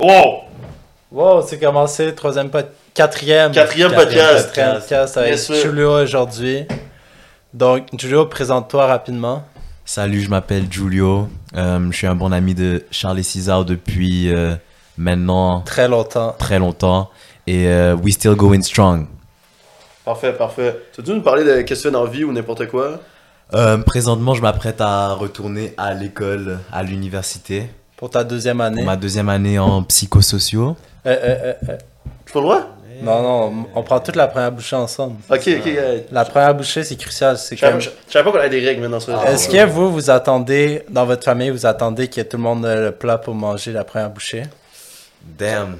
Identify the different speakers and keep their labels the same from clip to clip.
Speaker 1: Wow!
Speaker 2: Wow, c'est commencé, troisième pod... quatrième.
Speaker 1: Quatrième podcast.
Speaker 2: Quatrième podcast
Speaker 1: Bien
Speaker 2: avec
Speaker 1: sûr.
Speaker 2: Julio aujourd'hui. Donc, Julio, présente-toi rapidement.
Speaker 3: Salut, je m'appelle Giulio. Euh, je suis un bon ami de Charles et César depuis euh, maintenant
Speaker 2: Très longtemps.
Speaker 3: très longtemps. Et euh, we still going strong.
Speaker 1: Parfait, parfait. Tu veux nous parler de questions d'envie ou n'importe quoi?
Speaker 3: Euh, présentement, je m'apprête à retourner à l'école, à l'université,
Speaker 2: Pour ta deuxième année.
Speaker 3: pour ma deuxième année en psychosociaux.
Speaker 2: Euh, euh, euh, euh.
Speaker 1: Tu fais le droit?
Speaker 2: Non, non, on prend toute la première bouchée ensemble.
Speaker 1: Ok, ok, ok.
Speaker 2: La première bouchée, c'est crucial. C'est
Speaker 1: Je savais
Speaker 2: comme-
Speaker 1: je- je savais pas qu'on avait des règles maintenant sur
Speaker 3: Ah,
Speaker 2: Est-ce que vous, vous attendez, dans votre famille, vous attendez que tout le monde ait le plat pour manger la première bouchée?
Speaker 3: Damn.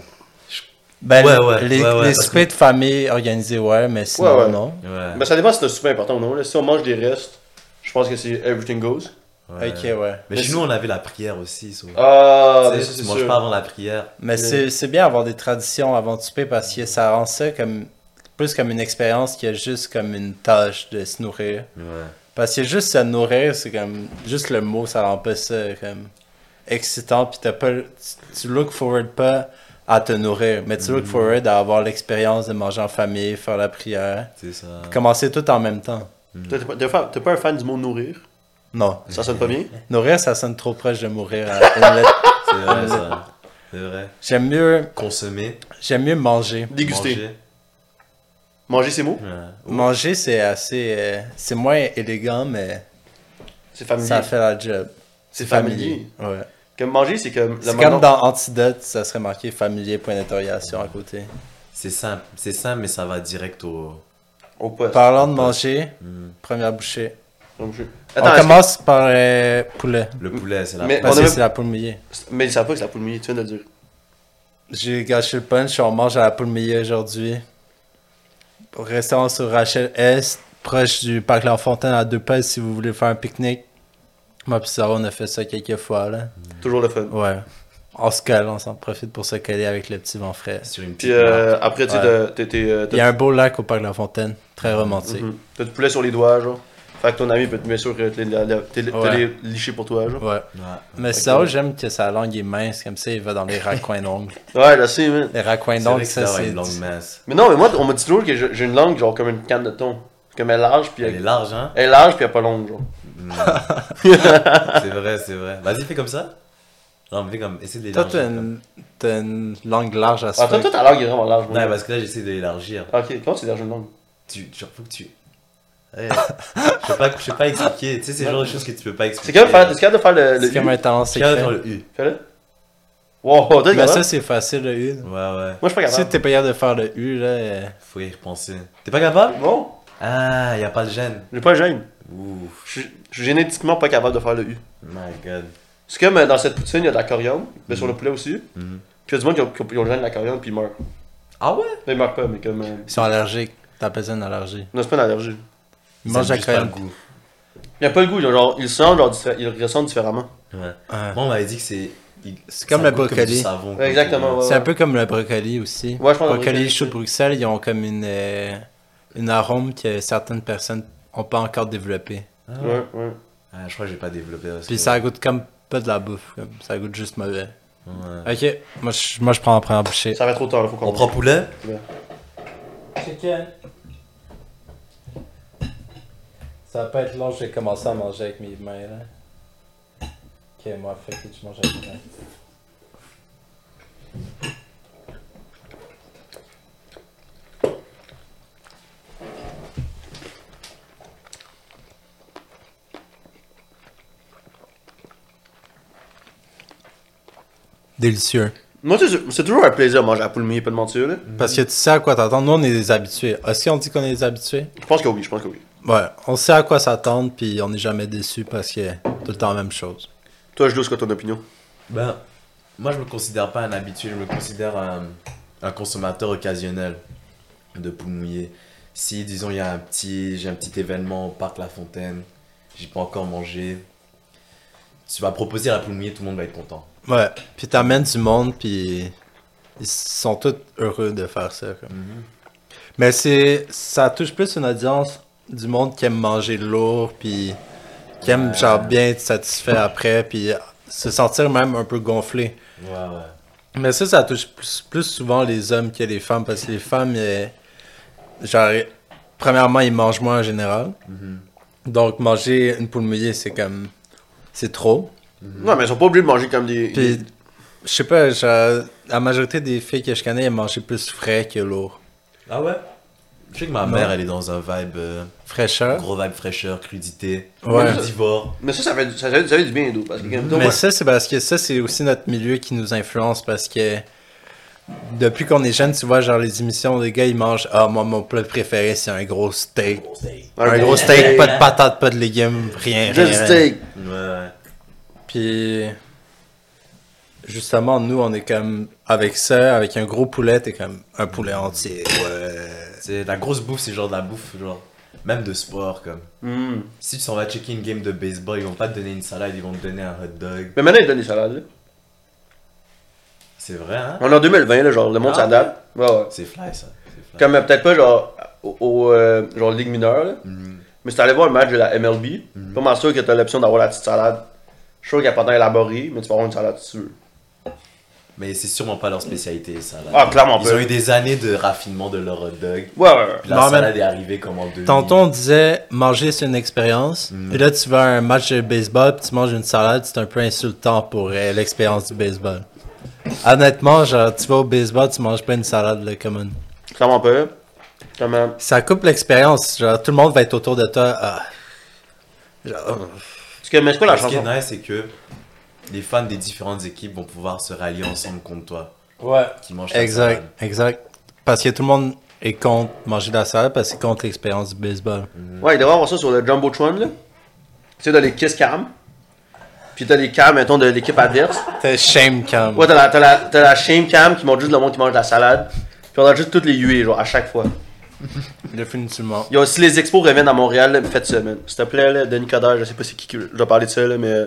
Speaker 2: Ben,
Speaker 3: Ouais,
Speaker 2: les-
Speaker 3: ouais,
Speaker 2: les,
Speaker 3: ouais, ouais,
Speaker 2: les
Speaker 3: parce
Speaker 2: soupers de famille organisés, ouais, mais sinon,
Speaker 1: Ouais, ouais.
Speaker 2: non.
Speaker 3: Ouais.
Speaker 1: Mais ça dépend si c'est un super important ou non. là. Si on mange des restes, je pense que c'est everything goes.
Speaker 3: Ouais.
Speaker 2: Ok, ouais.
Speaker 3: Mais chez nous, on avait la prière aussi. so-
Speaker 1: Ah,
Speaker 3: Tu
Speaker 1: mais
Speaker 3: sais,
Speaker 1: ça, c'est
Speaker 3: tu manges
Speaker 1: sûr.
Speaker 3: pas avant la prière.
Speaker 2: Mais c'est c'est bien avoir des traditions avant de souper parce que ça rend ça comme plus comme une expérience que juste comme une tâche de se nourrir. Parce que juste se nourrir, c'est comme juste le mot, ça rend pas ça comme excitant. Puis t'as pas, tu, tu look forward pas à te nourrir, mais tu look forward à avoir l'expérience de manger en famille, faire la prière,
Speaker 3: C'est ça.
Speaker 2: commencer tout en même temps.
Speaker 1: T'es pas- T'es pas, t'es pas un fan du mot nourrir?
Speaker 2: Non,
Speaker 1: Ça sonne pas bien?
Speaker 2: nourrir, ça sonne trop proche de mourir. à une lettre.
Speaker 3: C'est vrai, ça. C'est vrai.
Speaker 2: J'aime mieux,
Speaker 3: Consommer.
Speaker 2: j'aime mieux manger.
Speaker 1: Déguster. Manger,
Speaker 3: Manger.
Speaker 1: ces mots?
Speaker 3: Ouais.
Speaker 2: Manger, c'est assez. euh, c'est moins élégant, mais
Speaker 1: C'est familier.
Speaker 2: ça fait la job.
Speaker 1: C'est familier.
Speaker 2: Ouais.
Speaker 1: Comme manger, c'est comme la
Speaker 2: C'est
Speaker 1: manière-
Speaker 2: comme dans Antidote, ça serait marqué familier, point d'interrogation à côté.
Speaker 3: C'est simple. C'est simple, mais ça va direct au.
Speaker 1: au poste.
Speaker 2: Parlant de manger, première bouchée.
Speaker 1: Donc, je-
Speaker 2: on
Speaker 1: Hmm. Attends, est-ce
Speaker 2: commence par euh, poulet.
Speaker 3: Le poulet, c'est la
Speaker 1: Mm. Mais-
Speaker 2: Parce
Speaker 1: On
Speaker 2: que
Speaker 1: avait-
Speaker 2: c'est la poule mouillée.
Speaker 1: que- Mais ils savent pas que c'est la poule mouillée, tu viens de le dire.
Speaker 2: J'ai gâché le punch, on mange à la poule mouillée aujourd'hui. Restaurant sur Rachel S, proche du parc La Fontaine à deux pas si vous voulez faire un pique-nique. Moi pis Sarah, on a fait ça quelques fois là.
Speaker 1: Toujours le fun.
Speaker 2: Ouais. On se colle, on s'en profite pour se coller avec le petit vent frais.
Speaker 3: Sur une
Speaker 1: Puis
Speaker 3: petite.
Speaker 1: euh, après, tu sais,
Speaker 2: Ouais.
Speaker 1: t'as- t'es- t'es, euh,
Speaker 2: Il y a
Speaker 1: t'as
Speaker 2: un beau lac au parc La Fontaine, très romantique.
Speaker 1: Mhm. T'as du poulet sur les doigts, genre. Fait que ton ami peut te bien sûr euh, te les- la- la- te les te
Speaker 2: Ouais.
Speaker 1: les licher pour toi, genre.
Speaker 2: Ouais.
Speaker 3: Ouais.
Speaker 2: Mais ça, j'aime que sa langue est mince, comme ça, il va dans les raccoins d'ongles.
Speaker 1: Ouais, je sais, man.
Speaker 2: Les raccoins
Speaker 3: C'est vrai
Speaker 2: d'ongles,
Speaker 3: que
Speaker 2: ça,
Speaker 3: c'est
Speaker 2: c'est.
Speaker 3: une longue masse.
Speaker 1: Mais non, mais moi, on m'a dit toujours que j'ai j'ai une langue, genre, comme une canne de thon. Comme elle est large, puis
Speaker 3: Elle est Hmm.
Speaker 1: elle,
Speaker 3: large, hein?
Speaker 1: elle est large, puis elle est pas longue, genre.
Speaker 3: C'est vrai, c'est vrai. Vas-y, fais comme ça. Non, fais comme. Essaie de
Speaker 2: Toi,
Speaker 3: l'élargir.
Speaker 2: t'as une... t'as une langue large à ça.
Speaker 1: Attends, Ah, toi, ta langue est vraiment large, moi.
Speaker 3: Non, parce que là, j'essaie de l'élargir.
Speaker 1: Ok, comment tu large une langue
Speaker 3: Tu. Genre, faut que tu. Ouais. je sais pas, je sais pas expliquer. Tu sais, c'est le genre de choses que tu peux pas
Speaker 1: C'est
Speaker 3: expliquer.
Speaker 1: capable de faire, t'es capable de faire le. le
Speaker 2: C'est comme
Speaker 1: U?
Speaker 2: un talent
Speaker 3: Je suis capable de
Speaker 2: secret.
Speaker 3: faire le U.
Speaker 1: Fais-le. Wow, t'es
Speaker 2: Mais ça,
Speaker 1: capable. hein?
Speaker 2: c'est facile, le U.
Speaker 3: Ouais, ouais.
Speaker 1: Moi, je suis pas
Speaker 2: Si
Speaker 1: capable.
Speaker 2: t'es pas capable de faire le U, là. euh,
Speaker 3: Faut y repenser. T'es pas capable?
Speaker 1: Non,
Speaker 3: Ah, y a pas le gène.
Speaker 1: j'ai pas le gêne.
Speaker 3: Ouf.
Speaker 1: Je suis je suis génétiquement pas capable de faire le U.
Speaker 3: My god.
Speaker 1: C'est comme euh, dans cette poutine, il y a de la coriandre, mais sur le poulet aussi.
Speaker 3: Mhm.
Speaker 1: Puis il y a du monde qui ont, qui ont- qui ont le gène de la coriandre, puis ils meurent.
Speaker 3: Ah ouais?
Speaker 1: Mais ils meurent pas, mais comme. euh,
Speaker 2: Ils sont allergiques. T'appelles ça une allergie.
Speaker 1: Non, c'est pas une allergie.
Speaker 2: Ils mangent la
Speaker 3: Juste pas le
Speaker 2: crème.
Speaker 3: goût.
Speaker 1: Il a pas le goût, ils ont genre, ils sentent, genre, diffé- ils ressentent différemment.
Speaker 3: Ouais.
Speaker 2: Ouais.
Speaker 3: Moi, on m'avait dit que c'est. il-
Speaker 2: C'est comme
Speaker 3: ça
Speaker 2: le
Speaker 3: goûte du
Speaker 2: brocoli.
Speaker 3: savon,
Speaker 1: Ouais,
Speaker 3: comme
Speaker 1: exactement,
Speaker 3: tout,
Speaker 1: ouais.
Speaker 2: C'est un peu comme le brocoli aussi.
Speaker 1: Ouais, je pense que le brocoli,
Speaker 2: brocoli chaud
Speaker 1: c'est-
Speaker 2: de Bruxelles, ils ont comme une, euh, une arôme que certaines personnes ont pas encore développée.
Speaker 3: Ah.
Speaker 1: Ouais, ouais.
Speaker 3: Ah, je crois que j'ai pas développé. parce
Speaker 2: Puis
Speaker 3: que-
Speaker 2: ça goûte comme pas de la bouffe, comme ça goûte juste mauvais.
Speaker 3: Ouais.
Speaker 2: Ok, moi je, moi, je prends en première bouchée.
Speaker 1: Ça va trop tard, là, faut qu'on
Speaker 3: On prend poulet?
Speaker 2: Ça va pas être long, je vais commencer à manger avec mes mains là. Ok, moi, fait que je mange avec mes mains. Délicieux.
Speaker 1: Moi, tu sais, c'est toujours un plaisir de manger à la poule mouillée, pas de mentir, là.
Speaker 2: Parce que tu sais à quoi t'attendre. Nous, on est des habitués. Est-ce qu'on dit qu'on est des habitués?
Speaker 1: Je pense que oui, je pense que oui.
Speaker 2: Ouais, on sait à quoi s'attendre, puis on n'est jamais déçu parce que tout le temps la même chose.
Speaker 1: Toi, je dois quoi ton opinion
Speaker 3: Ben, moi je me considère pas un habitué, je me considère un, un consommateur occasionnel de poules mouillées. Si, disons, il y a un petit, j'ai un petit événement au parc La Fontaine, j'ai pas encore mangé, tu vas proposer la poule mouillée, tout le monde va être content.
Speaker 2: Ouais, puis t'amènes du monde, puis ils sont tous heureux de faire ça. comme. Mais c'est ça touche plus une audience du monde qui aime manger lourd, puis qui aime
Speaker 3: Ouais.
Speaker 2: genre bien être satisfait après, puis se sentir même un peu gonflé.
Speaker 3: Ouais, ouais.
Speaker 2: Mais ça, ça touche plus, plus souvent les hommes que les femmes, parce que les femmes, euh, genre, premièrement, ils mangent moins en général. Donc, manger une poule mouillée, c'est comme. C'est trop.
Speaker 1: Non, mais ils sont pas obligés de manger comme des.
Speaker 2: Puis, je sais pas, genre, la majorité des filles que je connais, elles mangeaient plus frais que lourd.
Speaker 3: Ah ouais Je sais que ma
Speaker 2: Non.
Speaker 3: mère, elle est dans un vibe. euh,
Speaker 2: Fraîcheur.
Speaker 3: gros vibe fraîcheur, crudité,
Speaker 2: Ouais.
Speaker 3: Divore.
Speaker 1: Mais ça, ça fait, du- ça, fait- ça fait du bien, d'eau. Parce que, comme,
Speaker 2: Mais ça, c'est parce que ça, c'est aussi notre milieu qui nous influence parce que depuis qu'on est jeune, tu vois, genre les émissions, les gars, ils mangent. Ah, moi, mon plat préféré, c'est un gros steak. Un, gros steak, pas de patates, pas de légumes, rien.
Speaker 1: Just
Speaker 2: rien, rien.
Speaker 1: steak.
Speaker 3: Ouais, ouais.
Speaker 2: Puis, justement, nous, on est comme avec ça, avec un gros poulet, t'es comme un poulet entier. Ouais.
Speaker 3: C'est la grosse bouffe, c'est genre de la bouffe, genre même de sport comme.
Speaker 1: Mm.
Speaker 3: Si tu s'en vas checker une game de baseball, ils vont pas te donner une salade, ils vont te donner un hot dog.
Speaker 1: Mais maintenant, ils donnent des salades. là.
Speaker 3: C'est vrai hein
Speaker 1: On est en 2020, là, genre, le monde
Speaker 3: Ah,
Speaker 1: s'adapte. Ouais, ouais.
Speaker 3: C'est fly ça. c'est fly.
Speaker 1: Comme euh, peut-être pas, genre, au, au, euh, genre, Ligue mineure, là.
Speaker 3: Mhm.
Speaker 1: Mais si t'allais voir un match de la MLB, pas mal sûr que t'as l'option d'avoir la petite salade. Je suis sûr qu'elle n'est pas tant élaborée, mais tu peux avoir une salade si tu veux.
Speaker 3: Mais c'est sûrement pas leur spécialité ça là.
Speaker 1: Ah, clairement
Speaker 3: ils
Speaker 1: pas.
Speaker 3: ont eu des années de raffinement de leur hot dog.
Speaker 1: Ouais, ouais, ouais.
Speaker 3: Puis la
Speaker 2: Non, mais-
Speaker 3: salade est arrivée comme en deux.
Speaker 2: Tantôt, on disait manger, c'est une expérience. Puis là, tu vas à un match de baseball, puis tu manges une salade, c'est un peu insultant pour euh, l'expérience du baseball. Honnêtement, genre, tu vas au baseball, tu manges pas une salade, là, commune.
Speaker 1: Clairement pas. Clairement.
Speaker 2: Ça coupe l'expérience. Genre, tout le monde va être autour de toi. Ah. Genre,
Speaker 1: Parce que, mais c'est quoi la
Speaker 3: Ce qui
Speaker 1: chanson?
Speaker 3: est nice, c'est que les fans des différentes équipes vont pouvoir se rallier ensemble contre toi.
Speaker 2: ouais.
Speaker 3: Qui mangent ta
Speaker 2: Exact,
Speaker 3: salade.
Speaker 2: exact. Parce que tout le monde est contre manger de la salade parce que c'est contre l'expérience du baseball.
Speaker 3: Mm.
Speaker 1: Ouais, il devrait avoir ça sur le Jumbotron, là. Tu sais, t'as les Kiss Cam. Puis t'as les cams, mettons, de l'équipe adverse.
Speaker 2: T'es shame cam.
Speaker 1: Ouais, t'as la, t'as la, t'as la Shame Cam qui montre juste le monde qui mange de la salade. Puis on a juste toutes les huées, genre, à chaque fois.
Speaker 2: Définitivement.
Speaker 1: Il y a aussi les expos reviennent à Montréal, là, faites ça, man. S'il te plaît, là, Denis Coderre, je sais pas c'est qui qui je dois parler de ça, là, mais. euh,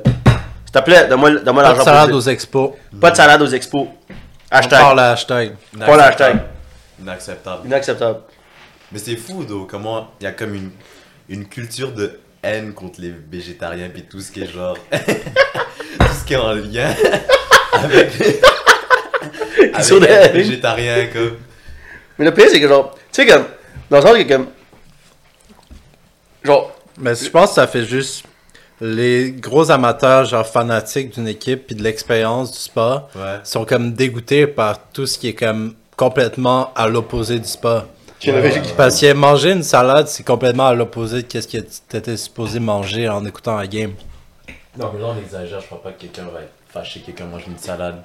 Speaker 1: S'il te plaît, donne-moi donne-moi
Speaker 2: Pas de
Speaker 1: l'argent
Speaker 2: salade
Speaker 1: pour-
Speaker 2: aux expos.
Speaker 1: Pas de salade aux expos.
Speaker 2: On parle
Speaker 1: Hashtag.
Speaker 2: à hashtag.
Speaker 1: Pas le hashtag.
Speaker 3: Inacceptable.
Speaker 1: Inacceptable.
Speaker 3: Mais c'est fou, though, comment il y a comme une, une culture de haine contre les végétariens, puis tout ce qui est genre. tout ce qui est en lien avec les,
Speaker 1: Culture de
Speaker 3: avec
Speaker 1: haine.
Speaker 3: les végétariens, comme.
Speaker 1: Mais le pire, c'est que genre. Tu sais, comme. Dans le sens que, comme. Genre.
Speaker 2: Mais je pense que ça fait juste les gros amateurs, genre fanatiques d'une équipe puis de l'expérience du sport,
Speaker 3: Ouais.
Speaker 2: sont comme dégoûtés par tout ce qui est comme complètement à l'opposé du sport.
Speaker 1: qu'il y en avait qui-
Speaker 2: Parce que manger une salade, c'est complètement à l'opposé de qu'est-ce que t'étais supposé manger en écoutant la game.
Speaker 3: Non, mais là, on exagère, je crois pas que quelqu'un va être fâché, quelqu'un mange une salade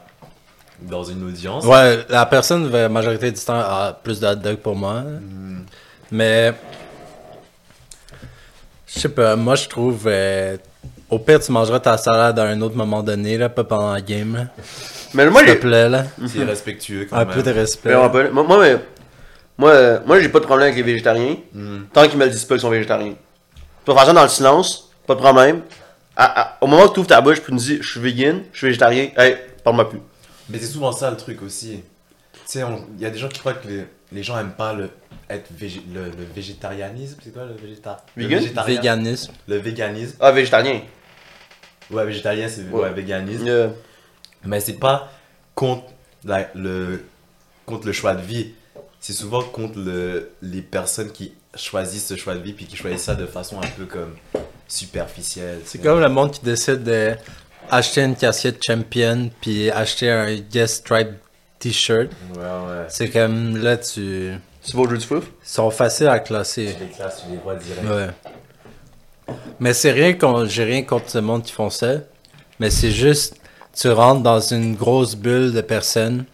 Speaker 3: dans une audience.
Speaker 2: Ouais, la personne va la majorité du temps a plus de hot dog pour moi.
Speaker 1: Hmm.
Speaker 2: Mais je sais pas, moi je trouve euh, au pire tu mangeras ta salade à un autre moment donné là, pas pendant la game. là.
Speaker 1: Mais moi,
Speaker 2: S'il
Speaker 1: j'ai.
Speaker 2: te plaît là,
Speaker 3: C'est irrespectueux quand
Speaker 2: un
Speaker 3: même.
Speaker 2: peu de respect.
Speaker 1: Mais on peut- Moi, moi, mais- moi, euh, moi, j'ai pas de problème avec les végétariens.
Speaker 2: Hmm.
Speaker 1: Tant qu'ils me le disent pas qu'ils sont végétariens. Tu peux faire ça dans le silence, pas de problème. À- à- au moment où tu ouvres ta bouche, puis tu me dis, je suis vegan, je suis végétarien, hey, parle-moi plus.
Speaker 3: Mais c'est souvent ça le truc aussi. Tu sais, on- il y a des gens qui croient que les, les gens aiment pas le, être végé- le, le végétarianisme. C'est quoi le, végéta... le
Speaker 1: Vegan?
Speaker 3: végétarien
Speaker 2: Véganisme.
Speaker 3: Le véganisme.
Speaker 1: Ah, végétarien.
Speaker 3: Ouais, végétalien, c'est
Speaker 1: Ouais.
Speaker 3: ouais. véganisme.
Speaker 1: Euh,
Speaker 3: Mais c'est pas contre, la- le, contre le choix de vie. C'est souvent contre le, les personnes qui choisissent ce choix de vie puis qui choisissent ça de façon un peu comme superficielle.
Speaker 2: C'est
Speaker 3: tu sais.
Speaker 2: comme le monde qui décide d'acheter une casquette champion puis acheter un Yes Stripe t-shirt.
Speaker 3: Ouais, ouais.
Speaker 2: C'est comme là tu
Speaker 1: c'est beau jeu du fouf.
Speaker 2: ils sont faciles à classer.
Speaker 3: Tu les classes, tu les vois direct.
Speaker 2: Ouais. Mais c'est rien qu'on j'ai rien contre ce monde qui font ça. Mais c'est juste tu rentres dans une grosse bulle de personnes.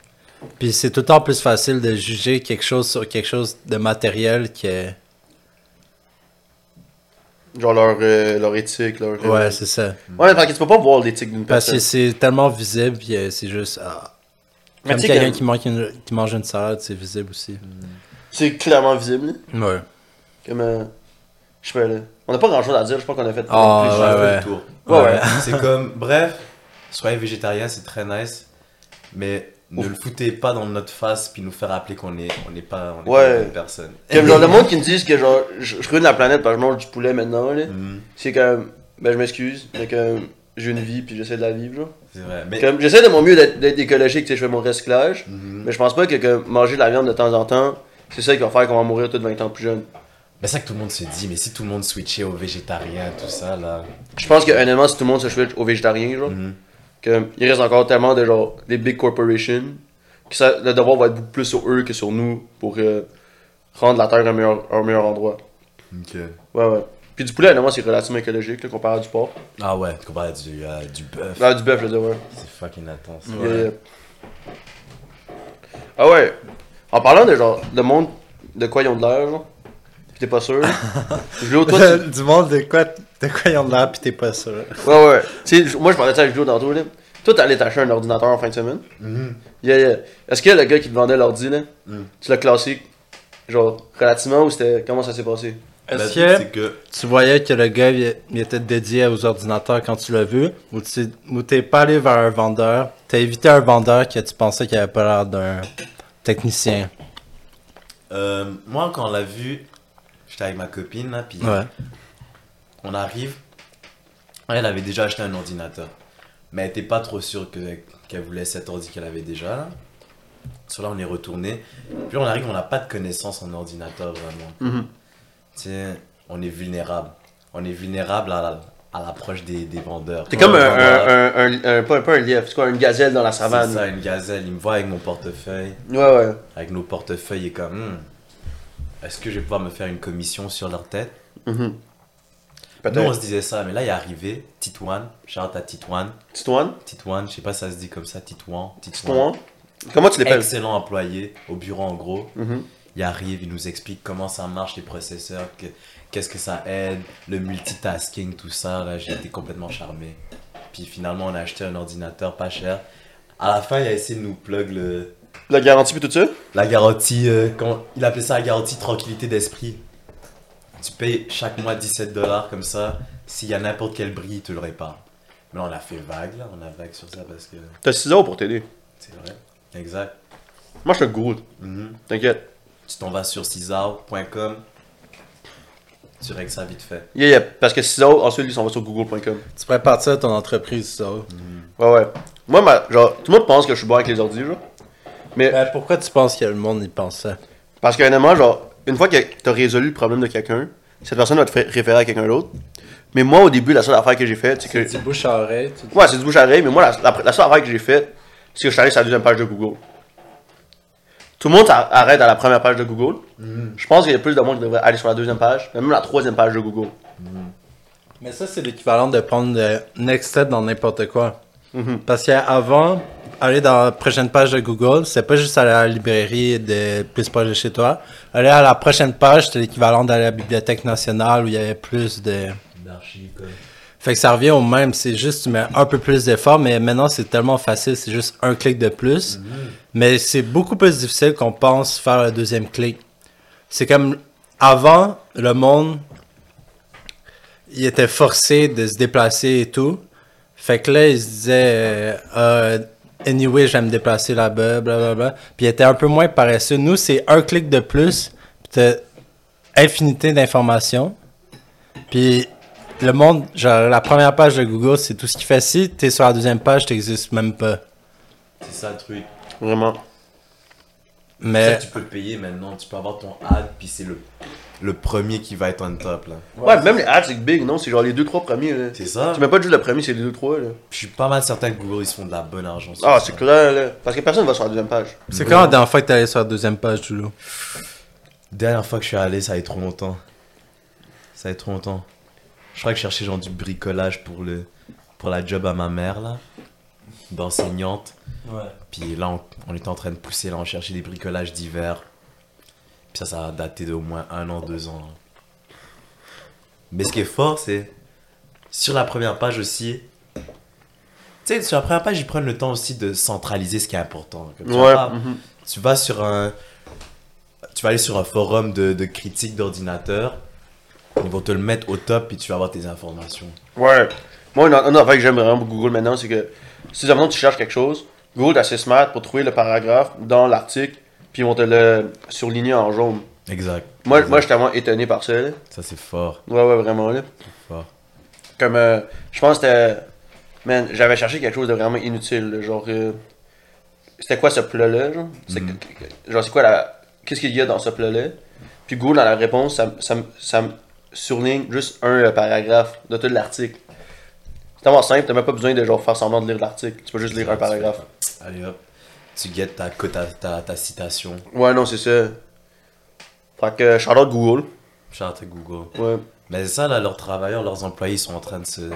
Speaker 2: Puis c'est tout le temps plus facile de juger quelque chose sur quelque chose de matériel que
Speaker 1: Genre leur, euh, leur éthique, leur. euh,
Speaker 2: ouais, c'est ça.
Speaker 1: Ouais, parce que tu peux pas voir l'éthique d'une
Speaker 2: Parce
Speaker 1: personne.
Speaker 2: que c'est tellement visible que c'est juste ah.
Speaker 1: Mais
Speaker 2: Comme
Speaker 1: tu sais
Speaker 2: quelqu'un
Speaker 1: que-
Speaker 2: qui, manque une- qui mange une salade, c'est visible aussi.
Speaker 1: C'est clairement visible. là.
Speaker 2: Ouais.
Speaker 1: Comme. euh, je sais pas, là. On n'a pas grand chose à dire, je pense qu'on a fait.
Speaker 2: Ah,
Speaker 1: plus-
Speaker 3: J'ai un peu
Speaker 2: ouais.
Speaker 3: le tour.
Speaker 1: Ouais, ouais.
Speaker 3: C'est comme, bref, soyez végétarien, c'est très nice, mais ne le foutez pas dans notre face puis nous faire rappeler qu'on est, on est pas, on est
Speaker 1: Ouais.
Speaker 3: pas une bonne personne.
Speaker 1: Comme genre le monde qui me disent que genre, je, je ruine la planète parce que je mange du poulet maintenant, là.
Speaker 3: Mhm.
Speaker 1: C'est comme, ben je m'excuse, mais comme, j'ai une vie puis j'essaie de la vivre, genre.
Speaker 3: C'est vrai. Mais
Speaker 1: Comme, J'essaie de mon mieux d'être d'être écologique, tu sais, je fais mon recyclage,
Speaker 3: Mhm.
Speaker 1: mais je pense pas que, que manger de la viande de temps en temps, c'est ça qui va faire qu'on va mourir tous 20 ans plus jeune.
Speaker 3: mais Bah, c'est ça que tout le monde se dit, mais si tout le monde switchait au végétarien, tout ça, là.
Speaker 1: Je pense que honnêtement, si tout le monde se switch au végétarien, genre,
Speaker 3: Mhm.
Speaker 1: que il reste encore tellement de genre des big corporations que ça, le devoir va être beaucoup plus sur eux que sur nous pour euh, rendre la terre un meilleur, un meilleur endroit.
Speaker 3: Ok.
Speaker 1: Ouais, ouais. Puis du poulet, honnêtement, c'est relativement écologique là, comparé à du porc.
Speaker 3: Ah ouais, comparé à du, euh, du bœuf.
Speaker 1: Ah, du bœuf, je veux dire, ouais.
Speaker 3: C'est fucking intense.
Speaker 1: Yeah, yeah. Ah ouais. En parlant de genre, le monde, de quoi ils ont de l'air, genre, pis t'es pas sûr. Julo, toi, tu...
Speaker 2: du monde de quoi, de quoi ils ont de l'air pis t'es pas sûr.
Speaker 1: Ouais, ouais. Tu sais, moi, je parlais de ça avec Julo tantôt, là. Toi, t'allais t'acheter un ordinateur en fin de semaine.
Speaker 3: Mhm.
Speaker 1: Yeah, yeah. Est-ce que le gars qui te vendait l'ordi, là,
Speaker 3: Mm.
Speaker 1: tu l'as classé, genre, relativement ou c'était. Comment ça s'est passé?
Speaker 3: Ben,
Speaker 2: Est-ce que
Speaker 3: c'est que.
Speaker 2: tu voyais que le gars il, il était dédié aux ordinateurs quand tu l'as vu ou tu ou t'es pas allé vers un vendeur, t'as évité un vendeur que tu pensais qu'il avait pas l'air d'un technicien.
Speaker 3: euh, moi, quand on l'a vu, j'étais avec ma copine, là, puis on arrive. Elle avait déjà acheté un ordinateur. Mais elle n'était pas trop sûre que- qu'elle voulait cet ordi qu'elle avait déjà. Là. Sur là, on est retourné. Puis on arrive, on n'a pas de connaissances en ordinateur vraiment.
Speaker 1: Mhm.
Speaker 3: Tu sais, on est vulnérable. On est vulnérable à la- à l'approche des, des vendeurs.
Speaker 1: T'es comme
Speaker 3: Ouais,
Speaker 1: un,
Speaker 3: voilà.
Speaker 1: un, un, un- un- pas, pas un lièvre, c'est quoi, une gazelle dans la savane.
Speaker 3: C'est ça, une gazelle. Il me voit avec mon portefeuille.
Speaker 1: Ouais, ouais.
Speaker 3: Avec nos portefeuilles et comme. Hmm, Est-ce que je vais pouvoir me faire une commission sur leur tête
Speaker 1: Mhm.
Speaker 3: Nous, on
Speaker 1: Peut-être.
Speaker 3: se disait ça, mais là, il est arrivé. Titouane. Shout à Titouane.
Speaker 1: Titoine?
Speaker 3: Titouan, je sais pas si ça se dit comme ça, Titouan, Titouan.
Speaker 1: Titoine? Comment tu l'appelles?
Speaker 3: Excellent employé au bureau en gros.
Speaker 1: Mhm.
Speaker 3: Il arrive, il nous explique comment ça marche les processeurs, que- qu'est-ce que ça aide, le multitasking, tout ça. Là, j'ai été complètement charmé. Puis finalement, on a acheté un ordinateur pas cher. À la fin, il a essayé de nous plug le,
Speaker 1: La garantie pis tout ça?
Speaker 3: la garantie, euh, comment- il appelait ça la garantie tranquillité d'esprit. Tu payes chaque mois 17 dollars comme ça. S'il y a n'importe quel bris, il te le répare. Mais là, on a fait vague, là, on a vague sur ça parce que
Speaker 1: T'as 6 ans pour t'aider.
Speaker 3: c'est vrai. Exact.
Speaker 1: Moi, je suis un gourou,
Speaker 3: Mhm.
Speaker 1: t'inquiète.
Speaker 3: Tu t'en vas sur cisao.com. Tu règles ça vite fait.
Speaker 1: Yeah, yeah. Parce que 6 ans, ensuite, lui, s'en va sur google.com.
Speaker 2: Tu pourrais partir de ton entreprise, ça.
Speaker 1: Ouais, ouais. Moi, ma, genre, tout le monde pense que je suis bon avec les ordi, genre. Mais,
Speaker 2: Ben, pourquoi tu penses que le monde y pense ça?
Speaker 1: parce que, honnêtement, genre, une fois que t'as résolu le problème de quelqu'un, cette personne va te fa- référer à quelqu'un d'autre. Mais moi, au début, la seule affaire que j'ai faite, c'est que.
Speaker 2: Tu bouche à oreille, tu dis-
Speaker 1: Ouais, c'est du bouche à oreille, mais moi, la, la- la seule affaire que j'ai faite, c'est que je suis allé sur la deuxième page de Google. Tout le monde s'ar- arrête à la première page de Google. Je pense qu'il y a plus de monde qui devrait aller sur la deuxième page, même la troisième page de Google.
Speaker 2: Mais ça, c'est l'équivalent de prendre le next step dans n'importe quoi. Parce qu'avant, aller dans la prochaine page de Google, c'est pas juste aller à la librairie de plus proche de chez toi. Aller à la prochaine page, c'est l'équivalent d'aller à la Bibliothèque nationale où il y avait plus de.
Speaker 3: D'archives, quoi.
Speaker 2: Fait que ça revient au même, c'est juste tu mets un peu plus d'effort, mais maintenant c'est tellement facile, c'est juste un clic de plus. Mais c'est beaucoup plus difficile qu'on pense faire le deuxième clic. C'est comme avant, le monde, il était forcé de se déplacer et tout. Fait que là, il se disait, euh, Ah, anyway, je vais me déplacer là-bas, blablabla. Puis il était un peu moins paresseux. Nous, c'est un clic de plus, puis t'as infinité d'informations. Puis le monde, genre la première page de Google, c'est tout ce qu'il fait. Si t'es sur la deuxième page, t'existes même pas.
Speaker 3: C'est ça le truc.
Speaker 1: Vraiment. Eh.
Speaker 2: Mais
Speaker 3: Ça, tu peux payer maintenant. Tu peux avoir ton ad, puis c'est le, le premier qui va être on top, là.
Speaker 1: Ouais, même les ads, c'est big, non? C'est genre les deux, trois premiers, là.
Speaker 3: C'est ça.
Speaker 1: Tu mets pas juste le premier, c'est les deux, trois, là.
Speaker 3: Je suis pas mal certain que Google, ils se font de la bonne argent. sur
Speaker 1: Ah,
Speaker 3: ça.
Speaker 1: c'est clair, là. Parce que personne va sur la deuxième page.
Speaker 2: c'est quand la dernière fois que t'es allé sur la deuxième page du lot?
Speaker 3: Dernière fois que je suis allé, ça a été trop longtemps. Ça a été trop longtemps. Je crois que je cherchais genre du bricolage pour le pour la job à ma mère là, d'enseignante.
Speaker 2: Ouais.
Speaker 3: Puis là, on, on était en train de pousser là, on cherchait des bricolages d'hiver. Puis ça, ça a daté d'au moins un an, deux ans. là. Mais ce qui est fort, c'est sur la première page aussi. Tu sais, sur la première page, ils prennent le temps aussi de centraliser ce qui est important. Comme tu
Speaker 1: Ouais.
Speaker 3: vois,
Speaker 1: mhm.
Speaker 3: tu vas sur un tu vas aller sur un forum de, de critiques d'ordinateurs ils vont te le mettre au top puis tu vas avoir tes informations
Speaker 1: Ouais. Moi, une, une affaire que j'aime vraiment pour Google maintenant, c'est que si vraiment tu cherches quelque chose, Google est assez smart pour trouver le paragraphe dans l'article, puis ils vont te le surligner en jaune.
Speaker 3: exact
Speaker 1: Moi,
Speaker 3: Exact.
Speaker 1: moi j'étais vraiment étonné par ça, là.
Speaker 3: ça c'est fort
Speaker 1: Ouais, ouais, vraiment, là.
Speaker 3: fort
Speaker 1: Comme, euh, je pense que c'était Man, j'avais cherché quelque chose de vraiment inutile. là, Genre, euh, c'était quoi ce plat-là? Genre, C'est-
Speaker 3: Mhm.
Speaker 1: genre, c'est quoi la. Qu'est-ce qu'il y a dans ce plat-là? Puis Google, dans la réponse, ça, me- ça, me- ça me surligne juste un euh, paragraphe de tout l'article. C'est tellement simple, t'as même pas besoin de genre, faire semblant de lire l'article. Tu peux juste lire un paragraphe.
Speaker 3: Allez hop, tu guettes ta, co- ta, ta, ta citation.
Speaker 1: Ouais, non, c'est ça. Fait que, shout out Google.
Speaker 3: Charte Google.
Speaker 1: Ouais.
Speaker 3: Mais c'est ça, là, leurs travailleurs, leurs employés sont en train de se,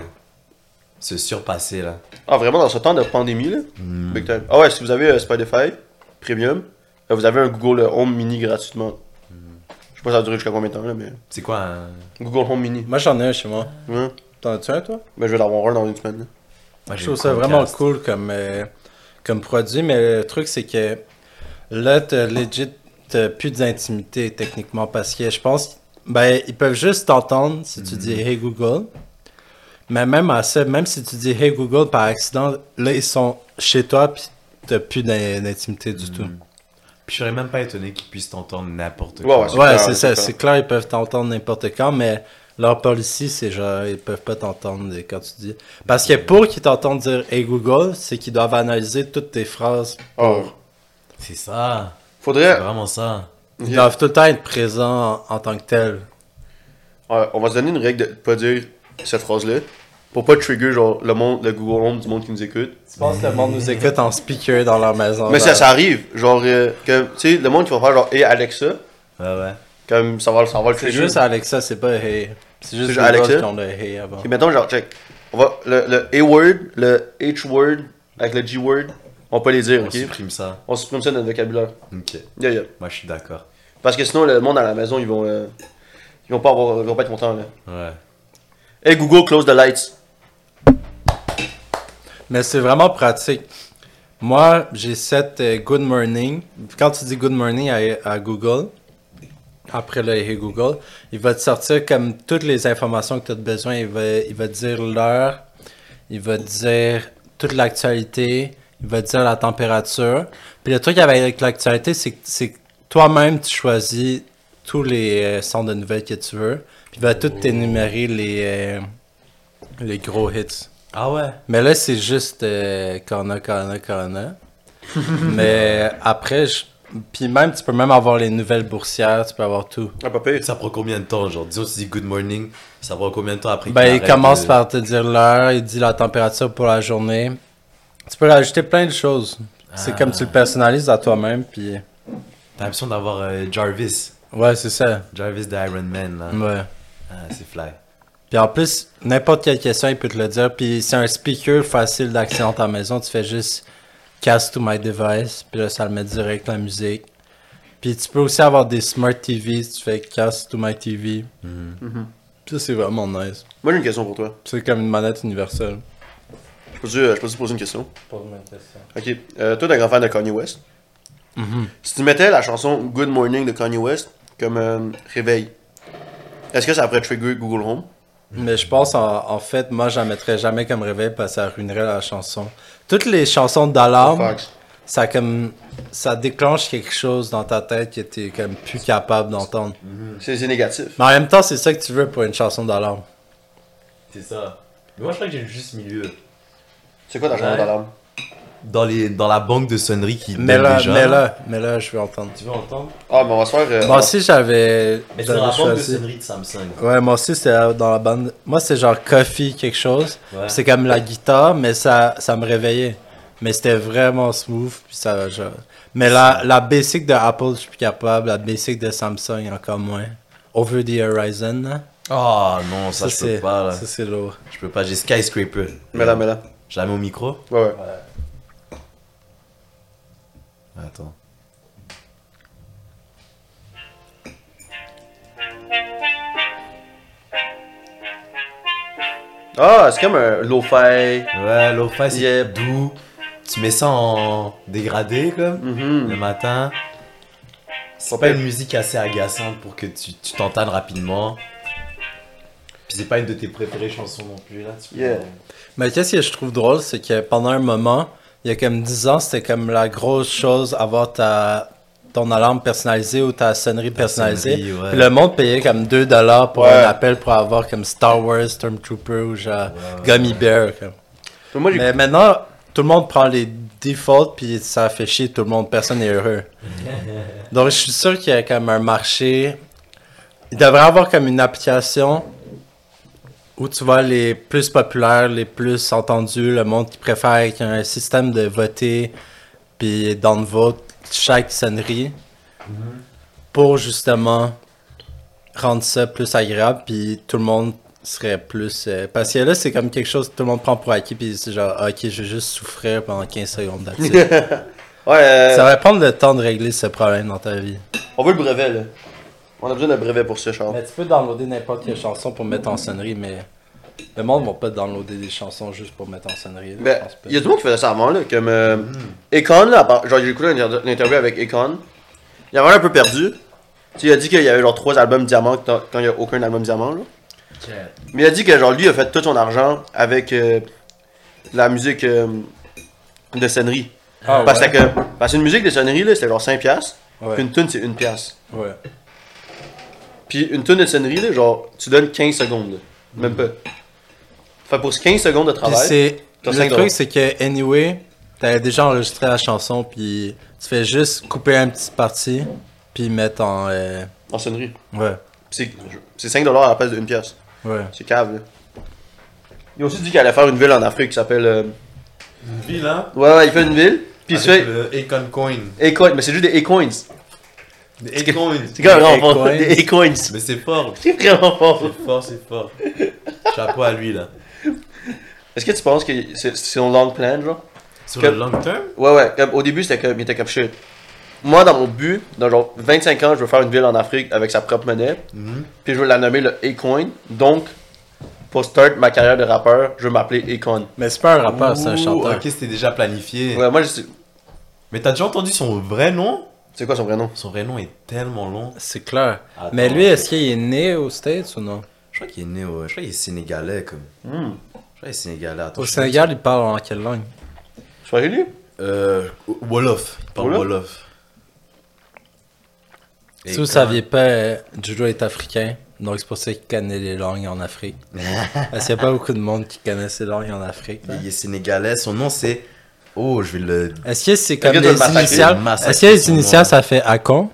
Speaker 3: se surpasser, là.
Speaker 1: Ah, vraiment, dans ce temps de pandémie, là?
Speaker 2: Hmm.
Speaker 1: Big time. Ah ouais, si vous avez euh, Spotify Premium, euh, vous avez un Google euh, Home Mini gratuitement.
Speaker 2: Hmm.
Speaker 1: Je sais pas ça va durer jusqu'à combien de temps, là, mais...
Speaker 3: C'est quoi un...
Speaker 1: Google Home Mini.
Speaker 2: Moi, j'en ai un chez moi.
Speaker 1: Ouais.
Speaker 2: T'en as-tu un, toi?
Speaker 1: Ben, je vais l'avoir un dans une semaine. là.
Speaker 3: Moi,
Speaker 2: je
Speaker 3: j'ai
Speaker 2: trouve
Speaker 3: le
Speaker 2: ça vraiment
Speaker 3: Chromecast.
Speaker 2: cool comme, euh, comme produit, mais le truc, c'est que là, t'as legit t'as plus d'intimité techniquement parce que je pense, ben, ils peuvent juste t'entendre si tu dis Hey Google. Mais même à ça, même si tu dis Hey Google par accident, là, ils sont chez toi, puis t'as plus d'in- d'intimité du tout.
Speaker 3: Puis je serais même pas étonné qu'ils puissent t'entendre n'importe
Speaker 1: Ouais,
Speaker 3: quoi.
Speaker 1: ouais,
Speaker 2: Ouais,
Speaker 1: clair,
Speaker 2: c'est ça,
Speaker 1: c'est
Speaker 2: c'est clair, ils peuvent t'entendre n'importe quand, mais leur policy, c'est genre, ils peuvent pas t'entendre quand tu dis. Parce que pour qu'ils t'entendent dire Hey Google, c'est qu'ils doivent analyser toutes tes phrases.
Speaker 1: Oh.
Speaker 3: C'est ça. C'est
Speaker 1: Faudrait...
Speaker 3: vraiment ça.
Speaker 2: Ils doivent tout le temps être présents en, en tant que tels. Ah.
Speaker 1: Ouais, euh, on va se donner une règle de pas dire cette phrase-là. Pour pas trigger, genre, le monde, le Google Home du monde qui nous écoute.
Speaker 2: Je pense que le monde nous écoute en speaker dans leur maison.
Speaker 1: Mais ça, ça arrive. Genre, euh, que, tu sais, le monde qui va faire, genre, Hey Alexa,
Speaker 3: Ouais, ouais.
Speaker 1: comme ça va, ça va le
Speaker 2: C'est
Speaker 1: trigger.
Speaker 2: juste Alexa, c'est pas Hey. C'est juste
Speaker 1: C'est
Speaker 2: Google
Speaker 1: Alexa?
Speaker 2: qui ont le Hey avant.
Speaker 1: Et mettons, genre, check. On va, le, le A-word, le H-word, avec le G-word, on peut les dire,
Speaker 3: On
Speaker 1: ok?
Speaker 3: supprime ça.
Speaker 1: On supprime ça de notre vocabulaire.
Speaker 3: Ok.
Speaker 1: Yeah, yeah.
Speaker 3: Moi, je suis d'accord.
Speaker 1: Parce que sinon, le monde à la maison, ils vont, euh, ils vont, pas, avoir, ils vont pas être contents. Là.
Speaker 3: Ouais.
Speaker 1: Hey Google, close the lights.
Speaker 2: Mais c'est vraiment pratique. Moi, j'ai cette euh, Good Morning. Quand tu dis Good Morning à, à Google, après le Hey Google, il va te sortir comme toutes les informations que tu as besoin. Il va, il va te dire l'heure, il va te dire toute l'actualité, il va te dire la température. Puis le truc avec l'actualité, c'est que c'est que toi-même, tu choisis tous les euh, centres de nouvelles que tu veux. Puis il va tout t'énumérer les, euh, les gros hits.
Speaker 3: Ah ouais.
Speaker 2: Mais là, c'est juste euh, Corona, Corona, Corona. Mais après, je... puis même, tu peux même avoir les nouvelles boursières, tu peux avoir tout.
Speaker 1: Ah, pas pire.
Speaker 3: Ça prend combien de temps, genre Disons, tu dis good morning, ça prend combien de temps après
Speaker 2: Ben,
Speaker 3: qu'il
Speaker 2: il
Speaker 3: arrête
Speaker 2: commence
Speaker 3: de-
Speaker 2: par te dire l'heure, il dit la température pour la journée. Tu peux rajouter plein de choses. C'est
Speaker 3: Ah.
Speaker 2: comme tu le personnalises à toi-même, puis...
Speaker 3: T'as l'impression d'avoir euh, Jarvis.
Speaker 2: Ouais, c'est ça.
Speaker 3: Jarvis d'Iron Man, là.
Speaker 2: Ouais.
Speaker 3: Ah, c'est fly.
Speaker 2: Puis en plus, n'importe quelle question, il peut te le dire. Puis c'est un speaker facile d'accès dans ta maison. Tu fais juste cast to my device. Puis là, ça le met direct la musique. Puis tu peux aussi avoir des smart TV. Tu fais cast to my TV. Puis ça, c'est vraiment nice.
Speaker 1: Moi, j'ai une question pour toi.
Speaker 2: C'est comme une manette universelle.
Speaker 1: Je peux-tu euh, je peux-tu poser une question? Ok. Euh, toi, t'es un grand fan de Kanye West. Si tu mettais la chanson Good Morning de Kanye West comme euh, réveil, est-ce que ça pourrait trigger Google Home?
Speaker 2: Mm-hmm. Mais je pense, en, en fait, moi, je la mettrais jamais comme réveil parce que ça ruinerait la chanson. Toutes les chansons d'alarme,
Speaker 1: Facts.
Speaker 2: ça comme ça déclenche quelque chose dans ta tête que t'es comme plus capable d'entendre.
Speaker 1: C'est c'est négatif.
Speaker 2: Mais en même temps, c'est ça que tu veux pour une chanson d'alarme.
Speaker 3: C'est ça. Mais moi, je crois que j'ai juste milieu.
Speaker 1: C'est quoi ta chanson
Speaker 3: Ouais.
Speaker 1: d'alarme?
Speaker 3: Dans, les, dans la banque de sonnerie qui
Speaker 2: Mais
Speaker 3: donne
Speaker 2: là,
Speaker 3: déjà.
Speaker 2: mais là, mais là, je veux entendre.
Speaker 3: Tu veux entendre
Speaker 1: Ah, mais on va se faire. euh,
Speaker 2: Moi aussi, j'avais.
Speaker 3: Mais c'est
Speaker 2: j'avais
Speaker 3: dans la banque de
Speaker 2: choisi.
Speaker 3: sonnerie de Samsung.
Speaker 2: Ouais, moi aussi, c'est dans la bande. Moi, c'est genre Coffee quelque chose.
Speaker 3: Ouais.
Speaker 2: C'est comme la guitare, mais ça, ça me réveillait. Mais c'était vraiment smooth. Puis ça, genre... Mais la, la basic de Apple, je suis plus capable. La basic de Samsung, encore moins. Over the Horizon, là.
Speaker 3: Oh non, ça, je
Speaker 2: c'est.
Speaker 3: peux pas, là.
Speaker 2: Ah, Ça, c'est lourd.
Speaker 3: Je peux pas, j'ai Skyscraper.
Speaker 1: Mets-la, mets-la.
Speaker 3: Je la mets au micro
Speaker 1: Ouais, ouais.
Speaker 3: Attends.
Speaker 1: Ah, c'est comme un lo-fi.
Speaker 3: Ouais, l'offre, c'est
Speaker 1: Yeah.
Speaker 3: doux. Tu mets ça en dégradé, comme,
Speaker 1: Mhm.
Speaker 3: le matin. C'est
Speaker 1: Pas
Speaker 3: pas
Speaker 1: pire.
Speaker 3: une musique assez agaçante pour que tu tu t'entannes rapidement. Puis c'est pas une de tes préférées chansons non plus, là. Tu peux-
Speaker 1: Yeah.
Speaker 2: Mais qu'est-ce que je trouve drôle, c'est que pendant un moment, il y a comme 10 ans, c'était comme la grosse chose, avoir ta ton alarme personnalisée ou ta sonnerie personnalisée.
Speaker 3: sonnerie, ouais.
Speaker 2: Puis le monde payait comme 2$ dollars pour
Speaker 1: Ouais.
Speaker 2: un appel pour avoir comme Star Wars, Stormtrooper ou genre Gummy Bear.
Speaker 1: Parce
Speaker 2: Comme.
Speaker 1: que Moi, j'ai-
Speaker 2: Mais maintenant, tout le monde prend les defaults, puis ça fait chier tout le monde. Personne n'est heureux. Donc, je suis sûr qu'il y a comme un marché. Il devrait y avoir comme une application où tu vois les plus populaires, les plus entendus, le monde qui préfère avec un système de voter, puis dans le vote, chaque sonnerie, pour justement rendre ça plus agréable, puis tout le monde serait plus. euh, parce que là, c'est comme quelque chose que tout le monde prend pour acquis, puis c'est genre, Ah, ok, je vais juste souffrir pendant 15 secondes that's it.
Speaker 1: Ouais, euh,
Speaker 2: Ça va prendre le temps de régler ce problème dans ta vie.
Speaker 1: on veut le brevet, là. On a besoin d'un brevet pour ce Charles.
Speaker 2: Mais tu peux downloader n'importe quelle chanson pour mettre en sonnerie, mais le monde va pas downloader des chansons juste pour mettre en sonnerie. là, je
Speaker 1: Ben,
Speaker 2: pense Ah, pas. Hmm.
Speaker 1: il y a tout le monde qui faisait ça avant, là. Comme euh, Akon, là, à part- genre, j'ai écouté une inter- une interview avec Akon. Il avait l'air un peu perdu. Tu sais, il a dit qu'il y avait genre trois albums diamants quand quand il n'y a aucun album diamant, là. Mais il a dit que genre lui a fait tout son argent avec euh, la musique euh, de sonnerie.
Speaker 2: Ah,
Speaker 1: parce,
Speaker 2: ouais?
Speaker 1: que, parce qu'une musique de sonnerie, là, c'était genre 5$. piastres,
Speaker 2: Ouais.
Speaker 1: Puis une tune, c'est 1$. piastre.
Speaker 2: Ouais.
Speaker 1: Puis une tune de sonnerie, là, genre, tu donnes 15 secondes. là. Même pas. Fait pour 15 secondes de
Speaker 2: Puis
Speaker 1: travail.
Speaker 2: c'est.
Speaker 1: T'as cinq
Speaker 2: Le
Speaker 1: dollars.
Speaker 2: truc, c'est que, anyway, t'avais déjà enregistré la chanson, puis tu fais juste couper un petit parti, puis mettre en. euh,
Speaker 1: En sonnerie.
Speaker 2: Ouais,
Speaker 1: C'est c'est 5$ à la place de 1$. piastre.
Speaker 2: ouais.
Speaker 1: C'est cave, là. Il a aussi dit qu'il allait faire une ville en Afrique qui s'appelle. euh,
Speaker 3: Une ville, hein
Speaker 1: Ouais, ouais, il fait une ville. Puis il se
Speaker 3: Avec
Speaker 1: fait.
Speaker 3: le Akon Coin.
Speaker 1: Acoins, mais c'est juste des Acoins.
Speaker 3: Des Acoins.
Speaker 1: C'est quand
Speaker 2: Des
Speaker 1: même vraiment
Speaker 2: Acoins.
Speaker 1: Des Acoins.
Speaker 3: Mais c'est fort.
Speaker 1: C'est vraiment fort.
Speaker 3: C'est fort, c'est fort. Chapeau à lui, là.
Speaker 1: Est-ce que tu penses que c'est c'est son long plan, genre?
Speaker 3: Sur
Speaker 1: Que-
Speaker 3: le long term
Speaker 1: Ouais, ouais. Comme, au début, c'était comme, il était comme shit. Moi, dans mon but, dans genre 25 ans, je veux faire une ville en Afrique avec sa propre monnaie.
Speaker 3: Mhm.
Speaker 1: Puis je veux la nommer le A-Coin. Donc, pour start ma carrière de rappeur, je veux m'appeler A-Coin.
Speaker 2: Mais c'est pas un rappeur, c'est un
Speaker 3: Ouh,
Speaker 2: chanteur.
Speaker 3: Ok, c'était déjà planifié.
Speaker 1: Ouais, moi, je sais-
Speaker 3: Mais t'as déjà entendu son vrai nom
Speaker 1: C'est quoi son vrai nom?
Speaker 3: Son vrai nom est tellement long.
Speaker 2: C'est clair.
Speaker 3: Attends.
Speaker 2: Mais lui, est-ce qu'il est né aux States ou non
Speaker 3: Je crois qu'il est né au. Je crois qu'il est sénégalais, comme.
Speaker 1: Hmm.
Speaker 3: Je crois qu'il est sénégalais. Attends,
Speaker 2: Au
Speaker 3: je-
Speaker 2: Sénégal, il parle en quelle langue
Speaker 1: Tu vois, lui?
Speaker 3: Euh. Wolof. Il parle
Speaker 1: Wolof
Speaker 3: Wolof. Et
Speaker 2: Si vous
Speaker 3: quand-
Speaker 2: saviez pas, euh, Judo est africain. Donc c'est pour ça qu'il connaît les langues en Afrique. Parce qu'il n'y a pas beaucoup de monde qui connaît ces langues en Afrique.
Speaker 3: euh, Il est sénégalais. Son nom, c'est. Oh, je vais le.
Speaker 2: Est-ce que c'est comme
Speaker 1: Quelqu'un
Speaker 2: les
Speaker 1: doit le massacrer.
Speaker 2: initiales
Speaker 3: Massacrer
Speaker 2: Est-ce que les
Speaker 3: son nom.
Speaker 2: initiales, ça fait Akon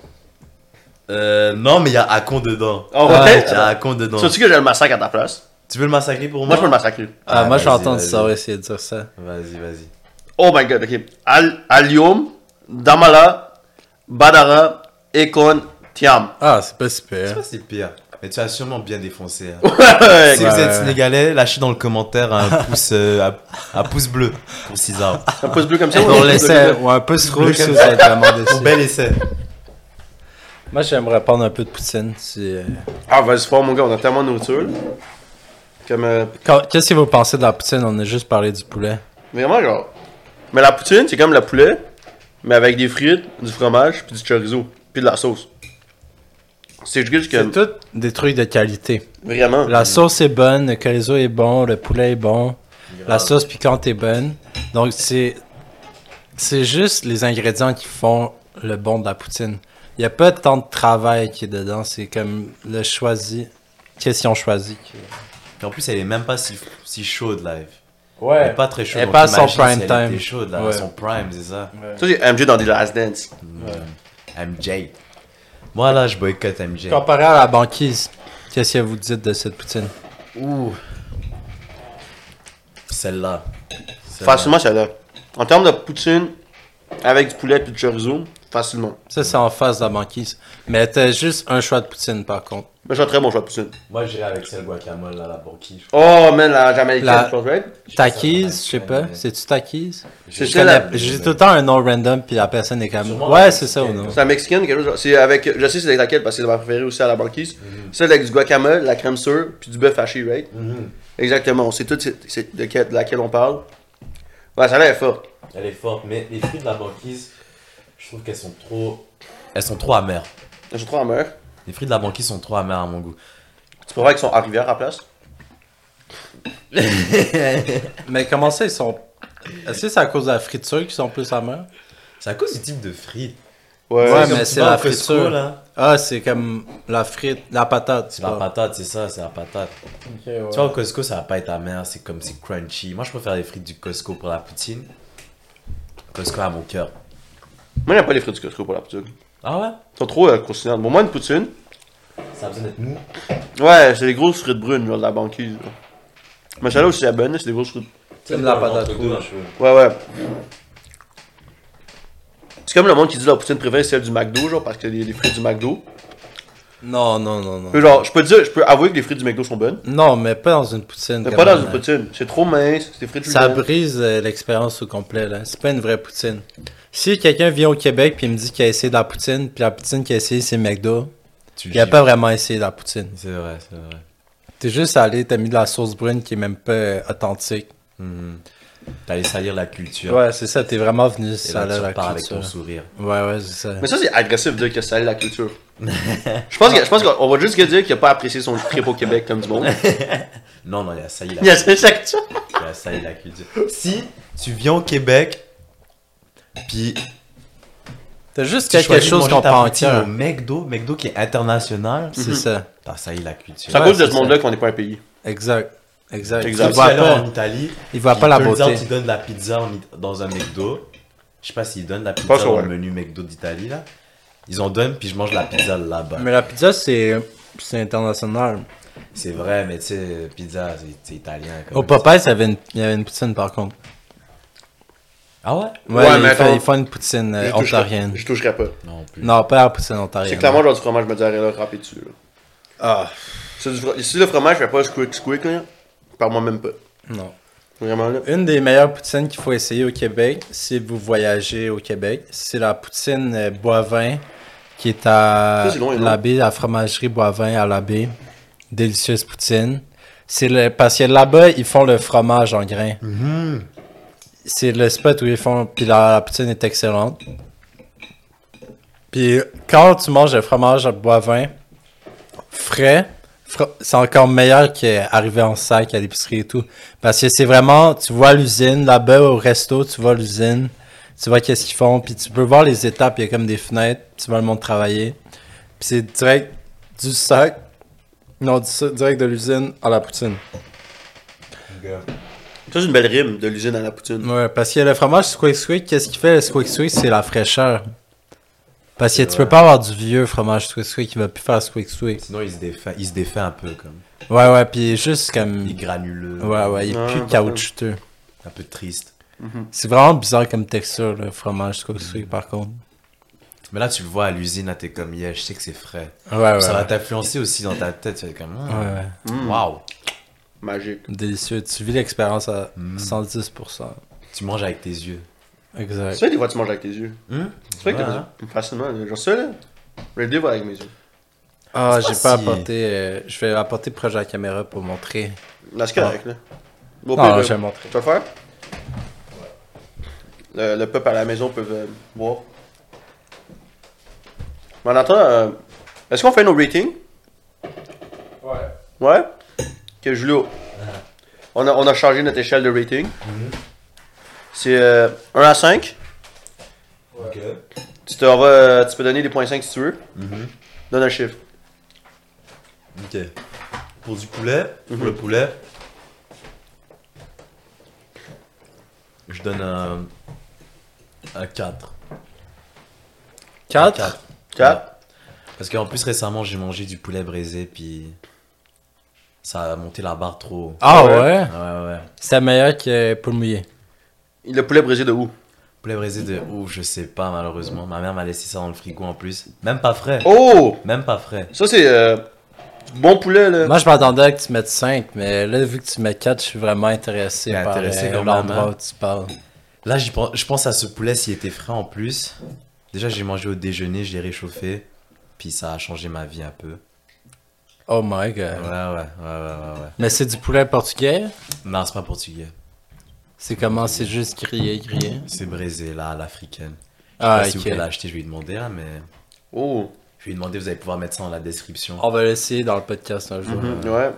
Speaker 3: Euh. Non, mais il y a Akon dedans.
Speaker 1: Oh,
Speaker 2: Ah,
Speaker 1: ouais?
Speaker 3: Il y a Akon dedans.
Speaker 1: Sais-tu que j'ai le massacre à ta place?
Speaker 3: Tu veux le massacrer pour
Speaker 1: Moi,
Speaker 3: moi
Speaker 1: je peux le massacrer.
Speaker 2: Ah, moi j'ai
Speaker 3: vas-y,
Speaker 2: entendu
Speaker 3: vas-y.
Speaker 2: ça, ouais, essayer de dire ça.
Speaker 3: Vas-y, vas-y.
Speaker 1: Oh my god, ok. Al Alium, Damala, Badara, Akon, Tiam.
Speaker 2: Ah, c'est pas
Speaker 3: Je sais
Speaker 2: super.
Speaker 3: pas si c'est pire, mais tu as sûrement bien défoncé. hein. si
Speaker 1: Ouais,
Speaker 3: vous êtes
Speaker 2: ouais.
Speaker 3: sénégalais, lâchez dans le commentaire un pouce, euh, un, un pouce bleu pour César.
Speaker 1: un pouce bleu comme ça.
Speaker 2: Dans
Speaker 1: ouais.
Speaker 2: l'essai, ou un peu rouge, si vous êtes vraiment déçu.
Speaker 3: Bel essai.
Speaker 2: Moi j'aimerais prendre un peu de poutine. si, euh,
Speaker 1: Ah, vas-y, fort, mon gars, on a tellement de nourriture. là. Comme. euh,
Speaker 2: Quand- Qu'est-ce que vous pensez de la poutine On a juste parlé du poulet.
Speaker 1: Vraiment, genre. Mais la poutine, c'est comme le poulet, mais avec des frites, du fromage, puis du chorizo, puis de la sauce. C'est juste
Speaker 2: C'est
Speaker 1: que.
Speaker 2: tout des trucs de qualité.
Speaker 1: Vraiment.
Speaker 2: La sauce est bonne, le chorizo est bon, le poulet est bon, la sauce piquante est bonne. Donc c'est c'est juste les ingrédients qui font le bon de la poutine. Il n'y a pas tant de travail qui est dedans, c'est comme le choisi, question choisie.
Speaker 3: Et en plus, elle est même pas si, si chaude live. Elle
Speaker 2: Ouais.
Speaker 3: est pas très chaude.
Speaker 2: Elle est
Speaker 3: donc
Speaker 2: pas à son
Speaker 3: t'imagines si
Speaker 2: prime
Speaker 3: elle
Speaker 2: time.
Speaker 3: était chaude là,
Speaker 2: Ouais.
Speaker 3: son prime, c'est ça.
Speaker 1: Ça, c'est MJ dans des Last Dance.
Speaker 3: MJ. Moi là, je boycotte MJ.
Speaker 2: Comparé à la banquise, qu'est-ce que vous dites de cette poutine
Speaker 3: Ouh. Celle-là. Celle-là.
Speaker 1: Facilement, celle-là. En termes de poutine, avec du poulet, puis du chorizo, facilement.
Speaker 2: Ça c'est en face de la banquise. Mais t'as juste un choix de poutine par contre.
Speaker 1: Mais c'est un très bon choix de poutine.
Speaker 3: Moi, j'irai avec celle guacamole là, la banquise.
Speaker 1: Oh, man, la jamaïcaine,
Speaker 2: La-
Speaker 1: je pense, right?
Speaker 2: Taquise, je sais pas, c'est-tu taquise
Speaker 1: C'est
Speaker 2: Je
Speaker 1: ça, la-
Speaker 2: connais- J'ai tout le temps un nom random, puis la personne est comme.
Speaker 3: Sûrement
Speaker 2: Ouais,
Speaker 3: la-
Speaker 2: c'est ça ou non?
Speaker 1: C'est la mexicaine, quelque chose. C'est avec. Je sais c'est laquelle, parce que c'est ma préférée aussi à la banquise.
Speaker 2: Mhm.
Speaker 1: Celle avec du guacamole, la crème sûre, puis du bœuf haché, right? Exactement, on sait tout c'est- c'est de, quelle- de laquelle on parle. Ouais, celle-là est forte.
Speaker 3: Elle est forte, mais les fruits de la banquise, je trouve qu'elles sont trop. Elles sont trop amères.
Speaker 1: Je trouve en meurt.
Speaker 3: Les fruits de la banquise sont trop amers à mon goût.
Speaker 1: Tu pourrais qu'ils sont arrivés à la place.
Speaker 2: Mais comment ça, ils sont. Est-ce que c'est à cause de la friture qu'ils sont plus amers?
Speaker 3: C'est à cause du type de frites.
Speaker 1: Ouais.
Speaker 2: Ouais,
Speaker 3: comme
Speaker 2: mais
Speaker 3: tu
Speaker 2: c'est
Speaker 3: vas
Speaker 2: la
Speaker 3: au Costco,
Speaker 2: friture.
Speaker 3: là.
Speaker 2: Ah, c'est comme la frite, la patate.
Speaker 3: C'est la patate, c'est ça, c'est la patate. Tu vois, au Costco, ça va pas être amer, c'est comme c'est crunchy. Moi, je préfère les frites du Costco pour la poutine. Costco à mon cœur.
Speaker 1: Moi, j'aime pas les frites du Costco pour la poutine.
Speaker 3: Ah ouais
Speaker 1: Ils sont trop euh, croustillantes. Pour moi, une poutine,
Speaker 3: Ça a besoin d'être mou.
Speaker 1: ouais, c'est les grosses frites brunes, genre de la banquise. là. Mais celle-là aussi, la bonne, c'est des grosses frites.
Speaker 2: Comme la patate
Speaker 3: Entre deux,
Speaker 2: rouge.
Speaker 3: je-
Speaker 1: Ouais, ouais. C'est comme le monde qui dit leur poutine préférée, c'est celle du McDo, genre, parce que les, les frites du McDo.
Speaker 2: Non, non, non,
Speaker 1: Puis,
Speaker 2: non.
Speaker 1: genre, je peux dire, je peux avouer que les frites du McDo sont bonnes.
Speaker 2: Non, mais pas dans une poutine.
Speaker 1: Mais
Speaker 2: quand
Speaker 1: pas dans
Speaker 2: même,
Speaker 1: une
Speaker 2: hein.
Speaker 1: poutine. C'est trop mince, c'est des frites
Speaker 2: Ça
Speaker 1: humaines.
Speaker 2: brise euh, l'expérience au complet, là. C'est pas une vraie poutine. Si quelqu'un vient au Québec puis il me dit qu'il a essayé de la poutine, puis la poutine qu'il a essayé c'est McDo,
Speaker 3: Tu
Speaker 2: il a
Speaker 3: gifles.
Speaker 2: pas vraiment essayé de la poutine.
Speaker 3: C'est vrai, c'est vrai.
Speaker 2: T'es juste allé, t'as mis de la sauce brune qui est même pas euh, authentique.
Speaker 3: Mhm. T'allais salir la culture.
Speaker 2: Ouais, c'est ça, t'es vraiment venu
Speaker 3: Et
Speaker 2: ça
Speaker 3: là,
Speaker 2: là,
Speaker 3: tu
Speaker 2: la
Speaker 3: repars avec ton
Speaker 2: culture.
Speaker 3: sourire.
Speaker 2: Ouais, ouais, c'est ça.
Speaker 1: Mais ça, c'est agressif de dire que ça allait la culture. je pense que- je pense qu'on va juste dire qu'il a pas apprécié son trip au Québec comme du monde.
Speaker 3: Non, non, il y a sailli la
Speaker 1: Il y a
Speaker 3: culture.
Speaker 1: cette culture.
Speaker 3: Il y a sailli la culture. Si tu viens au Québec, puis
Speaker 2: T'as juste
Speaker 3: tu
Speaker 2: quelque
Speaker 3: choisis de
Speaker 2: chose hein.
Speaker 3: manger
Speaker 2: qu'on
Speaker 3: ta
Speaker 2: prend en
Speaker 3: poutine
Speaker 2: cœur.
Speaker 3: au McDo, McDo qui est international,
Speaker 2: C'est ça.
Speaker 3: t'as sailli la culture.
Speaker 1: C'est à
Speaker 2: Ouais,
Speaker 1: cause de
Speaker 2: c'est Euh,
Speaker 1: ce monde-là qu'on n'est pas un pays.
Speaker 2: Exact. Exact.
Speaker 1: Exact.
Speaker 2: Il
Speaker 3: Tu
Speaker 1: vois
Speaker 2: voit
Speaker 3: vas en
Speaker 2: pas,
Speaker 3: Italie,
Speaker 2: il voit pas la
Speaker 3: turns out,
Speaker 2: beauté.
Speaker 3: tu donnes de la pizza en It- dans un McDo. Je sais pas s'ils donnent de la pizza
Speaker 1: Pas sûr,
Speaker 3: dans le
Speaker 1: ouais.
Speaker 3: menu McDo d'Italie là. Ils en donnent puis je mange de la pizza là-bas.
Speaker 2: Mais la pizza, c'est c'est international.
Speaker 3: C'est vrai, mais tu sais, euh, pizza, c'est- c'est italien. quand
Speaker 2: Au
Speaker 3: même.
Speaker 2: Popeye, il y avait une, il y avait une poutine par contre.
Speaker 3: Ah ouais
Speaker 2: Ouais,
Speaker 1: Ouais,
Speaker 2: ils,
Speaker 1: mais
Speaker 2: font,
Speaker 1: attends.
Speaker 2: ils font une poutine euh,
Speaker 1: Je toucherais-
Speaker 2: ontarienne.
Speaker 1: Je toucherais pas.
Speaker 3: Non plus.
Speaker 2: Non, pas la poutine ontarienne.
Speaker 1: C'est clairement genre du fromage mozzarella râpé dessus. Là.
Speaker 2: Ah,
Speaker 1: C'est du fro- Si le fromage fait pas squick squick, là, parle-moi même pas.
Speaker 2: non.
Speaker 1: Vraiment là.
Speaker 2: Une des meilleures poutines qu'il faut essayer au Québec, si vous voyagez au Québec, c'est la poutine euh, Boivin, qui est à
Speaker 1: Ça, c'est loin, non?
Speaker 2: l'abbé, la fromagerie Boivin à l'abbé. Délicieuse poutine. C'est le, parce que là-bas, ils font le fromage en grains.
Speaker 1: Mm-hmm.
Speaker 2: C'est le spot où ils font, puis la, la poutine est excellente. Puis quand tu manges le fromage à Boivin, frais, fra- c'est encore meilleur qu'arriver en sac à l'épicerie et tout. Parce que c'est vraiment, tu vois l'usine, là-bas au resto, tu vois l'usine, tu vois qu'est-ce qu'ils font, puis tu peux voir les étapes, il y a comme des fenêtres, tu vois le monde travailler. Puis c'est direct du sac, non, du sac- direct de l'usine à la poutine.
Speaker 1: Ça, c'est une belle rime de l'usine à la poutine.
Speaker 2: Ouais, parce que le fromage squeak squeak, qu'est-ce qui fait le squeak squeak, c'est la fraîcheur. Parce que tu peux pas avoir du vieux fromage squeak squeak qui va plus faire squeak squeak.
Speaker 3: Sinon, il se défait, il se défait un peu comme.
Speaker 2: Ouais, ouais, puis juste comme...
Speaker 3: Il est granuleux.
Speaker 2: Ouais, ouais, il est
Speaker 1: Ouais,
Speaker 2: plus
Speaker 1: par
Speaker 2: caoutchouteux.
Speaker 3: Un peu triste.
Speaker 2: C'est vraiment bizarre comme texture, le fromage squeak squeak,
Speaker 3: Mm.
Speaker 2: par contre.
Speaker 3: Mais là, tu le vois à l'usine, là, t'es comme, yeah, je sais que c'est frais.
Speaker 2: Ouais, Ah ouais.
Speaker 3: Ça va
Speaker 2: ouais.
Speaker 3: t'influencer aussi dans ta tête. Tu vas être comme,
Speaker 2: Ouais,
Speaker 3: hmm,
Speaker 2: ouais.
Speaker 3: waouh.
Speaker 1: Magique.
Speaker 2: Délicieux. Tu vis l'expérience à 110%.
Speaker 3: Tu manges avec tes yeux.
Speaker 1: C'est
Speaker 2: Exact.
Speaker 1: vrai, des fois, tu manges avec tes yeux. C'est vrai que
Speaker 3: Ouais,
Speaker 1: t'as
Speaker 3: hein.
Speaker 1: besoin. Facilement. là. Genre ça, là. Je le dévoile avec mes yeux.
Speaker 2: Ah,
Speaker 3: C'est
Speaker 2: j'ai pas,
Speaker 3: pas si-
Speaker 2: apporté. euh, je vais apporter proche de la caméra pour montrer.
Speaker 1: Là,
Speaker 2: Ah.
Speaker 1: c'est correct, là. Bon,
Speaker 2: Non,
Speaker 1: pire,
Speaker 2: je vais
Speaker 1: là.
Speaker 2: montrer.
Speaker 1: Tu vas le faire? Le, le peuple à la maison peut euh, voir. Mais en attendant, euh, est-ce qu'on fait nos ratings?
Speaker 2: Ouais.
Speaker 1: Ouais? Que Julio, on a, on a changé notre échelle de rating. C'est euh, 1 à 5.
Speaker 3: Ok.
Speaker 1: Tu, te vas, euh, tu peux donner des points 5 si tu veux. Donne un chiffre.
Speaker 3: Ok. Pour du poulet, pour le poulet, je donne un, un 4.
Speaker 2: 4
Speaker 1: 4.
Speaker 3: Parce qu'en plus, récemment, j'ai mangé du poulet braisé, puis ça a monté la barre trop.
Speaker 2: Ah ouais?
Speaker 3: Ouais, ouais.
Speaker 2: C'est meilleur que poule mouillée.
Speaker 1: Le poulet brisé de où?
Speaker 3: Poulet braisé de ouf, je sais pas, malheureusement. Ma mère m'a laissé ça dans le frigo en plus. Même pas frais.
Speaker 1: Oh!
Speaker 3: Même pas frais.
Speaker 1: Ça, c'est euh, du bon poulet, là.
Speaker 2: Moi, je m'attendais à que tu mettes 5, mais là, vu que tu mets 4, je suis vraiment intéressé
Speaker 3: T'es
Speaker 2: par
Speaker 3: intéressé
Speaker 2: euh,
Speaker 3: quand même,
Speaker 2: l'endroit où
Speaker 3: hein.
Speaker 2: tu parles.
Speaker 3: Là, j'y pense- je pense à ce poulet s'il était frais en plus. Déjà, j'ai mangé au déjeuner, je l'ai réchauffé. Puis ça a changé ma vie un peu.
Speaker 2: Oh my god.
Speaker 3: Ouais, ouais, ouais, ouais, ouais. ouais.
Speaker 2: Mais c'est du poulet portugais?
Speaker 3: Non, c'est pas portugais.
Speaker 2: C'est comment? C'est juste grillé, grillé.
Speaker 3: C'est braisé, là, à l'africaine.
Speaker 2: Ah,
Speaker 3: Là, Si vous
Speaker 2: ok.
Speaker 3: voulez l'acheter, je vais lui demander, là, mais...
Speaker 1: Oh!
Speaker 2: Oh,
Speaker 3: Je vais lui demander, vous allez pouvoir mettre ça dans la description. Mm-hmm.
Speaker 2: On va l'essayer dans le podcast un jour.
Speaker 1: Mhm, Ouais.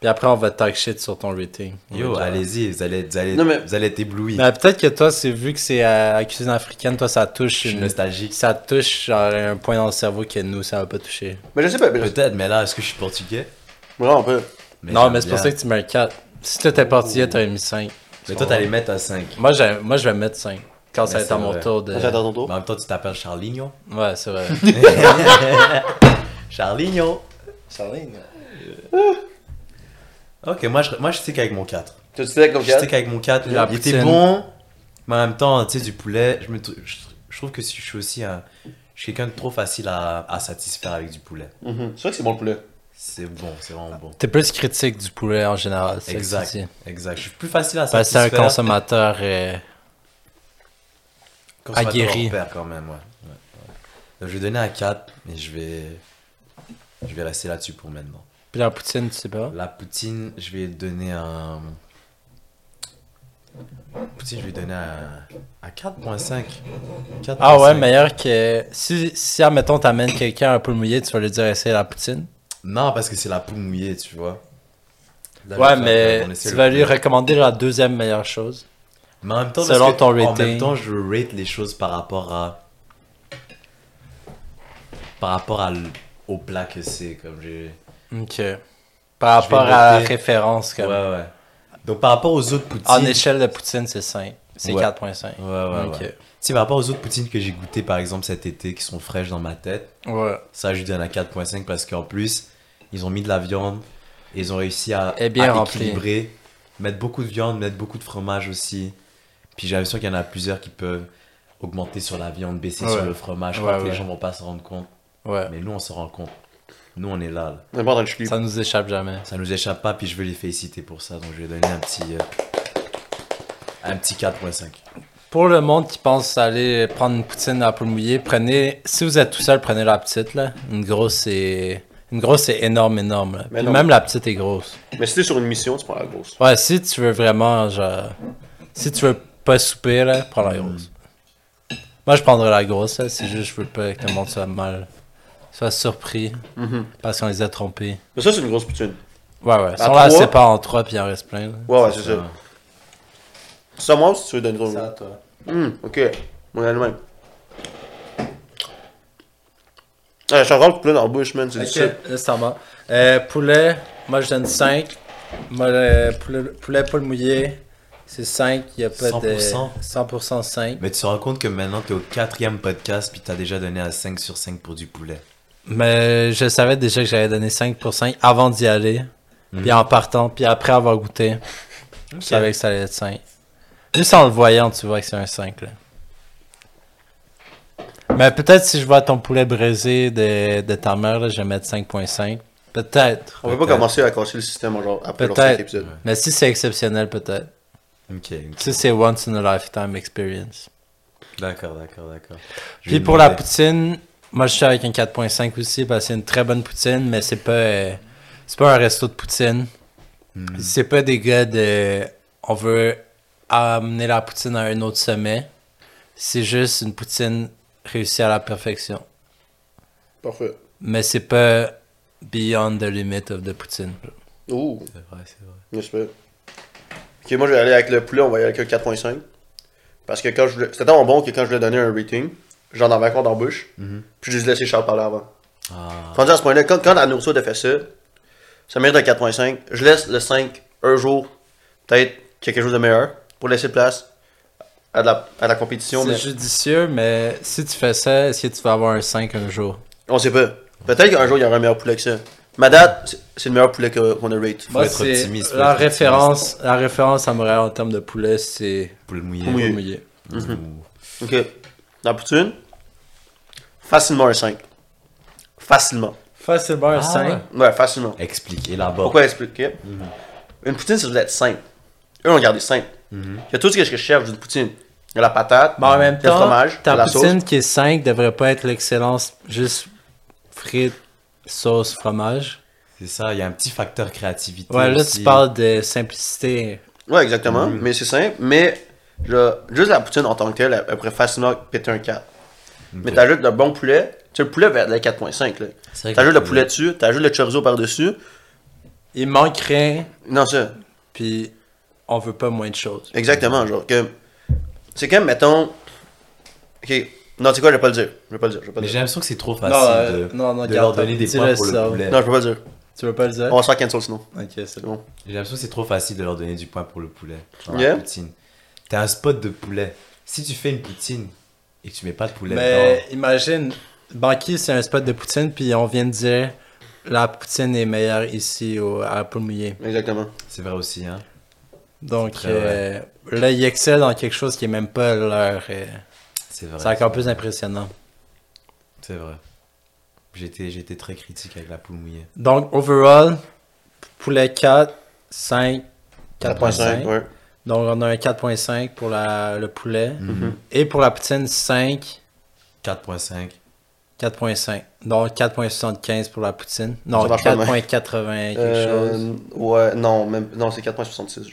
Speaker 2: Puis après, on va talk shit sur ton rating.
Speaker 3: Yo,
Speaker 2: Ouais,
Speaker 3: allez-y, vous allez, vous allez,
Speaker 1: Non, mais-
Speaker 3: vous allez être éblouis.
Speaker 2: hein. Mais peut-être que toi, c'est vu que c'est euh, la cuisine africaine, toi, ça touche
Speaker 3: Je suis
Speaker 2: une-
Speaker 3: nostalgique.
Speaker 2: ça touche genre un point dans le cerveau que nous, ça va pas toucher.
Speaker 1: Mais je sais pas, mais je sais
Speaker 3: Peut-être, mais là, est-ce que je suis portugais
Speaker 1: vraiment pas.
Speaker 2: non,
Speaker 3: j'aime
Speaker 2: mais c'est pour
Speaker 3: bien.
Speaker 2: ça que tu mets un 4. Si t'étais parti, t'aurais mis 5.
Speaker 3: Mais toi, t'allais mettre à 5.
Speaker 2: Moi, j'ai- moi, je vais mettre 5. Quand ça
Speaker 3: Mais
Speaker 2: va être à
Speaker 3: c'est
Speaker 2: mon
Speaker 3: vrai.
Speaker 2: tour de.
Speaker 1: Ça, J'attends ton
Speaker 2: Oh.
Speaker 1: tour.
Speaker 3: Mais en même temps, tu t'appelles Charlignon.
Speaker 2: Ouais, c'est vrai.
Speaker 3: Charlignon
Speaker 2: hein.
Speaker 3: Ok, moi je, moi, je stick avec mon 4.
Speaker 1: Tu te sais comme
Speaker 3: Je
Speaker 1: quatre?
Speaker 3: stick avec mon 4.
Speaker 2: La
Speaker 3: il était
Speaker 2: poutine.
Speaker 3: bon, mais en même temps, tu sais, du poulet, je, me, trou- je, je trouve que si je suis aussi un. Je suis quelqu'un de trop facile à, à satisfaire avec du poulet.
Speaker 1: Mhm. C'est vrai que c'est bon le poulet.
Speaker 3: C'est bon, c'est vraiment bon.
Speaker 2: T'es plus critique du poulet en général. c'est
Speaker 3: Exact.
Speaker 2: ça que tu dis.
Speaker 3: Exact. Je suis plus facile à
Speaker 2: Parce que c'est un
Speaker 3: satisfaire.
Speaker 2: consommateur. euh,
Speaker 3: consommateur
Speaker 2: aguerri.
Speaker 3: hors pair, quand même, ouais. Ouais, ouais. Donc, je vais donner un 4, mais je vais. Je vais rester là-dessus pour maintenant.
Speaker 2: Puis la poutine, tu sais pas.
Speaker 3: La poutine, je vais donner un. Poutine, je vais donner un, un 4.5. 4.5.
Speaker 2: Ah ouais, meilleur que. Si, si admettons, t'amènes quelqu'un un peu mouillé, tu vas lui dire essaye la poutine.
Speaker 3: Non, parce que c'est la poule mouillée, tu vois. Là,
Speaker 2: ouais,
Speaker 3: je vais faire- on
Speaker 2: mais
Speaker 3: essaie
Speaker 2: tu
Speaker 3: le
Speaker 2: vas
Speaker 3: poulet.
Speaker 2: lui recommander la deuxième meilleure chose.
Speaker 3: Mais en même temps,
Speaker 2: selon
Speaker 3: parce que-
Speaker 2: ton
Speaker 3: En
Speaker 2: rating.
Speaker 3: même temps, je rate les choses par rapport à. Par rapport à l- au plat que c'est, comme j'ai.
Speaker 2: Ok. Par
Speaker 3: Je vais
Speaker 2: rapport à la
Speaker 3: noter.
Speaker 2: référence, comme.
Speaker 3: Ouais, ouais. Donc par rapport aux autres poutines.
Speaker 2: En échelle de poutine, c'est 5. C'est
Speaker 3: Ouais.
Speaker 2: 4.5.
Speaker 3: Ouais, ouais,
Speaker 2: Ok.
Speaker 3: ouais. Tu sais, par rapport aux autres poutines que j'ai goûtées par exemple cet été qui sont fraîches dans ma tête,
Speaker 2: Ouais.
Speaker 3: ça je lui donne un 4.5 parce qu'en plus, ils ont mis de la viande et ils ont réussi à,
Speaker 2: Et bien
Speaker 3: à
Speaker 2: rempli.
Speaker 3: équilibrer, mettre beaucoup de viande, mettre beaucoup de fromage aussi. Puis j'ai l'impression qu'il y en a plusieurs qui peuvent augmenter sur la viande, baisser sur
Speaker 2: Ouais.
Speaker 3: le fromage. Je
Speaker 2: Ouais,
Speaker 3: crois que
Speaker 2: ouais.
Speaker 3: les gens vont pas se rendre compte.
Speaker 2: Ouais.
Speaker 3: Mais nous, on se rend compte. Nous, on est là. là.
Speaker 1: On est pas en train de chier.
Speaker 2: Ça nous échappe jamais.
Speaker 3: Ça nous échappe pas, puis je veux les féliciter pour ça. Donc je vais donner un petit, euh, un petit 4.5.
Speaker 2: Pour le monde qui pense aller prendre une poutine à la poule mouillée, prenez. Si vous êtes tout seul, prenez la petite, là. Une grosse, c'est. Une grosse, c'est énorme, énorme. là.
Speaker 1: Mais
Speaker 2: Puis
Speaker 1: non.
Speaker 2: même la petite est grosse.
Speaker 1: Mais si t'es sur une mission, tu prends la grosse.
Speaker 2: Ouais, si tu veux vraiment, genre. Si tu veux pas souper, là, prends la grosse. Moi, je prendrais la grosse, là. C'est juste, je veux pas que le monde soit mal. soit surpris.
Speaker 1: Mhm.
Speaker 2: Parce qu'on les a trompés.
Speaker 1: Mais ça, c'est une grosse poutine.
Speaker 2: Ouais, ouais. Si
Speaker 1: À
Speaker 2: on la
Speaker 1: trois?
Speaker 2: sépare en trois, puis il en reste plein, là.
Speaker 1: Ouais, ouais, c'est ça. Ça, moi, si tu veux donner ton goût.
Speaker 2: toi.
Speaker 1: Hum, ok. On est le même. Ah, j'ai encore le poulet dans la bouche, man. C'est
Speaker 2: Ok,
Speaker 1: difficile.
Speaker 2: là, ça va. Euh, poulet, moi je donne 5. Moi, le poulet, poulet poule mouillé, c'est 5. Il n'y a pas de.
Speaker 3: 100%.
Speaker 2: 100% 5.
Speaker 3: Mais tu te rends compte que maintenant t'es au quatrième podcast puis t'as déjà donné un 5 sur 5 pour du poulet.
Speaker 2: Mais je savais déjà que j'allais donner 5 pour 5 avant d'y aller.
Speaker 1: Hmm.
Speaker 2: Puis en partant, puis après avoir goûté, je savais que ça allait être 5. Juste en le voyant, tu vois que c'est un 5. Là. Mais peut-être si je vois ton poulet braisé de, de ta mère, là, je vais mettre 5.5. Peut-être.
Speaker 1: On peut pas
Speaker 3: Peut-être.
Speaker 1: commencer à casser le système genre, après leur
Speaker 2: Peut-être.
Speaker 1: cinq épisodes.
Speaker 2: Mais si c'est exceptionnel, peut-être.
Speaker 3: Ok, ok.
Speaker 2: Ça, c'est once in a lifetime experience.
Speaker 3: D'accord, d'accord, d'accord. Je
Speaker 2: Puis
Speaker 3: vais
Speaker 2: pour la
Speaker 3: demander.
Speaker 2: poutine, moi je suis avec un 4.5 aussi parce que c'est une très bonne poutine, mais c'est pas, euh, c'est pas un resto de poutine.
Speaker 3: Hmm.
Speaker 2: C'est pas des gars de. On veut amener la poutine à un autre sommet. C'est juste une poutine réussie à la perfection.
Speaker 1: Parfait.
Speaker 2: Mais c'est pas beyond the limit of the poutine.
Speaker 1: Ouh,
Speaker 3: C'est vrai, c'est vrai.
Speaker 1: j'espère. Ok, moi, je vais aller avec le poulet, on va y aller avec le 4.5. Parce que quand je voulais- C'était tellement bon que quand je lui ai donné un rating, j'en avais encore dans la bouche. Puis je les ai laissé Charles parler avant.
Speaker 3: Ah,
Speaker 1: Rendu à ce point-là, quand, quand la nourriture de fait ça, ça mérite un 4.5. Je laisse le 5 un jour, peut-être qu'il y a quelque chose de meilleur, pour laisser place à de la, à de la compétition.
Speaker 2: C'est
Speaker 1: Mais
Speaker 2: judicieux, mais si tu fais ça, est-ce que tu vas avoir un 5 un jour?
Speaker 1: on sait pas. Peut-être qu'un jour, il y aura un meilleur poulet que ça. Ma date, c'est- c'est le meilleur poulet que- qu'on a rate.
Speaker 2: Moi,
Speaker 3: être
Speaker 2: c'est
Speaker 3: optimiste, faut
Speaker 2: La
Speaker 3: être optimiste.
Speaker 2: référence, la référence à Montréal en termes de poulet, c'est
Speaker 3: poulet mouillé.
Speaker 1: Poulet mouillé.
Speaker 2: Paul Mouillet.
Speaker 3: Ouh.
Speaker 1: Ok. Dans la poutine, facilement un 5. Facilement.
Speaker 2: Facilement un 5.
Speaker 3: Ah, ouais.
Speaker 1: Ouais, facilement.
Speaker 3: Explique, élabore.
Speaker 1: Pourquoi expliquer Une poutine, ça doit être simple. Eux, on gardé simple. Il y a tout ce que je cherche d'une poutine. Il y a la patate,
Speaker 2: Mais Mm-hmm. en même
Speaker 1: il y a
Speaker 2: temps,
Speaker 1: le fromage, il y a
Speaker 2: ta
Speaker 1: la sauce.
Speaker 2: poutine qui est 5 devrait pas être l'excellence juste frites, sauce, fromage.
Speaker 3: C'est ça, il y a un petit facteur créativité.
Speaker 2: Ouais, là,
Speaker 3: aussi.
Speaker 2: tu parles de simplicité.
Speaker 1: Ouais, exactement.
Speaker 2: Mm-hmm.
Speaker 1: Mais c'est simple. Mais là, juste la poutine en tant que telle, elle, elle pourrait facilement péter un 4. Mais t'ajoutes le bon poulet. Tu sais, le poulet vers le 4.5. là.
Speaker 3: C'est vrai que
Speaker 1: T'ajoutes
Speaker 3: le
Speaker 1: le poulet dessus, t'ajoutes le chorizo par-dessus.
Speaker 2: il manque rien,
Speaker 1: Non, ça.
Speaker 2: puis on veut pas moins de choses.
Speaker 1: Exactement, genre que. C'est comme, mettons. Ok. Non, tu sais quoi, je vais pas le dire. Je vais pas le dire. Je vais pas le
Speaker 3: Mais j'ai
Speaker 1: dire.
Speaker 3: l'impression que c'est trop
Speaker 2: Non,
Speaker 3: facile
Speaker 2: euh,
Speaker 3: de,
Speaker 2: non, non,
Speaker 3: de leur
Speaker 2: garde-le.
Speaker 3: donner des
Speaker 2: Tu
Speaker 3: points
Speaker 2: le
Speaker 3: pour le
Speaker 2: sors.
Speaker 3: poulet.
Speaker 1: Non, je vais pas le dire.
Speaker 2: Tu veux pas le dire?
Speaker 1: On va se faire cancel sinon.
Speaker 2: Ok, c'est
Speaker 1: C'est
Speaker 2: bon.
Speaker 1: bon.
Speaker 3: J'ai l'impression que c'est trop facile de leur donner du point pour le poulet. Genre
Speaker 1: Yeah.
Speaker 3: la poutine. T'as un spot de poulet. Si tu fais une poutine et que tu mets pas de poulet
Speaker 2: Mais
Speaker 3: dedans,
Speaker 2: imagine, Banqui, c'est un spot de poutine, puis on vient de dire la poutine est meilleure ici au, à Poulmouillé.
Speaker 1: Exactement.
Speaker 3: c'est vrai aussi, hein.
Speaker 2: Donc
Speaker 3: C'est très
Speaker 2: euh, là, ils excellent dans quelque chose qui est même pas leur. euh,
Speaker 3: C'est vrai.
Speaker 2: c'est encore plus impressionnant.
Speaker 3: C'est vrai. J'étais, j'étais très critique avec la poule mouillée.
Speaker 2: Donc, overall, poulet 4, 5, 4.5.
Speaker 1: 4.5, ouais.
Speaker 2: Donc, on a un 4.5 pour la, le poulet. Et pour la poutine, 5,
Speaker 3: 4.5.
Speaker 2: 4.5. Donc, 4.75 pour la poutine. Non,
Speaker 1: Ça marche pas de même.
Speaker 2: 4.80 quelque
Speaker 1: Euh,
Speaker 2: chose.
Speaker 1: Ouais, non, même, non c'est 4.66. genre.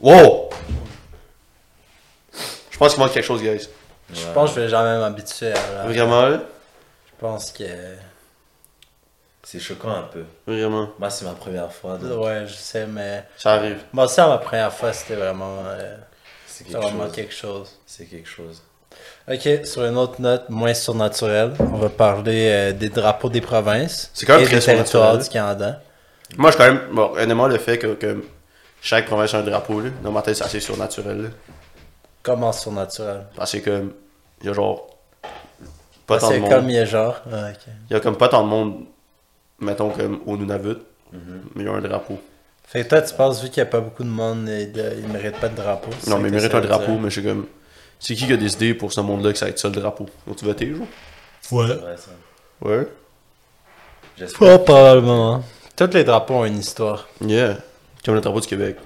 Speaker 1: Wow! Je pense qu'il manque quelque chose, guys.
Speaker 2: Je pense que je vais jamais m'habituer à la-
Speaker 1: Vraiment, là.
Speaker 2: Je pense que.
Speaker 3: C'est choquant un peu.
Speaker 1: Vraiment.
Speaker 3: Moi, c'est ma première fois.
Speaker 2: Ouais, je sais, mais.
Speaker 1: Ça arrive.
Speaker 2: Bon, ça, ma première fois, c'était vraiment. euh,
Speaker 3: c'est,
Speaker 2: c'était vraiment quelque chose.
Speaker 3: c'est quelque chose.
Speaker 2: Ok, sur une autre note, moins surnaturelle, on va parler euh, des drapeaux des provinces.
Speaker 1: C'est quand même
Speaker 2: et
Speaker 1: très
Speaker 2: des territoires
Speaker 1: surnaturel.
Speaker 2: du Canada.
Speaker 1: Moi, je suis quand même. Bon, honnêtement, le fait que, que chaque province a un drapeau, là, dans ma tête, c'est assez surnaturel. là.
Speaker 2: Comment surnaturel
Speaker 1: Parce que, comme, il y a genre. Pas
Speaker 2: Parce
Speaker 1: tant de
Speaker 2: que
Speaker 1: monde.
Speaker 2: comme il est genre. Ah, ok.
Speaker 1: Il y a comme pas tant de monde, mettons, comme au Nunavut,
Speaker 2: Mhm.
Speaker 1: mais il y a un drapeau.
Speaker 2: Fait que toi, tu penses, vu qu'il n'y a pas beaucoup de monde, il ne mérite pas de drapeau. c'est
Speaker 1: non,
Speaker 2: ça
Speaker 1: mais il
Speaker 2: que
Speaker 1: mérite
Speaker 2: ça
Speaker 1: un
Speaker 2: veut
Speaker 1: drapeau,
Speaker 2: dire.
Speaker 1: mais je suis comme. C'est qui qui a décidé pour ce monde-là que ça va être ça le drapeau Donc, tu voté, genre
Speaker 3: Ouais.
Speaker 1: Ouais.
Speaker 2: Pas
Speaker 3: J'espère.
Speaker 2: probablement. Tous les drapeaux ont une histoire.
Speaker 1: Yeah. Comme le drapeau du Québec.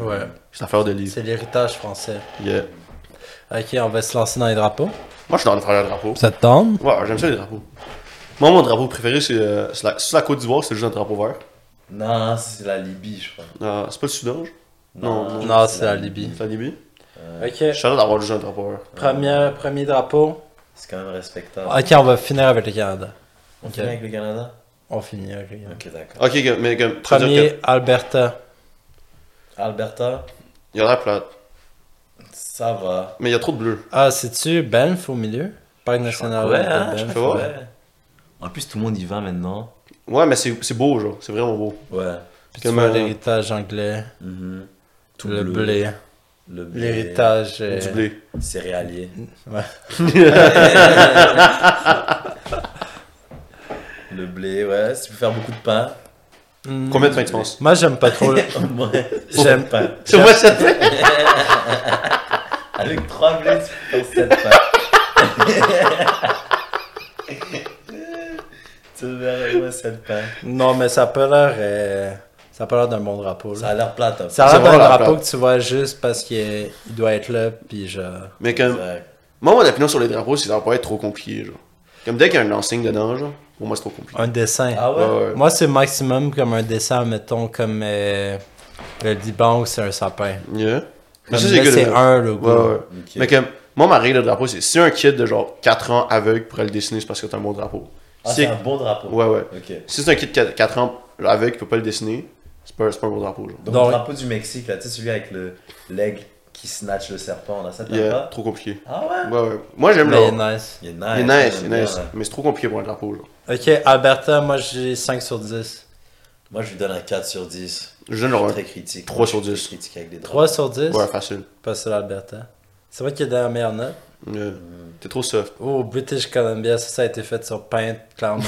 Speaker 2: Ouais.
Speaker 1: C'est affaire de livre.
Speaker 2: C'est l'héritage français.
Speaker 1: Yeah.
Speaker 2: Ok, on va se lancer dans les drapeaux.
Speaker 1: Moi, je suis dans le faire un drapeau.
Speaker 2: Ça te tente
Speaker 1: Ouais, j'aime ça les drapeaux. Moi, mon drapeau préféré, c'est euh, c'est la, sur la Côte d'Ivoire, c'est juste un drapeau vert.
Speaker 3: Non, c'est la Libye, je crois.
Speaker 1: Euh, c'est pas le Soudan, genre? Non, non.
Speaker 2: Non, c'est la Libye.
Speaker 1: c'est la Libye.
Speaker 2: Euh, Ok.
Speaker 1: Je suis heureux d'avoir juste un drapeau vert.
Speaker 2: Premier, premier drapeau.
Speaker 3: C'est quand même respectable.
Speaker 2: Ok, on va finir avec le Canada.
Speaker 3: On
Speaker 2: Ok.
Speaker 3: finit avec le Canada
Speaker 2: On finit avec le Canada.
Speaker 3: Ok, d'accord.
Speaker 1: Ok, comme- mais comme. faut dire que-
Speaker 2: Premier, Alberta.
Speaker 3: Alberta,
Speaker 1: Il y a l'air plate.
Speaker 3: ça va.
Speaker 1: Mais il y a trop de bleu.
Speaker 2: Ah, c'est-tu Banff au milieu Parc national
Speaker 3: Ouais,
Speaker 2: de
Speaker 3: hein,
Speaker 2: Banff.
Speaker 3: je
Speaker 1: Tu vois?
Speaker 3: Ouais. En plus, tout le monde y va maintenant.
Speaker 1: Ouais, mais c'est c'est beau, genre. C'est vraiment beau.
Speaker 3: Ouais.
Speaker 2: Puis tu
Speaker 1: Comme,
Speaker 2: vois
Speaker 1: euh,
Speaker 2: l'héritage anglais,
Speaker 3: Mhm. Tout
Speaker 2: le
Speaker 3: bleu.
Speaker 2: blé,
Speaker 3: Le blé.
Speaker 2: l'héritage. euh,
Speaker 1: Du blé.
Speaker 3: Mm. Céréalier.
Speaker 2: Ouais.
Speaker 3: Le blé, ouais. Si tu peux faire beaucoup de pain.
Speaker 2: Hmm.
Speaker 1: Combien de pain tu penses
Speaker 2: Moi, j'aime pas trop. le-
Speaker 3: Ouais.
Speaker 2: J'aime-
Speaker 3: Sept pains.
Speaker 1: C'est moi, ça te
Speaker 3: Avec trois blés, tu peux faire 7 pains. tu verras, ouais, 7 pains.
Speaker 2: non, mais ça a pas l'air. euh, Ça a pas l'air d'un bon drapeau. là.
Speaker 3: Ça a l'air plate hein. un peu.
Speaker 2: Ça a
Speaker 1: Ça
Speaker 2: l'air d'un
Speaker 1: va la
Speaker 2: drapeau
Speaker 1: plate.
Speaker 2: que tu vois juste parce qu'il doit être là, puis genre.
Speaker 1: Mais comme.
Speaker 3: Exact.
Speaker 1: Moi, mon opinion sur les drapeaux, c'est que ça va pas être trop compliqué, genre. Comme dès qu'il y a un enseigne dedans, genre, pour moi, c'est trop compliqué.
Speaker 2: Un dessin.
Speaker 3: Ah ouais?
Speaker 1: Ouais, ouais.
Speaker 2: Moi, c'est maximum comme un dessin, mettons, comme euh, le Liban où c'est un sapin.
Speaker 1: Yeah.
Speaker 2: Comme
Speaker 1: ça,
Speaker 2: là,
Speaker 1: good,
Speaker 2: c'est
Speaker 1: là.
Speaker 2: un logo.
Speaker 1: Ouais, ouais.
Speaker 3: Ok.
Speaker 1: Mais comme, moi, ma règle de drapeau, c'est si un kid de genre 4 ans aveugle pourrait le dessiner, c'est parce que t'as un bon drapeau.
Speaker 3: Ah,
Speaker 1: Si-
Speaker 3: c'est un bon drapeau.
Speaker 1: Ouais, ouais.
Speaker 3: Ok.
Speaker 1: Si c'est un kid de 4, ans aveugle qui peut pas le dessiner, c'est pas, c'est pas un bon drapeau, genre.
Speaker 3: Donc,
Speaker 2: Donc-
Speaker 3: le drapeau du Mexique, là, tu sais, celui avec le l'aigle qui snatch le serpent, là, ça t'aime
Speaker 1: Yeah,
Speaker 3: pas
Speaker 1: trop compliqué.
Speaker 3: Ah ouais
Speaker 1: Ouais, ouais. Moi, j'aime
Speaker 2: Mais
Speaker 1: le.
Speaker 2: nice.
Speaker 3: Il est
Speaker 1: Il est nice,
Speaker 3: nice.
Speaker 1: il
Speaker 3: j'aime
Speaker 1: est nice.
Speaker 3: bien, hein. ouais.
Speaker 1: Mais c'est trop compliqué pour un drapeau, genre.
Speaker 2: Ok, Alberta, moi j'ai 5 sur 10.
Speaker 3: Moi, je lui donne un 4 sur 10.
Speaker 1: Je donne genre un
Speaker 3: Très critique.
Speaker 1: 3
Speaker 3: Moi,
Speaker 1: sur
Speaker 3: je suis
Speaker 1: 10.
Speaker 3: très critique avec des drapeaux.
Speaker 2: 3 sur 10
Speaker 1: Ouais, facile.
Speaker 2: Pas sur l'Alberta. C'est vrai qu'il y a de la meilleure note.
Speaker 1: Yeah. Euh, T'es trop soft.
Speaker 2: Oh, British Columbia, ça, ça a été fait sur Paint, clairement.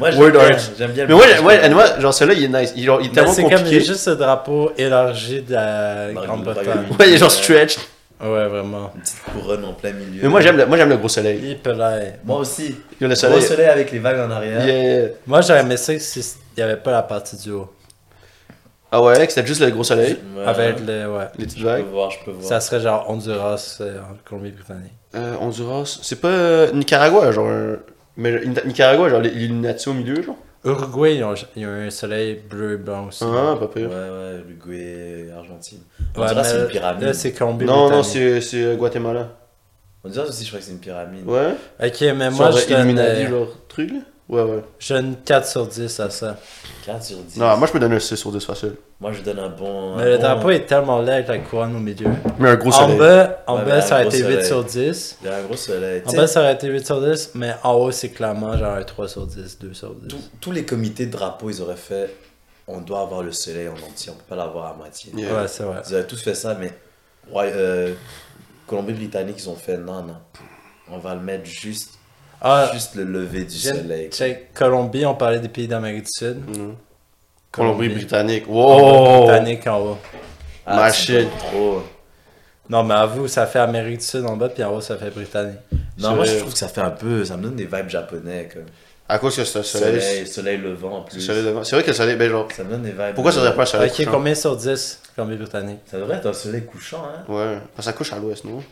Speaker 3: Moi, j'aime
Speaker 1: Word
Speaker 3: bien,
Speaker 1: art.
Speaker 3: j'aime bien le
Speaker 1: Mais ouais,
Speaker 3: British
Speaker 1: ouais,
Speaker 3: Columbia.
Speaker 1: moi, genre celui-là, il est nice. Il, genre, il est
Speaker 2: Mais
Speaker 1: tellement
Speaker 2: Bah, c'est comme
Speaker 1: compliqué.
Speaker 2: juste ce drapeau élargi de la
Speaker 3: Bah,
Speaker 2: Grande-Bretagne.
Speaker 3: bah,
Speaker 1: Ouais, il est genre stretch.
Speaker 2: Ouais, vraiment.
Speaker 3: Une petite couronne en plein milieu.
Speaker 1: Mais moi, j'aime le, moi, j'aime le gros soleil.
Speaker 2: Hippelay.
Speaker 3: Moi aussi.
Speaker 1: Il y a le
Speaker 3: Le soleil.
Speaker 1: soleil.
Speaker 3: avec les vagues en
Speaker 2: hein.
Speaker 3: arrière.
Speaker 1: il est-
Speaker 2: Moi, j'aurais aimé ça s'il n'y avait pas la partie du haut.
Speaker 1: Ah ouais, que c'était juste le gros soleil.
Speaker 3: Ouais.
Speaker 2: Avec le. Ouais.
Speaker 1: Les petites
Speaker 3: Je peux
Speaker 1: vagues.
Speaker 3: voir, je peux voir.
Speaker 2: Ça serait genre Honduras, euh, en Colombie-Britannique.
Speaker 1: Euh, Honduras. C'est pas euh, Nicaragua, genre. un- Mais le- Nita- Nicaragua, genre, il est au milieu, genre.
Speaker 2: Uruguay, ils ont, ils ont un soleil bleu et blanc aussi.
Speaker 1: Ah, pas
Speaker 3: Ouais,
Speaker 1: pire.
Speaker 3: ouais, Uruguay, Argentine. On
Speaker 2: Ouais,
Speaker 3: dirait
Speaker 2: mais
Speaker 3: c'est une
Speaker 2: Là,
Speaker 3: pyramide.
Speaker 2: c'est
Speaker 1: Non,
Speaker 2: Colombie-Britannique.
Speaker 1: non, c'est c'est, euh, Guatemala.
Speaker 3: On dirait aussi, je crois que c'est une pyramide.
Speaker 1: Ouais.
Speaker 2: Ok, mais moi,
Speaker 1: Genre,
Speaker 2: je donne,
Speaker 1: Mm. Illuminati,
Speaker 2: euh,
Speaker 1: genre, truc, là. Ouais, ouais.
Speaker 2: je donne 4 sur 10 à ça.
Speaker 3: 4 sur 10.
Speaker 1: Non, moi, je peux donner un 6 sur 10 facile.
Speaker 3: Moi, je donne un bon.
Speaker 2: Mais
Speaker 3: un
Speaker 2: le
Speaker 3: bon-
Speaker 2: drapeau est tellement laid avec la couronne au milieu.
Speaker 1: Mais un gros
Speaker 2: en
Speaker 1: soleil.
Speaker 2: bas, en
Speaker 3: Ouais, mais
Speaker 2: bas ça
Speaker 3: un
Speaker 2: aurait
Speaker 3: gros
Speaker 2: été 8
Speaker 3: soleil.
Speaker 2: sur 10.
Speaker 3: Il y a un gros soleil.
Speaker 2: En
Speaker 3: Tu
Speaker 2: bas,
Speaker 3: sais,
Speaker 2: ça aurait été 8 sur 10, mais en haut, c'est clairement genre un 3 sur 10, 2 sur 10.
Speaker 3: tous- tous les comités de drapeau, ils auraient fait on doit avoir le soleil en entier, on peut pas l'avoir à moitié.
Speaker 1: Yeah.
Speaker 2: Ouais, c'est vrai.
Speaker 3: Ils auraient tous fait ça, mais ouais, euh, Colombie-Britannique, ils ont fait non, non. On va le mettre juste,
Speaker 2: Ah,
Speaker 3: juste le lever du
Speaker 2: j'aime-
Speaker 3: soleil.
Speaker 2: check, Colombie, on parlait des pays d'Amérique du Sud.
Speaker 1: Mhm.
Speaker 2: Colombie.
Speaker 1: Colombie-Britannique.
Speaker 2: Oh!
Speaker 1: Wow!
Speaker 2: Britannique en haut.
Speaker 3: Ah,
Speaker 1: My
Speaker 3: tu
Speaker 1: shit.
Speaker 3: donnes trop.
Speaker 2: Non, mais avoue, ça fait Amérique du Sud en bas, puis en haut, ça fait Britannique.
Speaker 3: Non, moi
Speaker 1: C'est-
Speaker 3: je trouve que ça fait un peu, ça me donne des vibes japonais. Comme.
Speaker 1: À cause que c'est un soleil.
Speaker 3: Soleil, soleil levant en
Speaker 1: c'est
Speaker 3: plus.
Speaker 1: le soleil devant. C'est vrai que le soleil, ben genre.
Speaker 3: Ça me donne des vibes.
Speaker 1: Pourquoi ça devrait pas un soleil
Speaker 2: Ah, Ok,
Speaker 1: couchant?
Speaker 2: combien sur 10, Colombie-Britannique?
Speaker 3: Ça devrait être un soleil couchant, hein.
Speaker 1: Ouais, parce que ça couche à l'ouest, non?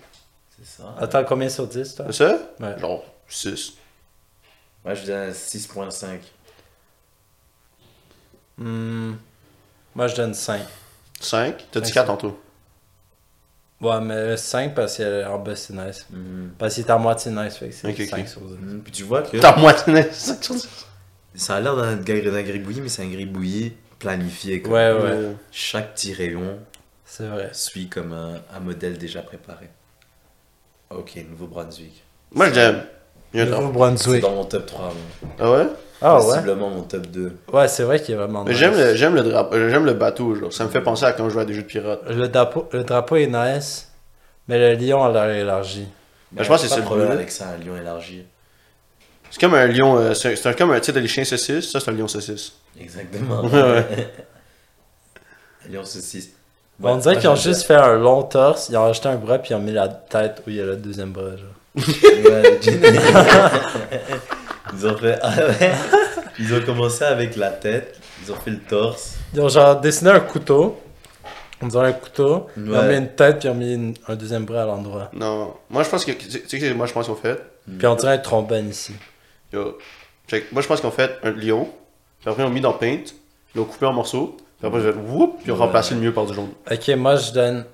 Speaker 3: C'est ça.
Speaker 2: Attends, combien sur 10, toi?
Speaker 1: C'est ça?
Speaker 2: Ouais.
Speaker 1: Genre 6.
Speaker 3: Moi je donne un 6.5.
Speaker 2: Hmm, moi, je donne 5.
Speaker 1: 5? T'as dit
Speaker 2: Cinq,
Speaker 1: 4 tantôt.
Speaker 2: Ouais, mais 5 parce qu'en bas, c'est nice.
Speaker 1: Mm.
Speaker 2: Parce qu'il est à moitié nice, fait que c'est
Speaker 1: Ok, ok.
Speaker 2: 5 sur 10.
Speaker 3: Mm, Puis tu vois que
Speaker 1: T'as moitié de 5 sur 10.
Speaker 3: ça a l'air d'un gr- d'un gribouillis, mais c'est un gribouillis planifié. comme-
Speaker 2: Ouais, ouais,
Speaker 1: Euh,
Speaker 3: Chaque petit rayon
Speaker 2: c'est vrai.
Speaker 3: suit comme un, un modèle déjà préparé. Ok, Nouveau-Brunswick.
Speaker 1: Moi, je l'aime. Il y a un temps.
Speaker 3: C'est
Speaker 2: Nouveau-Brunswick.
Speaker 3: dans mon top 3. moi.
Speaker 1: Ah ouais?
Speaker 2: Ah ouais?
Speaker 3: Possiblement mon top 2.
Speaker 2: Ouais, c'est vrai qu'il est vraiment
Speaker 1: Mais
Speaker 2: nice.
Speaker 1: j'aime le, j'aime le drapeau, euh, j'aime le bateau, genre. Ça me fait penser à quand je jouais à des jeux de pirates.
Speaker 2: Le drapeau, le drapeau est nice, mais le lion a l'air élargi.
Speaker 1: je pense que c'est ça
Speaker 3: pas de
Speaker 1: le
Speaker 3: problème
Speaker 1: bleu.
Speaker 3: avec ça, un lion élargi.
Speaker 1: C'est comme un lion, euh, c'est c'est un- comme un, tu sais, t'as les chiens saucisses, ça c'est un lion saucisse.
Speaker 3: Exactement. Un lion saucisse.
Speaker 2: on dirait qu'ils ont juste fait un long torse, ils ont acheté un bras puis ils ont mis la tête où il y a le deuxième bras. Genre.
Speaker 3: Ouais, Jenny. ils ont fait. Ah ouais. Ils ont commencé avec la tête, ils ont fait le torse.
Speaker 2: Ils ont genre dessiné un couteau, on dirait un couteau, ils ont
Speaker 3: Ouais.
Speaker 2: mis une tête puis ils ont mis une- un deuxième bras à l'endroit.
Speaker 1: Non. Moi, je pense que, tu sais, tu sais, moi, je pense qu'on fait,
Speaker 3: Mm.
Speaker 2: Puis on dirait un trombone ici.
Speaker 1: Yo. Check. Moi, je pense qu'on fait un lion, puis après, on l'a mis dans Paint, ils l'ont coupé en morceaux, puis après, j'ai fait whoop, puis on
Speaker 3: Ouais.
Speaker 1: a remplacé le mieux par du jaune.
Speaker 2: Ok, moi je donne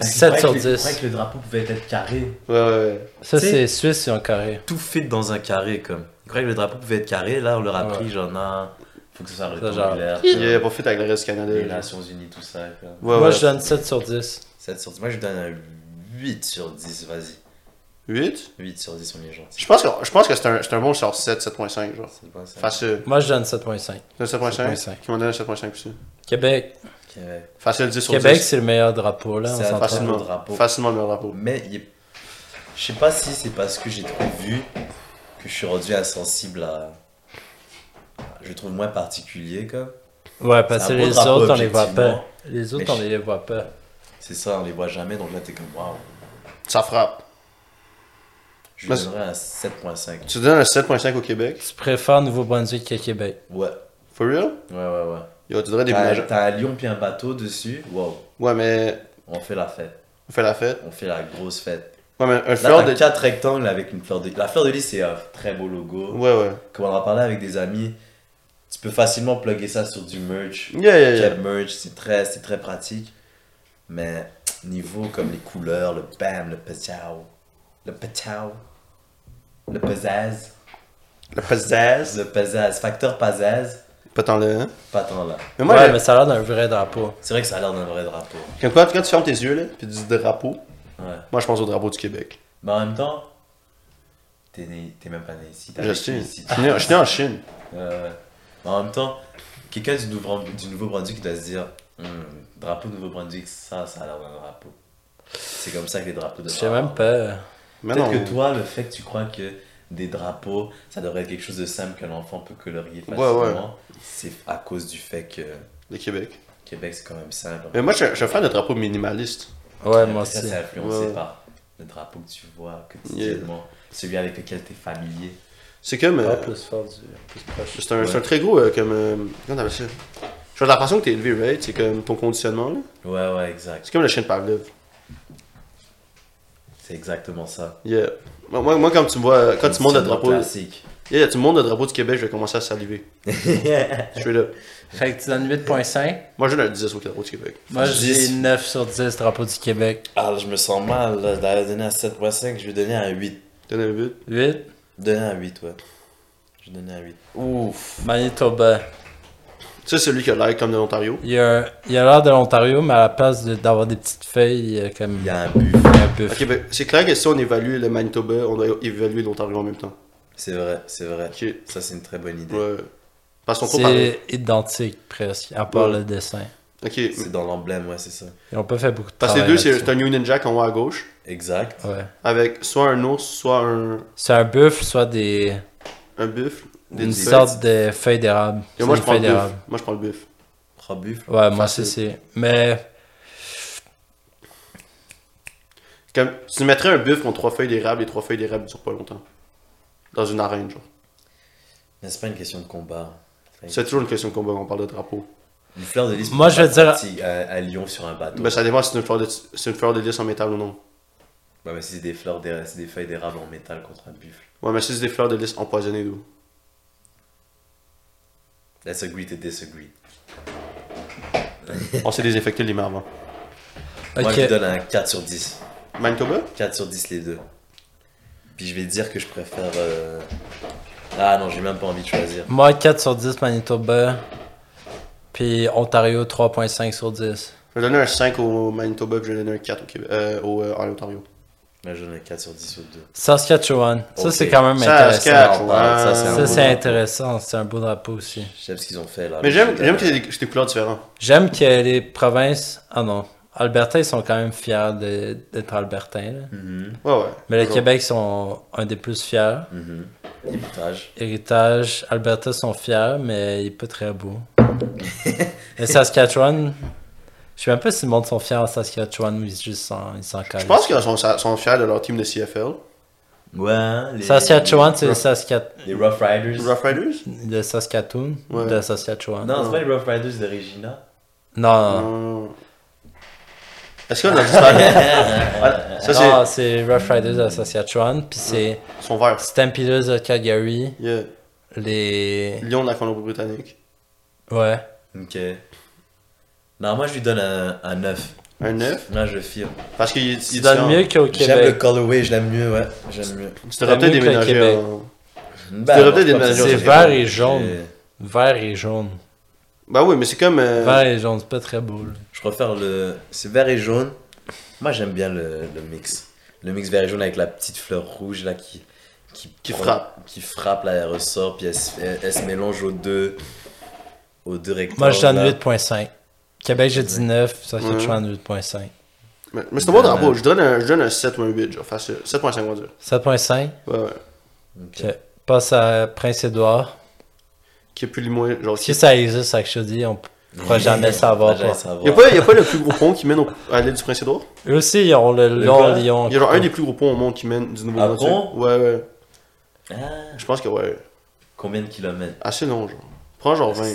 Speaker 2: 7 sur 10.
Speaker 3: le drapeau pouvait être carré.
Speaker 1: Ouais, ouais, ouais.
Speaker 2: Ça
Speaker 3: Tu sais-
Speaker 2: c'est Suisse et en carré.
Speaker 3: Tout fit dans un carré, comme. Ils croyaient que le drapeau pouvait être carré, là on leur a
Speaker 2: Ouais.
Speaker 3: pris, genre, non, faut que ça soit
Speaker 2: genre,
Speaker 3: rectangulaire.
Speaker 1: Il y a
Speaker 3: comme.
Speaker 1: pas fait avec le reste du Canada.
Speaker 3: Les
Speaker 1: là.
Speaker 3: Nations Unies, tout ça. comme.
Speaker 1: Ouais,
Speaker 2: moi
Speaker 1: ouais.
Speaker 2: je donne 7 sur 10.
Speaker 3: 7 sur 10. Moi je donne un 8 sur 10, vas-y.
Speaker 1: 8?
Speaker 3: 8 sur 10, on est gentil.
Speaker 1: Je pense que, je pense que c'est un, c'est un bon genre 7, 7.5, genre.
Speaker 3: C'est bon ça.
Speaker 1: Facile.
Speaker 2: Moi je donne 7.5.
Speaker 1: C'est un 7.5.
Speaker 2: 7.5.
Speaker 1: Qui m'en donne un 7.5 aussi.
Speaker 2: Québec,
Speaker 3: Québec.
Speaker 1: Facile 10 sur
Speaker 2: Québec
Speaker 1: 10.
Speaker 2: c'est le meilleur drapeau là. on
Speaker 3: C'est un
Speaker 2: s'entend.
Speaker 3: facile.
Speaker 1: Facilement.
Speaker 3: le drapeau.
Speaker 1: Facilement le meilleur drapeau.
Speaker 3: Mais il est- je sais pas si c'est parce que j'ai trop vu que je suis rendu insensible à. Je le trouve moins particulier, comme.
Speaker 2: Ouais, parce
Speaker 3: C'est
Speaker 2: que
Speaker 3: un beau
Speaker 2: les
Speaker 3: drapeau,
Speaker 2: autres, on les voit
Speaker 3: objectivement.
Speaker 2: pas. Les autres,
Speaker 3: Mais
Speaker 2: on
Speaker 3: je-
Speaker 2: les voit pas.
Speaker 3: C'est ça, on les voit jamais, donc là t'es comme waouh.
Speaker 1: Ça frappe.
Speaker 3: Je
Speaker 1: Mais
Speaker 3: lui
Speaker 1: c'est-
Speaker 3: donnerais un 7.5.
Speaker 1: Tu donnes un 7.5 au Québec?
Speaker 2: Tu préfères Nouveau-Brunswick qu'à Québec.
Speaker 3: Ouais,
Speaker 1: For real?
Speaker 3: ouais, ouais, ouais.
Speaker 1: Yo, tu devrais
Speaker 3: T'as
Speaker 1: déménager.
Speaker 3: t'as un lion puis un bateau dessus, wow.
Speaker 1: Ouais, mais
Speaker 3: On fait la fête,
Speaker 1: on fait la fête.
Speaker 3: on fait la grosse fête.
Speaker 1: Ouais, mais un
Speaker 3: Là
Speaker 1: fleur
Speaker 3: t'as
Speaker 1: de.
Speaker 3: quatre rectangles avec une fleur de La fleur de lys c'est un très beau logo.
Speaker 1: Ouais, ouais.
Speaker 3: Comme on en parlait avec des amis, tu peux facilement plugger ça sur du merch.
Speaker 1: Yeah, yeah, yeah.
Speaker 3: Cap merch, c'est très, c'est très pratique. Mais niveau comme les couleurs, le bam, le patao, le patao, le pizzazz,
Speaker 1: Le pizzazz.
Speaker 3: le pizzazz, facteur pizzazz,
Speaker 1: Pas tant le. hein.
Speaker 3: pas tant là.
Speaker 1: Mais moi,
Speaker 2: ouais,
Speaker 1: j'ai-
Speaker 2: mais ça a l'air d'un vrai drapeau.
Speaker 3: C'est vrai que ça a l'air d'un vrai drapeau.
Speaker 1: quand, quand- quand tu fermes tes yeux, là, pis tu dis drapeau,
Speaker 3: Ouais.
Speaker 1: moi, je pense au drapeau du Québec.
Speaker 3: Mais en même temps, t'es né, t'es même pas né ici. t'as
Speaker 1: Je
Speaker 3: vécu
Speaker 1: sais. Je
Speaker 3: ici.
Speaker 1: suis né- je suis né en Chine.
Speaker 3: Euh, mais en même temps, quelqu'un du, Nouveau- du Nouveau-Brunswick doit se dire Hum, drapeau Nouveau-Brunswick, ça, ça a l'air d'un drapeau. C'est comme ça que les drapeaux de
Speaker 2: Je sais même pas.
Speaker 1: Mais non.
Speaker 3: Peut-être que toi, le fait que tu crois que des drapeaux, ça devrait être quelque chose de simple que l'enfant peut colorier
Speaker 1: Ouais,
Speaker 3: facilement.
Speaker 1: ouais.
Speaker 3: C'est à cause du fait que
Speaker 1: de Québec.
Speaker 3: Québec, c'est quand même simple.
Speaker 1: Mais Euh, moi, je je suis un fan de drapeau minimaliste.
Speaker 2: Ouais,
Speaker 3: Après
Speaker 2: moi
Speaker 3: ça,
Speaker 2: aussi.
Speaker 3: c'est influencé
Speaker 1: Ouais.
Speaker 3: par le drapeau que tu vois quotidiennement, celui avec lequel tu es familier.
Speaker 1: C'est comme. euh,
Speaker 2: Ah, plus fort du. Plus proche.
Speaker 1: c'est un, c'est un très gros. euh, comme. euh, comment t'appelles ça Je vois l'impression que t'es élevé, right C'est comme ton conditionnement, là.
Speaker 3: Ouais, ouais, exact.
Speaker 1: C'est comme le chien de Pavlov.
Speaker 3: C'est exactement ça.
Speaker 1: Yeah. Moi, moi, moi, quand tu me vois. Quand tu montes le
Speaker 3: Conditionnement
Speaker 1: drapeau.
Speaker 3: classique.
Speaker 1: Yeah, tu montes le drapeau du Québec, je vais commencer à saliver. Je suis là.
Speaker 2: Fait que tu donnes 8.5.
Speaker 1: Moi, je donne un 10 au drapeau du Québec.
Speaker 2: Moi, j'ai
Speaker 3: 10.
Speaker 2: 9 sur 10 drapeau du Québec.
Speaker 3: Ah, là, je me sens mal là, d'aller donner à 7.5, je vais donner à 8.
Speaker 1: Donne un 8.
Speaker 2: 8.
Speaker 3: Donner à 8, ouais. Je vais donner à 8.
Speaker 2: Ouf. Manitoba.
Speaker 1: Ça, c'est celui qui a l'air comme de l'Ontario.
Speaker 2: Il y a, il y a l'air de l'Ontario, mais à la place de- d'avoir des petites feuilles, il y a comme.
Speaker 3: Il y a un but,
Speaker 2: il y a un peu.
Speaker 1: Ok, ben, c'est clair que si on évalue le Manitoba, on doit évaluer l'Ontario en même temps.
Speaker 3: c'est vrai, c'est vrai.
Speaker 1: Ok.
Speaker 3: Ça, c'est une très bonne idée.
Speaker 1: Ouais. Parce qu'on trouve pareil.
Speaker 2: C'est identique presque, à part
Speaker 1: Ouais.
Speaker 2: le dessin.
Speaker 1: Ok.
Speaker 3: C'est
Speaker 2: Mm.
Speaker 3: dans l'emblème, ouais, c'est ça.
Speaker 2: Ils ont pas fait beaucoup de
Speaker 1: Parce que les
Speaker 2: travail
Speaker 1: deux, c'est c'est
Speaker 2: là-dessus.
Speaker 1: un Union Jack en haut à gauche.
Speaker 3: Exact.
Speaker 2: Ouais.
Speaker 1: Avec soit un ours, soit un,
Speaker 2: C'est un buffle, soit des.
Speaker 1: un buffle. Des
Speaker 2: Une
Speaker 1: feuilles.
Speaker 2: sorte de feuille d'érable.
Speaker 1: Et moi, je
Speaker 2: C'est une
Speaker 1: prends le
Speaker 2: feuille
Speaker 1: buffle. Moi, je prends le buffle.
Speaker 3: Trois buffles.
Speaker 2: Ouais, moi,
Speaker 1: Facile.
Speaker 2: c'est. c'est- Mais.
Speaker 1: Comme, tu mettrais un buffle contre trois feuilles d'érable, les trois feuilles d'érable durent pas longtemps. Dans une arène, genre.
Speaker 3: Mais c'est pas une question de combat. Enfin,
Speaker 1: C'est toujours une question de combat, on parle de drapeau.
Speaker 3: Une fleur de lys.
Speaker 2: Moi, je vais
Speaker 3: pas
Speaker 2: dire- Bah-
Speaker 3: partie À, à Lyon sur un bateau.
Speaker 1: Ben, ça dépend si c'est une fleur de, c'est une fleur de lys en métal ou non.
Speaker 3: Ouais, mais c'est des fleurs, d'érable- c'est des feuilles d'érable en métal contre un buffle.
Speaker 1: Ouais, mais si c'est des fleurs de lys empoisonnées, d'où
Speaker 3: That's agree to disagree.
Speaker 1: On s'est désinfecté les mains avant.
Speaker 3: Moi,
Speaker 2: Ok.
Speaker 3: je donne un 4 sur 10.
Speaker 1: Manitoba
Speaker 3: 4 sur 10 les deux. Puis je vais dire que je préfère. euh, Ah non, j'ai même pas envie de choisir.
Speaker 2: Moi, 4 sur 10, Manitoba. Puis Ontario, 3.5 sur 10.
Speaker 1: Je vais donner un 5 au Manitoba, puis je vais donner un 4 au Québec, euh, au, euh, en Ontario.
Speaker 3: Moi, je donne un 4 sur 10 aux deux.
Speaker 2: Saskatchewan. Ça,
Speaker 3: Ok.
Speaker 2: c'est quand même
Speaker 1: Ça,
Speaker 2: intéressant.
Speaker 1: Saskatchewan.
Speaker 3: Ça, c'est un
Speaker 2: Ah, Ça,
Speaker 3: beau
Speaker 2: c'est
Speaker 3: drapeau.
Speaker 2: intéressant. C'est un beau drapeau aussi.
Speaker 3: J'aime ce qu'ils ont fait là.
Speaker 1: Mais j'aime, j'aime que
Speaker 3: qu'ils
Speaker 1: c'est des, c'est des couleurs différentes.
Speaker 2: J'aime que les provinces. Ah non. Alberta, ils sont quand même fiers de- d'être Albertains. là.
Speaker 3: Mm-hmm,
Speaker 1: Ouais, ouais.
Speaker 2: Mais le
Speaker 1: Toujours.
Speaker 2: Québec sont un des plus fiers.
Speaker 3: mm-hmm.
Speaker 2: Héritage, Alberta sont fiers, mais il est pas très beau. Et Saskatchewan, je sais même pas si le monde sont fiers en Saskatchewan ou ils juste s'en- ils s'en
Speaker 1: Je pense qu'ils sont, sont fiers de leur team de CFL.
Speaker 3: Ouais, hein, les...
Speaker 2: Saskatchewan, c'est le, Saskat...
Speaker 3: Les Rough Riders.
Speaker 1: Les Rough Riders
Speaker 2: le Saskatoon
Speaker 1: Ouais.
Speaker 2: de Saskatchewan. Non,
Speaker 3: Non, c'est pas les Rough Riders de Regina.
Speaker 2: non, non.
Speaker 1: Non. Est-ce qu'on a dit ça Ah, Ça, c'est.
Speaker 2: c'est Rough Riders de Saskatchewan, puis c'est
Speaker 1: Ils sont verts.
Speaker 2: Stampeders de Calgary,
Speaker 1: Yeah.
Speaker 2: les...
Speaker 1: Lyon de la Colombie-Britannique.
Speaker 2: Ouais.
Speaker 3: Ok. Non, moi je lui donne un, un 9.
Speaker 1: Un 9.
Speaker 3: Moi je file.
Speaker 1: Parce qu'il
Speaker 2: Ils donnent mieux qu'au
Speaker 3: J'aime
Speaker 1: ben-
Speaker 3: le
Speaker 2: Québec.
Speaker 3: colorway, je l'aime mieux, ouais. J'aime mieux.
Speaker 1: Tu devrais
Speaker 2: T'aimes
Speaker 1: peut-être
Speaker 2: mieux que le
Speaker 1: déménager.
Speaker 2: Québec.
Speaker 1: en-
Speaker 3: Bah,
Speaker 1: devrais
Speaker 3: non,
Speaker 1: peut-être
Speaker 3: je pense
Speaker 1: déménager
Speaker 3: que
Speaker 1: au
Speaker 2: C'est
Speaker 1: Québec.
Speaker 2: vert et jaune.
Speaker 3: J'ai-
Speaker 2: Vert et jaune.
Speaker 1: Bah oui, mais c'est comme. euh,
Speaker 2: Vert et jaune, c'est pas très beau. là.
Speaker 3: Je préfère le. C'est vert et jaune. Moi, j'aime bien le, le mix. Le mix vert et jaune avec la petite fleur rouge là qui. Qui,
Speaker 1: Qui
Speaker 3: prend-
Speaker 1: frappe.
Speaker 3: Qui frappe, là, elle ressort, puis elle se, elle- elle se mélange aux deux. Aux deux rectangles.
Speaker 2: Moi, je donne
Speaker 3: là.
Speaker 2: 8.5. Québec, j'ai 19, Saskatchewan, 8.5.
Speaker 1: Mais, mais c'est un bon
Speaker 3: Ouais.
Speaker 1: drapeau. Je donne un, je donne un 7 ou un 8, genre. facile. 7.5, on va dire.
Speaker 2: 7.5.
Speaker 1: Ouais, ouais.
Speaker 3: Ok.
Speaker 2: Je euh, Passe à Prince-Édouard.
Speaker 1: Qui est plus moins. Genre,
Speaker 2: Si ça existe, à Chaudy, on ne pourra jamais savoir.
Speaker 3: Jamais
Speaker 2: quoi.
Speaker 3: savoir.
Speaker 1: Il n'y a, pas- y a pas le plus gros pont qui mène au- à l'île du Prince-Édouard
Speaker 2: Eux aussi, ils ont le long
Speaker 3: quoi?
Speaker 2: lion.
Speaker 1: Il y a genre un des plus gros ponts au monde qui mène du Nouveau-Brunswick.
Speaker 3: Ah bon
Speaker 1: ouais, ouais.
Speaker 3: Ah,
Speaker 1: Je pense que, ouais.
Speaker 3: combien de kilomètres
Speaker 1: Assez long, genre. Prends genre 20.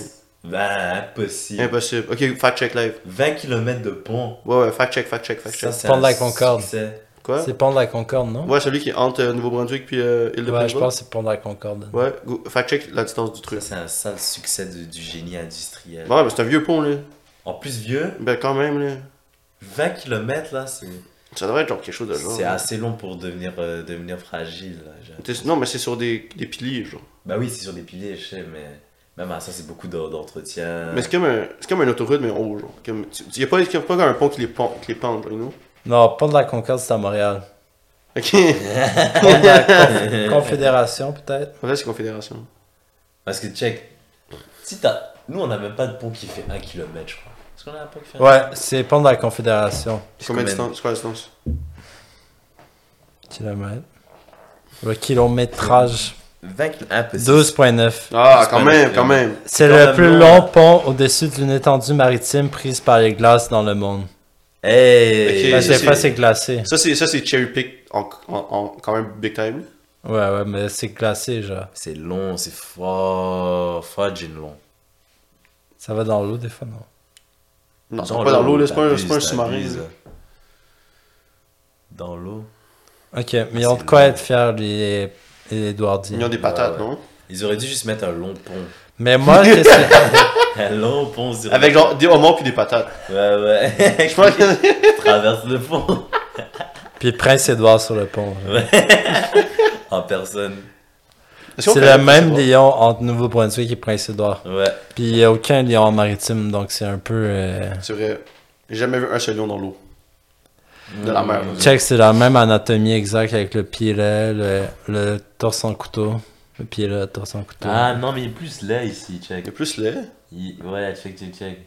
Speaker 3: Bah, impossible.
Speaker 1: Impossible. Ok, fact check live.
Speaker 3: 20 kilomètres de pont.
Speaker 1: Ouais, ouais, fact check, fact check, fact check.
Speaker 3: Ça, c'est
Speaker 2: Pont de
Speaker 3: un
Speaker 2: la Concorde.
Speaker 3: succès.
Speaker 1: Quoi
Speaker 2: C'est Pont de la Concorde, non?
Speaker 1: Ouais, celui qui est entre euh, Nouveau-Brunswick puis euh, île de
Speaker 2: Ouais, je
Speaker 1: Prince-Édouard.
Speaker 2: pense que c'est Pont de la Concorde.
Speaker 1: Ouais, go- fact check la distance du truc.
Speaker 3: Ça, c'est un sale succès du, du génie industriel.
Speaker 1: Bah ouais, mais c'est un vieux pont, là.
Speaker 3: En plus, vieux,
Speaker 1: Ben quand même, là.
Speaker 3: 20 kilomètres là, c'est.
Speaker 1: Ça devrait être genre quelque chose de genre.
Speaker 3: C'est assez long pour devenir, euh, devenir fragile. là, je-
Speaker 1: T'es- Non, mais c'est sur des, des piliers, genre.
Speaker 3: Bah oui, c'est sur des piliers, je sais, mais même à ça, c'est beaucoup d'en- d'entretien.
Speaker 1: Mais c'est comme, un, c'est comme une autoroute, mais en haut, genre. Comme, tu- tu- y a pas, y a pas comme un pont qui les pend, qui les pend genre, you know?
Speaker 2: Non, Pont de la Concorde, c'est à Montréal.
Speaker 1: Ok.
Speaker 2: Pont de la Conf- Confédération, peut-être?
Speaker 1: En fait, c'est Confédération.
Speaker 3: Parce que check, si t'as. Nous, on a même pas de pont qui fait 1 km, je crois. Est-ce qu'on a un pont qui fait un
Speaker 2: Ouais, c'est Pont de la Confédération.
Speaker 1: C'est combien de
Speaker 3: quand même-
Speaker 1: distance? C'est quoi la distance?
Speaker 2: Kilomètre. Le kilométrage
Speaker 3: 20 impossible.
Speaker 2: 12.9.
Speaker 1: Ah,
Speaker 3: C'est
Speaker 1: quand
Speaker 3: pas
Speaker 1: même,
Speaker 3: le-
Speaker 1: quand même.
Speaker 2: C'est
Speaker 3: Quand
Speaker 2: le
Speaker 3: même
Speaker 2: plus
Speaker 3: long.
Speaker 2: long pont au-dessus d'une étendue maritime prise par les glaces dans le monde.
Speaker 3: Hey! bah,
Speaker 1: Ok.
Speaker 2: Parce que des
Speaker 1: c'est-
Speaker 2: fois, c'est glacé.
Speaker 1: Ça, c'est, ça, c'est cherry pick en, en- en- quand même big time.
Speaker 2: Ouais, ouais, mais c'est glacé, genre.
Speaker 3: C'est long, c'est fort, fort gin long.
Speaker 2: Ça va dans l'eau, des fois, non?
Speaker 1: Non, c'est pas dans l'eau, là, c'est pas un, c'est pas un sous-marin. là.
Speaker 3: Dans l'eau.
Speaker 2: Ok, mais ils ont de
Speaker 3: Ah, C'est
Speaker 2: quoi
Speaker 3: long.
Speaker 2: être fiers, les, les
Speaker 1: Ils ont
Speaker 2: Edouardiens.
Speaker 1: des patates,
Speaker 3: Ouais, ouais.
Speaker 1: non
Speaker 3: Ils auraient dû juste mettre un long pont.
Speaker 2: Mais moi, qu'est-ce que-
Speaker 3: Un long pont sur
Speaker 1: Avec genre des homards puis des patates.
Speaker 3: Ouais, ouais.
Speaker 1: Je pense que.
Speaker 3: traverse le pont.
Speaker 2: Puis Prince Édouard sur le pont. genre.
Speaker 3: En personne.
Speaker 1: Est-ce qu'on
Speaker 2: C'est
Speaker 1: fait-
Speaker 2: le même
Speaker 1: je sais
Speaker 2: lion entre Nouveau-Brunswick et Prince Édouard.
Speaker 3: Ouais.
Speaker 2: Puis il n'y a aucun lion en maritime, donc c'est un peu. euh,
Speaker 1: pas. C'est vrai. J'ai jamais vu un seul lion dans l'eau. De la mer. là.
Speaker 3: Mm.
Speaker 2: Check, c'est la même anatomie exacte avec le pilet, le, le torse en couteau. Le pilet, le torse en couteau.
Speaker 3: Ah non, mais il est plus là ici,
Speaker 1: Il
Speaker 3: check.
Speaker 1: y a plus là.
Speaker 3: Il- Ouais, check, check, check.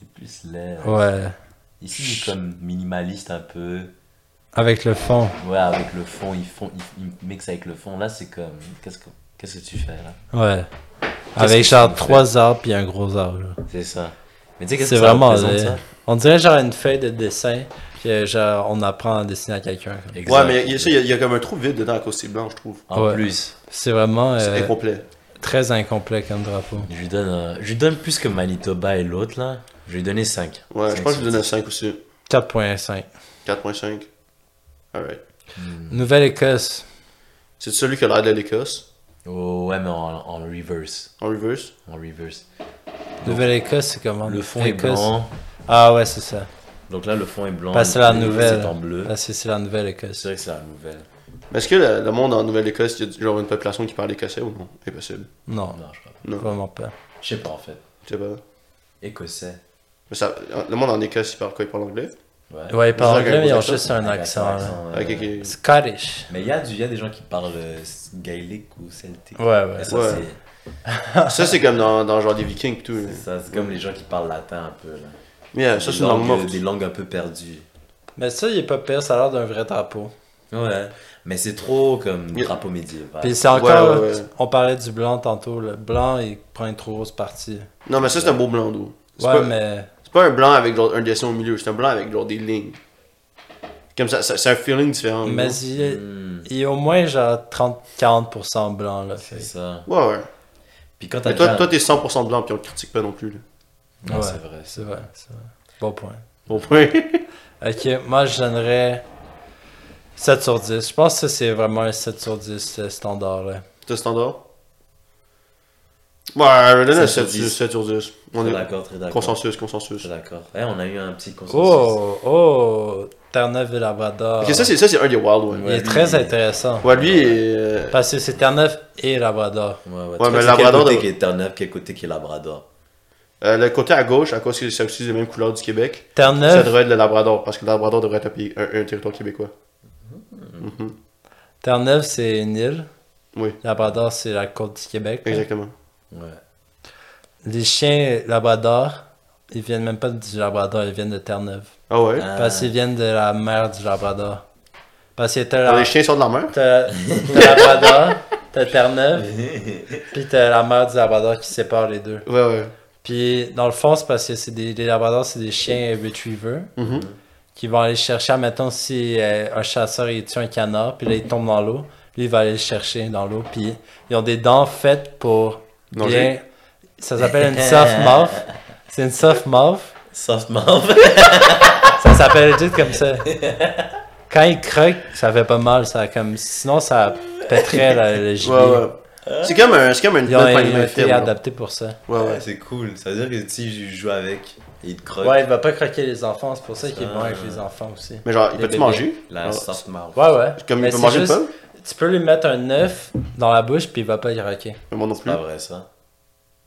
Speaker 3: Il est plus là.
Speaker 2: Ouais.
Speaker 3: Ici, il est comme minimaliste un peu.
Speaker 2: Avec le fond.
Speaker 3: Ouais, avec le fond, ils font, ils, ils mixent avec le fond. Là, c'est comme. Qu'est-ce que, qu'est-ce que tu fais là
Speaker 2: Ouais.
Speaker 3: Qu'est-ce
Speaker 2: Avec
Speaker 3: que
Speaker 2: genre
Speaker 3: tu me
Speaker 2: trois arbres puis un gros arbre. là.
Speaker 3: C'est ça. Mais tu sais, qu'est-ce
Speaker 2: C'est
Speaker 3: que ça
Speaker 2: vraiment.
Speaker 3: représente,
Speaker 2: laid.
Speaker 3: ça
Speaker 2: On dirait genre une feuille de dessin, puis euh, genre on apprend à dessiner à quelqu'un. comme.
Speaker 3: Exact.
Speaker 1: Ouais, mais il y a ça, il y a- il y a comme un trou vide dedans à cause de ces blancs, je trouve.
Speaker 3: En
Speaker 2: Ouais.
Speaker 3: plus,
Speaker 2: C'est vraiment euh,
Speaker 1: C'est incomplet.
Speaker 2: très incomplet comme drapeau.
Speaker 3: je lui, donne, euh, je lui donne plus que Manitoba et l'autre là. Je lui ai donné 5.
Speaker 1: Ouais, je pense que je lui donne 5 aussi.
Speaker 2: 4.5.
Speaker 1: 4.5. Alright.
Speaker 2: Nouvelle-Écosse.
Speaker 1: C'est celui qui a l'air de l'Écosse,
Speaker 3: Oh, ouais, mais en, en reverse.
Speaker 1: en reverse.
Speaker 3: En reverse.
Speaker 2: Nouvelle-Écosse, c'est comment
Speaker 3: Le fond est
Speaker 2: Écosse.
Speaker 3: blanc.
Speaker 2: Ah ouais, c'est ça.
Speaker 3: Donc là, le fond est blanc.
Speaker 2: Parce que c'est la
Speaker 3: Le bleu,
Speaker 2: nouvelle.
Speaker 3: C'est en bleu.
Speaker 2: Parce que c'est la Nouvelle-Écosse.
Speaker 3: C'est vrai que c'est la nouvelle.
Speaker 1: Mais est-ce que le, le monde en Nouvelle-Écosse, il y a genre une population qui parle écossais ou non Impossible.
Speaker 2: Non,
Speaker 3: Non, je crois pas.
Speaker 1: Non.
Speaker 2: vraiment pas.
Speaker 3: Je sais pas en fait.
Speaker 1: Je sais pas.
Speaker 3: Écossais.
Speaker 1: Mais ça, le monde en Écosse, il parle quoi Il parle anglais
Speaker 3: Ouais.
Speaker 2: Ouais, ils parlent
Speaker 1: Avec un
Speaker 2: anglais, mais ils ont
Speaker 1: accent.
Speaker 2: juste un
Speaker 3: Avec
Speaker 2: accent.
Speaker 3: son
Speaker 2: là.
Speaker 3: accent,
Speaker 1: Ok,
Speaker 3: ouais.
Speaker 1: ok.
Speaker 2: Scottish.
Speaker 3: Mais il y, a du- il y a des gens qui parlent euh, gaélique ou celtique.
Speaker 2: Ouais, ouais.
Speaker 3: Et ça,
Speaker 1: Ouais.
Speaker 3: c'est-
Speaker 1: Ça, c'est comme dans, dans genre des Vikings et tout. là.
Speaker 3: C'est ça, c'est comme les gens qui parlent latin un peu là.
Speaker 1: Yeah, ça,
Speaker 3: Des
Speaker 1: c'est une langue
Speaker 3: langues,
Speaker 1: morte.
Speaker 3: euh, Des langues un peu perdues.
Speaker 2: Mais ça, il est pas pire, ça a l'air d'un vrai drapeau.
Speaker 3: Ouais. Mais c'est trop comme
Speaker 1: Yeah.
Speaker 3: drapeau médiéval.
Speaker 2: Puis c'est encore.
Speaker 1: ouais, ouais.
Speaker 2: On parlait du blanc tantôt. Le blanc, il prend une trop grosse partie.
Speaker 1: Non, mais ça, c'est un beau blanc d'eau.
Speaker 2: Ouais,
Speaker 1: C'est pas,
Speaker 2: mais.
Speaker 1: c'est pas un blanc avec genre un dessin au milieu, c'est un blanc avec genre des lignes. Comme ça, ça- c'est un feeling différent.
Speaker 2: Mais
Speaker 1: non?
Speaker 2: il est,
Speaker 3: Hmm,
Speaker 2: il est au moins genre 30-40% blanc, là. fait.
Speaker 3: c'est ça.
Speaker 1: Ouais, ouais.
Speaker 3: Puis quand t'as
Speaker 1: Mais toi,
Speaker 3: déjà-
Speaker 1: toi, t'es 100% blanc, puis on le critique pas non plus. Là.
Speaker 3: Non,
Speaker 2: Ouais.
Speaker 3: c'est vrai.
Speaker 2: C'est vrai, c'est vrai. Bon point.
Speaker 1: Bon point.
Speaker 2: Ok, moi je donnerais 7 sur 10. Je pense que ça, c'est vraiment un 7 sur 10 euh, standard là.
Speaker 1: C'est standard. Ouais, je vais donner un
Speaker 3: 7
Speaker 1: 7
Speaker 3: sur
Speaker 1: sur
Speaker 3: 10.
Speaker 1: 7 sur 10. On
Speaker 3: Très
Speaker 1: est
Speaker 3: d'accord, très d'accord.
Speaker 1: consensus,
Speaker 3: Très
Speaker 1: consensus.
Speaker 3: d'accord. Eh, on a eu un petit consensus.
Speaker 2: Oh, oh, Terre-Neuve et Labrador.
Speaker 1: Ok, ça, c'est ça, c'est un des wild ones.
Speaker 2: Il
Speaker 1: Ouais,
Speaker 2: est très intéressant.
Speaker 1: lui, euh,
Speaker 2: Parce que c'est Terre-Neuve et Labrador.
Speaker 3: Ouais, ouais.
Speaker 1: mais
Speaker 3: mais
Speaker 1: Labrador euh,
Speaker 3: Labrador. Quel côté
Speaker 1: de-
Speaker 3: qui est Terre-Neuve, quel côté qui est Labrador.
Speaker 1: euh, le côté à gauche, à cause que c'est aussi les mêmes couleurs du Québec, ça
Speaker 2: Terre-Neuve,
Speaker 1: devrait être le Labrador, parce que le Labrador devrait être un, pays- un- un territoire québécois.
Speaker 2: Terre-Neuve c'est une île.
Speaker 1: Oui.
Speaker 2: Labrador c'est la côte du Québec. là.
Speaker 1: Exactement.
Speaker 3: Ouais.
Speaker 2: Les chiens Labrador, ils viennent même pas du Labrador, ils viennent de Terre-Neuve.
Speaker 1: Ah ouais?
Speaker 3: Ah,
Speaker 2: Parce qu'ils viennent de la mer du Labrador. Parce que t'as
Speaker 1: Alors,
Speaker 2: la,
Speaker 1: Ah, les chiens sortent de la mer?
Speaker 2: t'as- t'as Labrador, t'as Terre-Neuve, puis t'as la mer du Labrador qui sépare les deux.
Speaker 1: Ouais, ouais.
Speaker 2: Puis dans le fond, c'est parce que c'est des, les Labradors, c'est des chiens retrievers
Speaker 1: Mhm.
Speaker 2: qui vont aller chercher, mettons, si euh, un chasseur il tue un canard, puis là il tombe dans l'eau, lui il va aller le chercher dans l'eau, puis ils ont des dents faites pour
Speaker 1: Manger.
Speaker 2: bien. Ça s'appelle une soft mouth. C'est une soft mouth.
Speaker 3: Soft mouth.
Speaker 2: Ça s'appelle legit comme ça. Quand il croque, ça fait pas mal, ça comme sinon ça pèterait le, le gibier.
Speaker 1: Ouais, ouais. C'est comme, un, c'est comme une
Speaker 2: Ils ont,
Speaker 1: belle
Speaker 2: ils ont
Speaker 1: panier
Speaker 2: été adaptés pour ça.
Speaker 1: Ouais, ouais.
Speaker 3: c'est cool. Ça veut dire que si je joue avec et il te croque.
Speaker 2: Ouais, il va pas croquer les enfants, c'est pour ça qu'il est
Speaker 3: Ah.
Speaker 2: bon avec les enfants aussi.
Speaker 1: Mais genre, il
Speaker 2: Les
Speaker 1: peut-tu
Speaker 2: bébés.
Speaker 1: manger?
Speaker 3: La
Speaker 1: Ah,
Speaker 3: soft mouth.
Speaker 2: Ouais, ouais.
Speaker 1: Comme
Speaker 2: Mais
Speaker 1: il peut
Speaker 2: c'est
Speaker 1: manger une
Speaker 2: juste-
Speaker 1: pomme?
Speaker 2: Tu peux lui mettre un œuf dans la bouche, puis il va pas y croquer.
Speaker 1: Mais moi non
Speaker 3: C'est
Speaker 1: plus.
Speaker 3: pas vrai ça.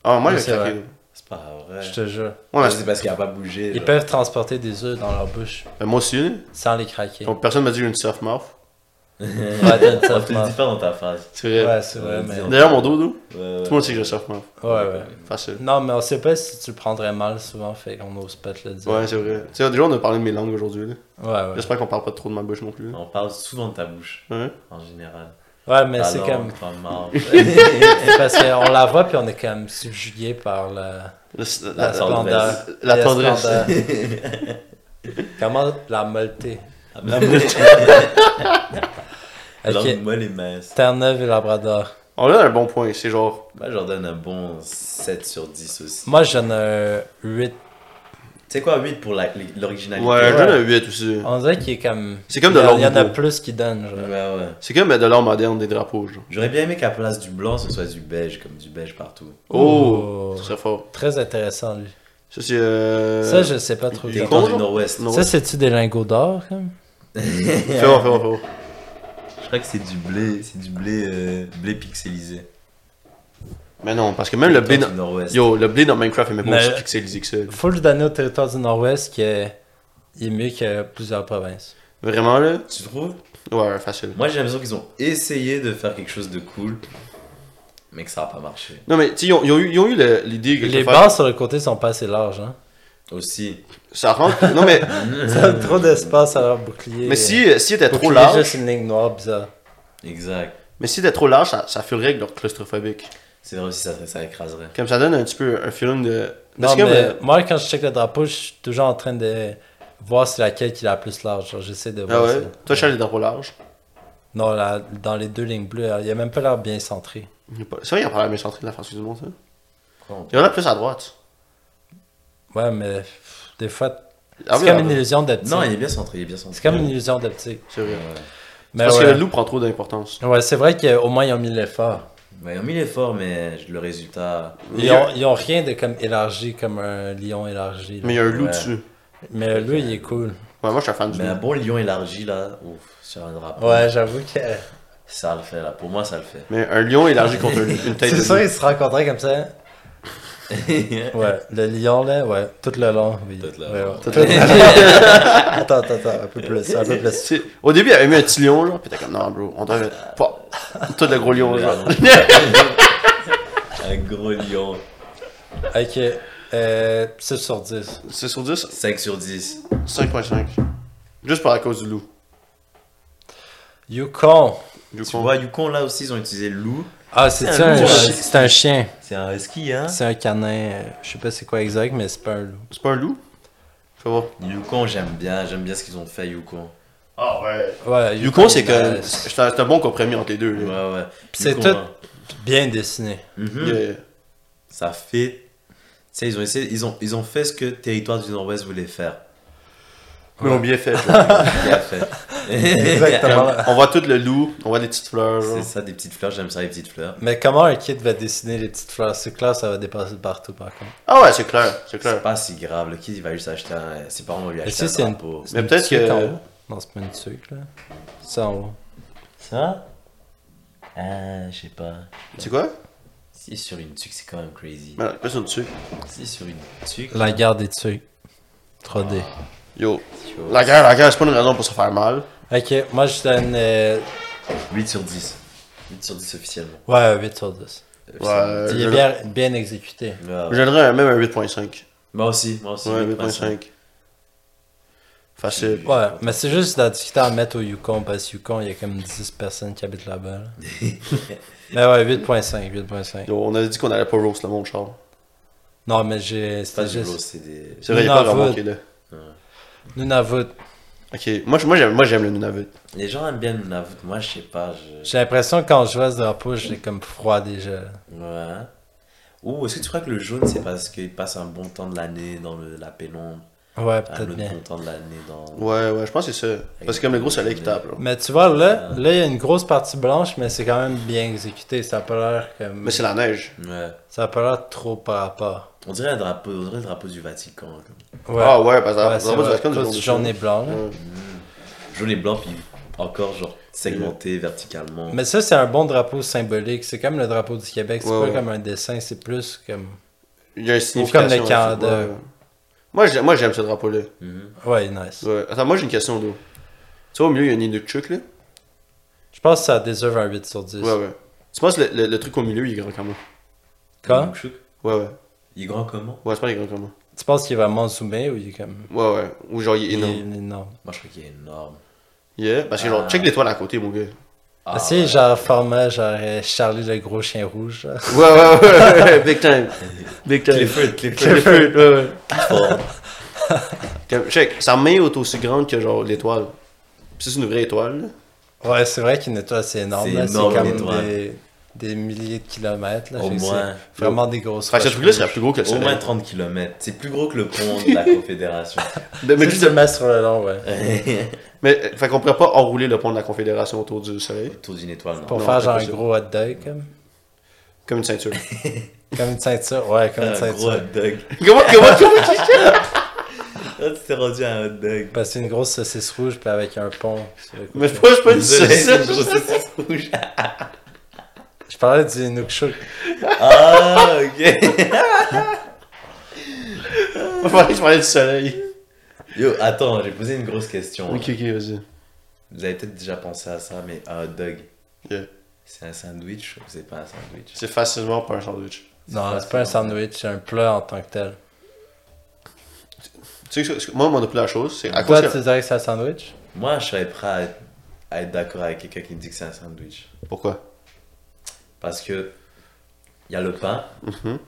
Speaker 1: Ah, moi, j'ai
Speaker 2: C'est vrai.
Speaker 1: craqué. Ouais,
Speaker 3: C'est pas vrai.
Speaker 2: Je te jure.
Speaker 1: mais
Speaker 3: c'est
Speaker 1: c'est-
Speaker 3: parce qu'il a pas bougé.
Speaker 2: Ils
Speaker 3: genre.
Speaker 2: peuvent transporter des œufs dans leur bouche
Speaker 1: mais moi aussi, là.
Speaker 2: sans les craquer.
Speaker 1: Donc, personne m'a dit que j'ai une soft mouth.
Speaker 4: Ouais, donne ça,
Speaker 3: On te le dit pas dans ta phrase.
Speaker 1: C'est vrai.
Speaker 2: Ouais, c'est vrai,
Speaker 3: Ouais,
Speaker 2: mais.
Speaker 3: disons.
Speaker 1: D'ailleurs, mon dodo,
Speaker 3: Ouais,
Speaker 1: tout
Speaker 3: ouais.
Speaker 1: le monde sait que je surfe, moi.
Speaker 2: Ouais, ouais.
Speaker 1: Facile.
Speaker 2: Non, mais on sait pas si tu le prendrais mal souvent, fait qu'on n'ose pas te le dire.
Speaker 1: Ouais, c'est vrai. Tu sais, déjà, on a parlé de mes langues aujourd'hui. là.
Speaker 2: ouais. Ouais,
Speaker 1: J'espère qu'on parle pas trop de ma bouche non plus. là.
Speaker 3: On parle souvent de ta bouche,
Speaker 1: Ouais.
Speaker 3: en général.
Speaker 2: Ouais, mais
Speaker 3: Ta
Speaker 2: c'est
Speaker 3: langue,
Speaker 2: comme.
Speaker 3: ta marbre.
Speaker 2: Parce qu'on la voit, puis on est comme subjugué par la,
Speaker 1: Le-
Speaker 2: la,
Speaker 1: la-
Speaker 3: La
Speaker 2: splendeur.
Speaker 1: la
Speaker 2: La
Speaker 1: tendresse.
Speaker 2: splendeur. Comment la molleté
Speaker 3: Langue
Speaker 2: Ok.
Speaker 3: molle et mince.
Speaker 2: Terre-Neuve et Labrador.
Speaker 1: On a un bon point, c'est genre.
Speaker 3: Moi, je leur donne un bon 7 sur 10 aussi.
Speaker 2: Moi, j'en ai un 8.
Speaker 3: Tu sais quoi, 8 pour la- l'originalité.
Speaker 1: Ouais, je donne un 8 aussi.
Speaker 2: On dirait qu'il est comme.
Speaker 1: C'est comme
Speaker 2: il y
Speaker 1: de
Speaker 2: en- Il y en a
Speaker 1: l'ordre.
Speaker 2: plus qui donnent. genre.
Speaker 3: Ouais, ouais.
Speaker 1: C'est comme de l'art moderne des drapeaux, genre.
Speaker 3: J'aurais bien aimé qu'à place du blanc, ce soit du beige, comme du beige partout.
Speaker 1: Oh!
Speaker 2: Oh.
Speaker 1: Ça serait fort.
Speaker 2: Très intéressant, lui.
Speaker 1: Ça, c'est. euh,
Speaker 2: Ça, je sais pas trop.
Speaker 1: il
Speaker 3: Des
Speaker 1: est
Speaker 2: comment-
Speaker 3: camps du
Speaker 1: con,
Speaker 3: Nord-Ouest.
Speaker 1: Non.
Speaker 2: Ça, c'est-tu des lingots d'or, comme
Speaker 1: Fais voir, fais voir, fais voir.
Speaker 3: Je crois que c'est du blé, c'est du blé, euh, blé pixelisé.
Speaker 1: Mais non, parce que même le blé.
Speaker 3: Camps
Speaker 1: dans-
Speaker 3: du Nord-Ouest.
Speaker 1: Yo, le blé dans Minecraft est même pas
Speaker 2: Mais-
Speaker 1: aussi pixelisé que ça.
Speaker 2: Faut le donner au territoire du Nord-Ouest qui est, il est mieux que plusieurs provinces.
Speaker 1: Vraiment, là?
Speaker 3: Tu trouves
Speaker 1: Ouais, facile.
Speaker 3: Moi, j'ai l'impression qu'ils ont essayé de faire quelque chose de cool, mais que ça n'a pas marché.
Speaker 1: Non, mais, tu sais, ils ont, ils ont eu, ils ont eu le- l'idée que
Speaker 2: Les
Speaker 1: de faire-
Speaker 2: barres sur le côté sont pas assez larges. Hein?
Speaker 3: Aussi.
Speaker 1: Ça rentre. Non, mais,
Speaker 2: Ça a trop d'espace à euh, leur bouclier.
Speaker 1: mais si, euh, si était trop
Speaker 2: Bouclier,
Speaker 1: large,
Speaker 2: juste une ligne noire bizarre.
Speaker 3: Exact.
Speaker 1: mais si était trop large, ça, ça filerait avec leur claustrophobique.
Speaker 3: C'est vrai aussi, ça, ça écraserait.
Speaker 1: Comme ça donne un petit peu un feeling de.
Speaker 2: Non,
Speaker 1: Parce
Speaker 2: mais
Speaker 1: que, mais-
Speaker 2: moi, quand je check le drapeau, je suis toujours en train de voir c'est laquelle qui est la plus large. Genre, J'essaie de
Speaker 1: Ah
Speaker 2: voir.
Speaker 1: ouais?
Speaker 2: ça.
Speaker 1: Toi, Charles, les drapeaux larges.
Speaker 2: Non, la- dans les deux lignes bleues, il a même pas l'air bien centré.
Speaker 1: Il est pas- C'est vrai qu'il a pas la même centrée de la France du monde, ça.
Speaker 3: Pourquoi
Speaker 1: Il y en a plus à droite.
Speaker 2: Ouais, mais pff, des fois,
Speaker 1: Ah
Speaker 2: c'est
Speaker 1: oui,
Speaker 2: comme
Speaker 1: ah
Speaker 2: une
Speaker 1: oui,
Speaker 2: illusion
Speaker 3: on- Non, il
Speaker 2: d'optique.
Speaker 3: est bien centré, il est bien centré.
Speaker 2: C'est comme une illusion d'optique.
Speaker 1: C'est vrai.
Speaker 3: Ouais.
Speaker 2: Mais
Speaker 1: Parce que
Speaker 2: ouais,
Speaker 1: le loup prend trop d'importance.
Speaker 2: ouais c'est vrai qu'au moins, ils ont mis l'effort.
Speaker 3: Ouais, ils ont mis l'effort, mais le résultat.
Speaker 2: Ils ont, ils ont rien de comme élargi, comme un lion élargi. là.
Speaker 1: Mais il y a un loup
Speaker 3: Ouais.
Speaker 1: dessus.
Speaker 2: Mais lui, il est cool.
Speaker 1: Ouais, moi, je suis un fan du
Speaker 3: Mais un
Speaker 1: loup.
Speaker 3: bon lion élargi, là, ouf, sur un drapeau.
Speaker 2: Ouais, j'avoue que.
Speaker 3: Ça le fait, là. Pour moi, ça le fait.
Speaker 1: Mais un lion élargi contre un- une tête
Speaker 2: C'est
Speaker 1: de
Speaker 2: sûr,
Speaker 1: loup.
Speaker 2: ils se rencontraient comme ça. Ouais, le lion, là, ouais, tout le long. Oui.
Speaker 3: Tout le
Speaker 2: Ouais,
Speaker 3: long.
Speaker 2: ouais. Tout le long. attends, attends, attends, un peu plus, un peu plus.
Speaker 1: C'est- Au début, il avait mis un petit lion, genre, pis t'es comme, non, bro, on doit. Pouah. Tout le gros lion, genre.
Speaker 3: un gros lion.
Speaker 2: Ok, euh, 6 sur 10.
Speaker 1: C'est sur 10,
Speaker 3: 5 sur 10.
Speaker 1: 5.5. Juste par la cause du loup.
Speaker 2: Yukon.
Speaker 1: Du
Speaker 3: Tu
Speaker 1: con.
Speaker 3: vois, Yukon, là aussi, ils ont utilisé le loup.
Speaker 2: Ah, c'est
Speaker 3: C'est
Speaker 2: ça,
Speaker 3: un
Speaker 2: un,
Speaker 3: loup,
Speaker 2: chi-
Speaker 3: ouais.
Speaker 2: c'est un chien.
Speaker 3: C'est un husky, hein
Speaker 2: C'est un canin, euh, je sais pas c'est quoi exact, mais c'est pas un loup.
Speaker 1: C'est pas un loup Fais voir.
Speaker 3: Yukon, j'aime bien. J'aime bien ce qu'ils ont fait, Yukon.
Speaker 1: Ah ouais.
Speaker 2: Ouais,
Speaker 1: Yukon, c'est que.
Speaker 2: ben,
Speaker 1: C'est un c'est un bon compromis entre les deux.
Speaker 3: Ouais,
Speaker 1: là.
Speaker 3: ouais.
Speaker 2: Puis c'est
Speaker 3: Yukon,
Speaker 2: tout-
Speaker 3: hein.
Speaker 2: Bien dessiné.
Speaker 3: Mhm.
Speaker 1: Yeah.
Speaker 3: Ça fait. Tu sais, ils ont, essayé, ils, ont, ils ont fait ce que Territoire du Nord-Ouest voulait faire.
Speaker 1: Mais on bien fait. genre.
Speaker 3: Qui a fait.
Speaker 2: Exactement.
Speaker 1: on voit tout le loup, on voit des petites fleurs. genre.
Speaker 3: C'est ça, des petites fleurs. J'aime ça, les petites fleurs.
Speaker 2: Mais comment un kid va dessiner les petites fleurs C'est clair, ça va dépasser partout par contre.
Speaker 1: Ah ouais, c'est clair, c'est
Speaker 3: C'est
Speaker 1: clair.
Speaker 3: pas si grave. Le kid, il va juste acheter un. Ses parents vont lui
Speaker 2: si
Speaker 3: acheter
Speaker 2: c'est
Speaker 3: un
Speaker 2: une-
Speaker 3: drapeau.
Speaker 1: Mais peut-être
Speaker 2: Sucre en
Speaker 1: que.
Speaker 2: haut. Non, c'est pas une sucre, là. C'est en haut.
Speaker 3: Ça Ah, je sais pas.
Speaker 1: C'est quoi
Speaker 3: Si sur une tuque, c'est quand même crazy.
Speaker 1: Mais non, pas sur le dessus.
Speaker 3: Si sur une tuque.
Speaker 2: La guerre des tucs. 3D.
Speaker 1: Yo.
Speaker 3: tu vois.
Speaker 1: La guerre, la guerre, c'est pas une raison pour se faire mal.
Speaker 2: Ok, moi je donne. euh,
Speaker 3: 8 sur 10. 8 sur 10 officiellement.
Speaker 2: Ouais, 8 sur 10.
Speaker 1: Ouais.
Speaker 2: Il est
Speaker 1: je-
Speaker 2: bien, bien exécuté.
Speaker 3: Ouais, ouais.
Speaker 1: Je donnerais un- même un 8.5.
Speaker 3: Moi aussi, moi aussi.
Speaker 1: Ouais,
Speaker 3: 8.5.
Speaker 1: 8.5. Facile.
Speaker 2: Ouais, mais c'est juste la difficulté à mettre au Yukon parce que Yukon, il y a comme 10 personnes qui habitent là-bas. là. mais ouais, 8.5, 8.5.
Speaker 1: Yo, on avait dit qu'on allait pas roast le monde, Charles.
Speaker 2: Non, mais j'ai.
Speaker 3: C'est pas
Speaker 2: C'était
Speaker 3: du gros,
Speaker 2: juste.
Speaker 3: c'est des.
Speaker 1: C'est vrai, il y a pas
Speaker 2: Nunavut.
Speaker 1: vraiment qui est là.
Speaker 2: Nunavut.
Speaker 1: Ok, moi, je- moi j'aime moi, j'aime le Nunavut.
Speaker 3: Les gens aiment bien le Nunavut. Moi, je sais pas. Je...
Speaker 2: J'ai l'impression que quand je vois ce drapeau, j'ai comme froid déjà.
Speaker 3: Ouais. Ou est-ce que tu crois que le jaune, c'est parce qu'il passe un bon temps de l'année dans le- la pénombre
Speaker 1: Ah,
Speaker 2: Ouais,
Speaker 3: Un
Speaker 2: peut-être
Speaker 3: autre
Speaker 2: bien.
Speaker 3: bon temps de l'année dans.
Speaker 1: Ouais, ouais, je pense que c'est ça. Parce que comme le gros soleil qui tape. là.
Speaker 2: Mais tu vois, là,
Speaker 1: Ah.
Speaker 2: là, il y a une grosse partie blanche, mais c'est quand même bien exécuté. Ça a pas l'air comme.
Speaker 1: Mais c'est la neige.
Speaker 3: Ouais.
Speaker 2: Ça a pas l'air trop par rapport.
Speaker 3: On dirait un drapeau, on dirait le drapeau du Vatican. comme.
Speaker 2: Ouais.
Speaker 1: Ah ouais, parce que
Speaker 2: Ouais,
Speaker 1: la-
Speaker 2: c'est
Speaker 1: la-
Speaker 2: vrai,
Speaker 1: la- la-
Speaker 2: cause
Speaker 1: la-
Speaker 2: du journée blanc. là.
Speaker 1: Ouais.
Speaker 3: Jaune et blanc, puis encore genre segmenté verticalement.
Speaker 2: Mais ça, c'est un bon drapeau symbolique. C'est comme le drapeau du Québec. C'est
Speaker 1: Ouais,
Speaker 2: pas
Speaker 1: ouais.
Speaker 2: comme un dessin, c'est plus comme.
Speaker 1: Il y a une signification.
Speaker 2: Ou comme le
Speaker 1: ouais,
Speaker 2: Canada.
Speaker 1: ouais, ouais. Moi, j'ai- moi, j'aime ce drapeau-là.
Speaker 3: Mhm.
Speaker 2: Ouais, nice.
Speaker 1: Ouais. Attends, moi, j'ai une question, d'eau. Tu vois, au milieu, il y a une nid de Chuck, là.
Speaker 2: Je pense que ça déserve un 8 sur 10.
Speaker 1: Ouais, ouais. Tu penses le, le, le truc au milieu, il est grand comme moi.
Speaker 2: Quand?
Speaker 3: Moukchouk.
Speaker 1: Ouais, ouais.
Speaker 3: Il est grand comment
Speaker 1: Ouais, je pense qu'il est grand comme moi.
Speaker 2: Tu penses qu'il est vraiment zoomé ou il est comme.
Speaker 1: Ouais, ouais. Ou genre, il est énorme.
Speaker 2: Il est énorme.
Speaker 3: Moi, je crois qu'il est énorme.
Speaker 1: Yeah. Parce que genre,
Speaker 3: Ah.
Speaker 1: check l'étoile à côté, mon gars.
Speaker 3: Ah,
Speaker 2: c'est
Speaker 3: ouais.
Speaker 2: genre format, genre euh, Charlie le gros chien rouge. genre.
Speaker 1: Ouais, ouais, ouais, ouais. Big time. Big time.
Speaker 3: Clifford, Clifford.
Speaker 1: Clifford, ouais, ouais.
Speaker 3: Clifford.
Speaker 1: Comme, Check, sa main est aussi grande que genre l'étoile. Puis ça, c'est une vraie étoile. là.
Speaker 2: Ouais, c'est vrai qu'une étoile, c'est énorme.
Speaker 3: C'est
Speaker 2: là. C'est
Speaker 3: énorme,
Speaker 2: comme
Speaker 3: une étoile.
Speaker 2: des, des milliers de kilomètres. Là,
Speaker 3: Au
Speaker 2: Fait que c'est
Speaker 3: moins.
Speaker 2: Vraiment des grosses.
Speaker 1: Fait que ce
Speaker 2: roches
Speaker 1: truc-là
Speaker 2: rouges.
Speaker 1: serait plus gros que le
Speaker 3: Au
Speaker 1: soleil.
Speaker 3: moins 30 km. C'est plus gros que le pont de la Confédération.
Speaker 1: De- mais,
Speaker 2: Plus de masse sur le long, ouais.
Speaker 3: Ah
Speaker 1: mais, euh, fait qu'on pourrait pas enrouler le pont de la Confédération autour du soleil.
Speaker 3: Autour d'une étoile, non.
Speaker 2: Pour
Speaker 1: Non,
Speaker 2: faire
Speaker 1: c'est
Speaker 2: genre un
Speaker 1: possible.
Speaker 2: gros hot dog, comme.
Speaker 1: Comme une ceinture.
Speaker 2: Comme une ceinture. Ouais, comme une
Speaker 3: un gros hot
Speaker 2: ceinture.
Speaker 3: dog.
Speaker 1: comment, comment, comment tu
Speaker 3: Là, tu t'es rendu à un hot dog.
Speaker 2: Passer une grosse saucisse rouge, puis avec un pont. sur le
Speaker 1: Mais
Speaker 2: côté.
Speaker 1: je pense pas une
Speaker 3: Désolé, c'est une
Speaker 1: saucisse.
Speaker 3: grosse saucisse rouge.
Speaker 2: Je parlais du Nookchook.
Speaker 3: Ah, ok.
Speaker 1: Il fallait que je parlais du soleil.
Speaker 3: Yo, attends, j'ai posé une grosse question.
Speaker 1: Ok, ok, vas-y.
Speaker 3: Vous avez peut-être déjà pensé à ça, mais un hot dog,
Speaker 1: Yeah.
Speaker 3: c'est un sandwich ou c'est pas un sandwich
Speaker 1: C'est facilement pas un sandwich.
Speaker 2: Non,
Speaker 3: pas
Speaker 2: c'est pas un
Speaker 3: assez bon.
Speaker 2: sandwich, c'est un plat en tant que tel.
Speaker 1: Tu sais, ce- moi, mon opinion de la chose, c'est à cause
Speaker 2: Toi,
Speaker 1: que...
Speaker 2: tu dirais que c'est un sandwich
Speaker 3: Moi, je serais prêt à être, à être d'accord avec quelqu'un qui dit que c'est un sandwich.
Speaker 1: Pourquoi
Speaker 3: Parce que il y a le pain,
Speaker 1: Mhm.
Speaker 3: il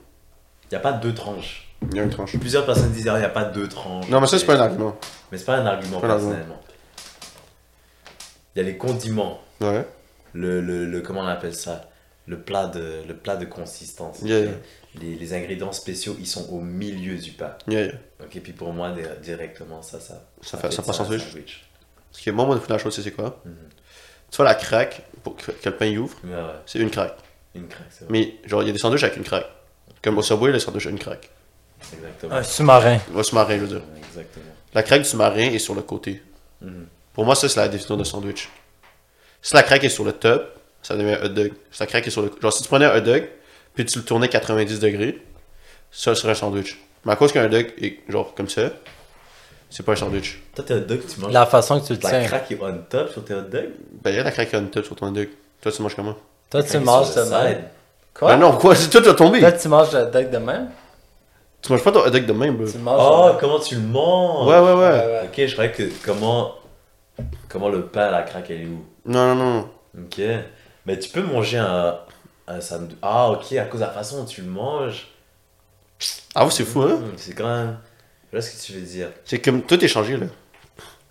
Speaker 3: n'y a pas deux tranches.
Speaker 1: Il y a une tranche.
Speaker 3: Plusieurs personnes disent ah, il n'y a pas deux tranches.
Speaker 1: Non, mais ça, c'est pas un argument.
Speaker 3: Mais c'est pas un argument
Speaker 1: Pas un argument.
Speaker 3: personnellement. Il y a les condiments,
Speaker 1: Ouais.
Speaker 3: le, le, le- comment on appelle ça le plat de le plat de consistance.
Speaker 1: Yeah, yeah.
Speaker 3: Les, les ingrédients spéciaux, ils sont au milieu du pain.
Speaker 1: Yeah, yeah.
Speaker 3: Ok, puis pour moi di- directement ça ça.
Speaker 1: Ça fait- ça Mm-hmm.
Speaker 3: de
Speaker 1: passe en
Speaker 3: un
Speaker 1: sandwich. Parce que moi, mon opinion de la chose, c'est c'est quoi
Speaker 3: Mhm.
Speaker 1: Tu vois, la craque, pour que, que le pain y ouvre,
Speaker 3: Ouais, ouais,
Speaker 1: c'est une craque.
Speaker 3: une craque, c'est vrai.
Speaker 1: Mais genre, il y a des sandwichs avec une craque. Comme au Subway, le sandwich a une craque.
Speaker 3: Exactement.
Speaker 2: Un sous-marin.
Speaker 1: Le sous-marin, je veux dire.
Speaker 3: Exactement.
Speaker 1: La craque du sous-marin est sur le côté.
Speaker 3: Mhm.
Speaker 1: Pour moi, ça, c'est la définition de sandwich. Si la craque est sur le top, ça devient un hot dog. Si la craque est sur le. Genre, si tu prenais un hot dog, puis tu le tournais 90 degrés, ça serait un sandwich. Mais à cause qu'un hot dog est genre comme ça, c'est pas un sandwich.
Speaker 3: Toi, t'es hot dog, tu manges
Speaker 2: La façon que tu le
Speaker 3: la
Speaker 2: tiens.
Speaker 3: craque est on top sur tes hot dogs
Speaker 1: Ben, il y a la craque on top sur ton hot dog. Toi, tu manges comment
Speaker 2: Toi,
Speaker 3: La
Speaker 2: tu
Speaker 3: craque est
Speaker 2: manges
Speaker 3: sur
Speaker 2: de
Speaker 3: le
Speaker 2: même.
Speaker 3: side.
Speaker 2: Quoi
Speaker 1: Ben non, quoi C'est- Toi, tu vas tomber.
Speaker 2: Toi, tu manges le deck de même
Speaker 1: Tu manges pas ton hot dog de même, bro.
Speaker 2: Tu
Speaker 3: Oh,
Speaker 2: manges.
Speaker 3: comment tu le manges
Speaker 1: Ouais, ouais, ouais.
Speaker 2: Euh,
Speaker 3: Ok, je croyais que comment comment le pain à la craque elle est où
Speaker 1: Non, non, non.
Speaker 3: Ok, mais tu peux manger un un sandwich. Ah ok, à cause de la façon dont tu le manges.
Speaker 1: Ah, ouais, c'est fou, hein
Speaker 3: Hmm, C'est quand même. Je vois ce que tu veux dire.
Speaker 1: C'est comme. Tout est changé, là.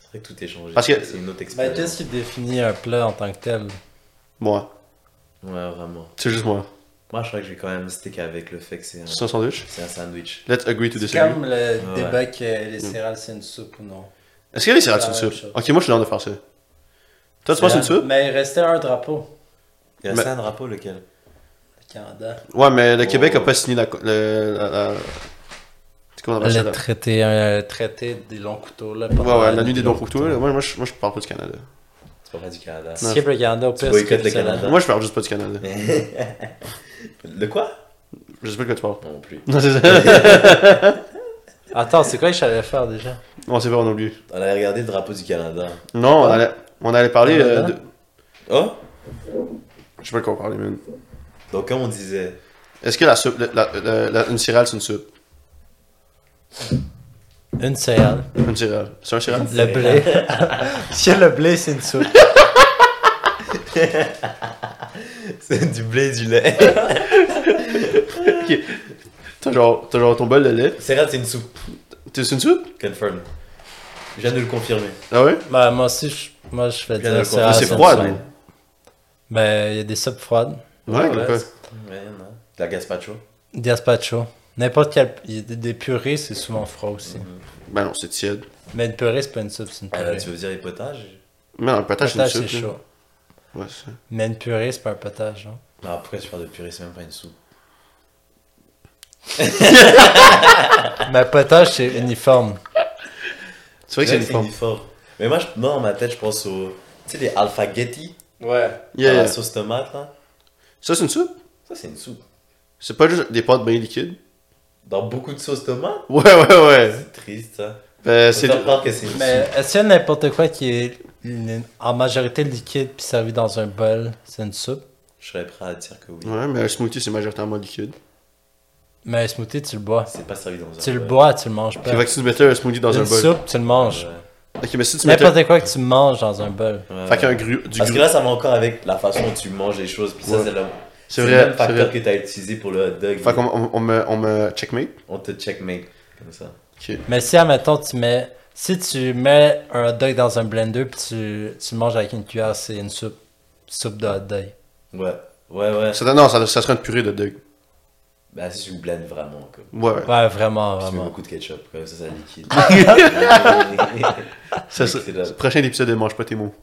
Speaker 3: C'est vrai que tout est changé.
Speaker 1: Parce que-
Speaker 3: c'est une autre
Speaker 2: Mais
Speaker 3: expérience.
Speaker 2: qu'est-ce qui définit un plat en tant que tel
Speaker 1: Moi.
Speaker 3: Ouais, vraiment.
Speaker 1: C'est juste moi.
Speaker 3: Moi, je crois que je vais quand même stick avec le fait que c'est un,
Speaker 1: C'est un sandwich
Speaker 3: c'est un sandwich.
Speaker 1: Let's agree to
Speaker 2: C'est
Speaker 1: disagree.
Speaker 2: comme le
Speaker 3: Ouais.
Speaker 2: débat que les céréales, c'est une soupe ou non.
Speaker 1: Est-ce qu'il y a des céréales
Speaker 2: C'est la
Speaker 1: sur une
Speaker 2: même
Speaker 1: soupe
Speaker 2: chose.
Speaker 1: Ok, moi, je suis l'heure de faire ça. Toi, tu penses une soupe
Speaker 2: Mais il restait un drapeau.
Speaker 3: Il y a
Speaker 1: Mais-
Speaker 3: ça un drapeau lequel
Speaker 2: Le Canada.
Speaker 1: Ouais, mais le
Speaker 3: Oh.
Speaker 1: Québec a pas signé la. co- le- la- la- C'est comment on appelle ça
Speaker 2: Le
Speaker 1: là?
Speaker 2: traité, euh, traité des longs couteaux. Là, pendant
Speaker 1: Ouais, ouais, la nuit des dons
Speaker 2: couteaux.
Speaker 1: couteaux. là. Moi, moi, je, moi, je parle pas du Canada.
Speaker 3: C'est pas vrai du Canada.
Speaker 1: Non.
Speaker 2: Skip le Canada au pire.
Speaker 3: boycottes
Speaker 2: skip
Speaker 3: le Canada.
Speaker 1: Moi, je parle juste pas du Canada.
Speaker 3: Le quoi
Speaker 1: Je sais pas de quoi tu parles.
Speaker 3: Non plus.
Speaker 1: Non, c'est ça.
Speaker 2: Attends, c'est quoi que j'allais faire déjà
Speaker 1: on sait pas, on oublie.
Speaker 3: On allait regarder le drapeau du Canada.
Speaker 1: Non, on allait, on allait parler euh,
Speaker 2: Canada?
Speaker 1: de.
Speaker 3: Oh
Speaker 1: Je sais pas de quoi on parlait, man.
Speaker 3: Donc, comme on disait,
Speaker 1: Est-ce que la soupe. la- la- la- la- une céréale, c'est une soupe
Speaker 2: Une céréale.
Speaker 1: Une céréale. C'est un céréale
Speaker 2: Le blé. Si le blé, c'est une soupe.
Speaker 3: c'est du blé et du lait.
Speaker 1: T'as genre, t'as genre ton bol de lait.
Speaker 3: C'est vrai, c'est une soupe.
Speaker 1: T'es c'est une soupe
Speaker 3: Confirm. Je viens de le confirmer.
Speaker 1: Ah ouais
Speaker 2: Bah, moi aussi, je, moi, je fais
Speaker 3: Bien
Speaker 2: dire
Speaker 3: d'accord.
Speaker 1: Mais
Speaker 2: céréales,
Speaker 3: Ah,
Speaker 1: c'est hein.
Speaker 2: une
Speaker 1: froid,
Speaker 2: soupe.
Speaker 1: non
Speaker 2: Ben, il y a des soupes froides.
Speaker 1: Ouais,
Speaker 3: Ouais,
Speaker 1: comme
Speaker 3: ouais,
Speaker 1: quoi.
Speaker 3: Ouais, y'en a. De La gazpacho.
Speaker 2: Gazpacho. N'importe quel. il y a des- des purées, c'est souvent froid aussi.
Speaker 1: Ben non, c'est tiède.
Speaker 2: Mais une purée, c'est pas une soupe, c'est une
Speaker 3: Ah,
Speaker 2: purée.
Speaker 3: tu veux dire les potages
Speaker 1: Mais non, le potage, c'est une
Speaker 2: Potage, c'est
Speaker 1: soupe. là.
Speaker 2: chaud.
Speaker 1: Ouais, c'est ça.
Speaker 2: Mais une purée, c'est pas un potage, non
Speaker 3: Non, pourquoi tu parles de purée C'est même pas une soupe.
Speaker 2: Mais un potage, c'est uniforme.
Speaker 1: C'est vrai que c'est une forme.
Speaker 3: uniforme. Mais moi, je- moi, dans ma tête, je pense aux. Tu sais, les alfaghetti
Speaker 2: Ouais.
Speaker 1: Yeah,
Speaker 3: à la
Speaker 1: yeah.
Speaker 3: sauce tomate, là.
Speaker 1: Ça, c'est une soupe
Speaker 3: Ça, c'est une soupe.
Speaker 1: C'est pas juste des pâtes bien liquides
Speaker 3: Dans beaucoup de sauce tomate
Speaker 1: Ouais, ouais, ouais.
Speaker 3: C'est triste, ça.
Speaker 1: Ben, c'est.
Speaker 3: C'est de croire que c'est une
Speaker 2: Mais est-ce qu'il y a n'importe quoi qui est une- en majorité liquide puis servi dans un bol, c'est une soupe.
Speaker 3: Je serais prêt à dire que oui.
Speaker 1: Ouais, mais un smoothie, c'est majoritairement liquide.
Speaker 2: Mais un smoothie, tu le bois.
Speaker 3: C'est pas servi dans un.
Speaker 2: Tu le
Speaker 3: bol.
Speaker 2: bois, tu le manges pas.
Speaker 1: C'est vrai que si tu mettais un smoothie dans un
Speaker 2: une
Speaker 1: bol.
Speaker 2: soupe, tu le manges.
Speaker 1: Ok, mais si tu mettais.
Speaker 2: N'importe quoi que tu manges dans un bol.
Speaker 3: Ouais.
Speaker 1: Fait qu'un gru... du
Speaker 3: Parce que
Speaker 1: gru.
Speaker 3: là, ça va encore avec la façon dont tu manges les choses. Puis
Speaker 1: Ouais.
Speaker 3: ça, c'est le,
Speaker 1: C'est
Speaker 3: c'est
Speaker 1: vrai,
Speaker 3: le même
Speaker 1: c'est
Speaker 3: facteur
Speaker 1: vrai.
Speaker 3: que t'as utilisé pour le hot dog.
Speaker 1: Fait qu'on on, on me, on me checkmate.
Speaker 3: On te checkmate. Comme ça.
Speaker 1: Ok.
Speaker 2: Mais si, admettons, tu mets. Si tu mets un hot dog dans un blender puis tu, tu le manges avec une cuillère, c'est une soupe. Soupe de hot dog.
Speaker 3: Ouais. Ouais, ouais.
Speaker 1: Ça, non, ça, ça serait une purée de dog.
Speaker 3: Bah, si tu blends vraiment. Comme.
Speaker 1: Ouais, ouais.
Speaker 2: Ouais, vraiment,
Speaker 3: Tu mets
Speaker 2: vraiment.
Speaker 3: beaucoup de ketchup. Comme ça, ça liquide.
Speaker 1: Ça, ça-
Speaker 3: C'est là.
Speaker 1: Prochain épisode de Mange pas tes mots.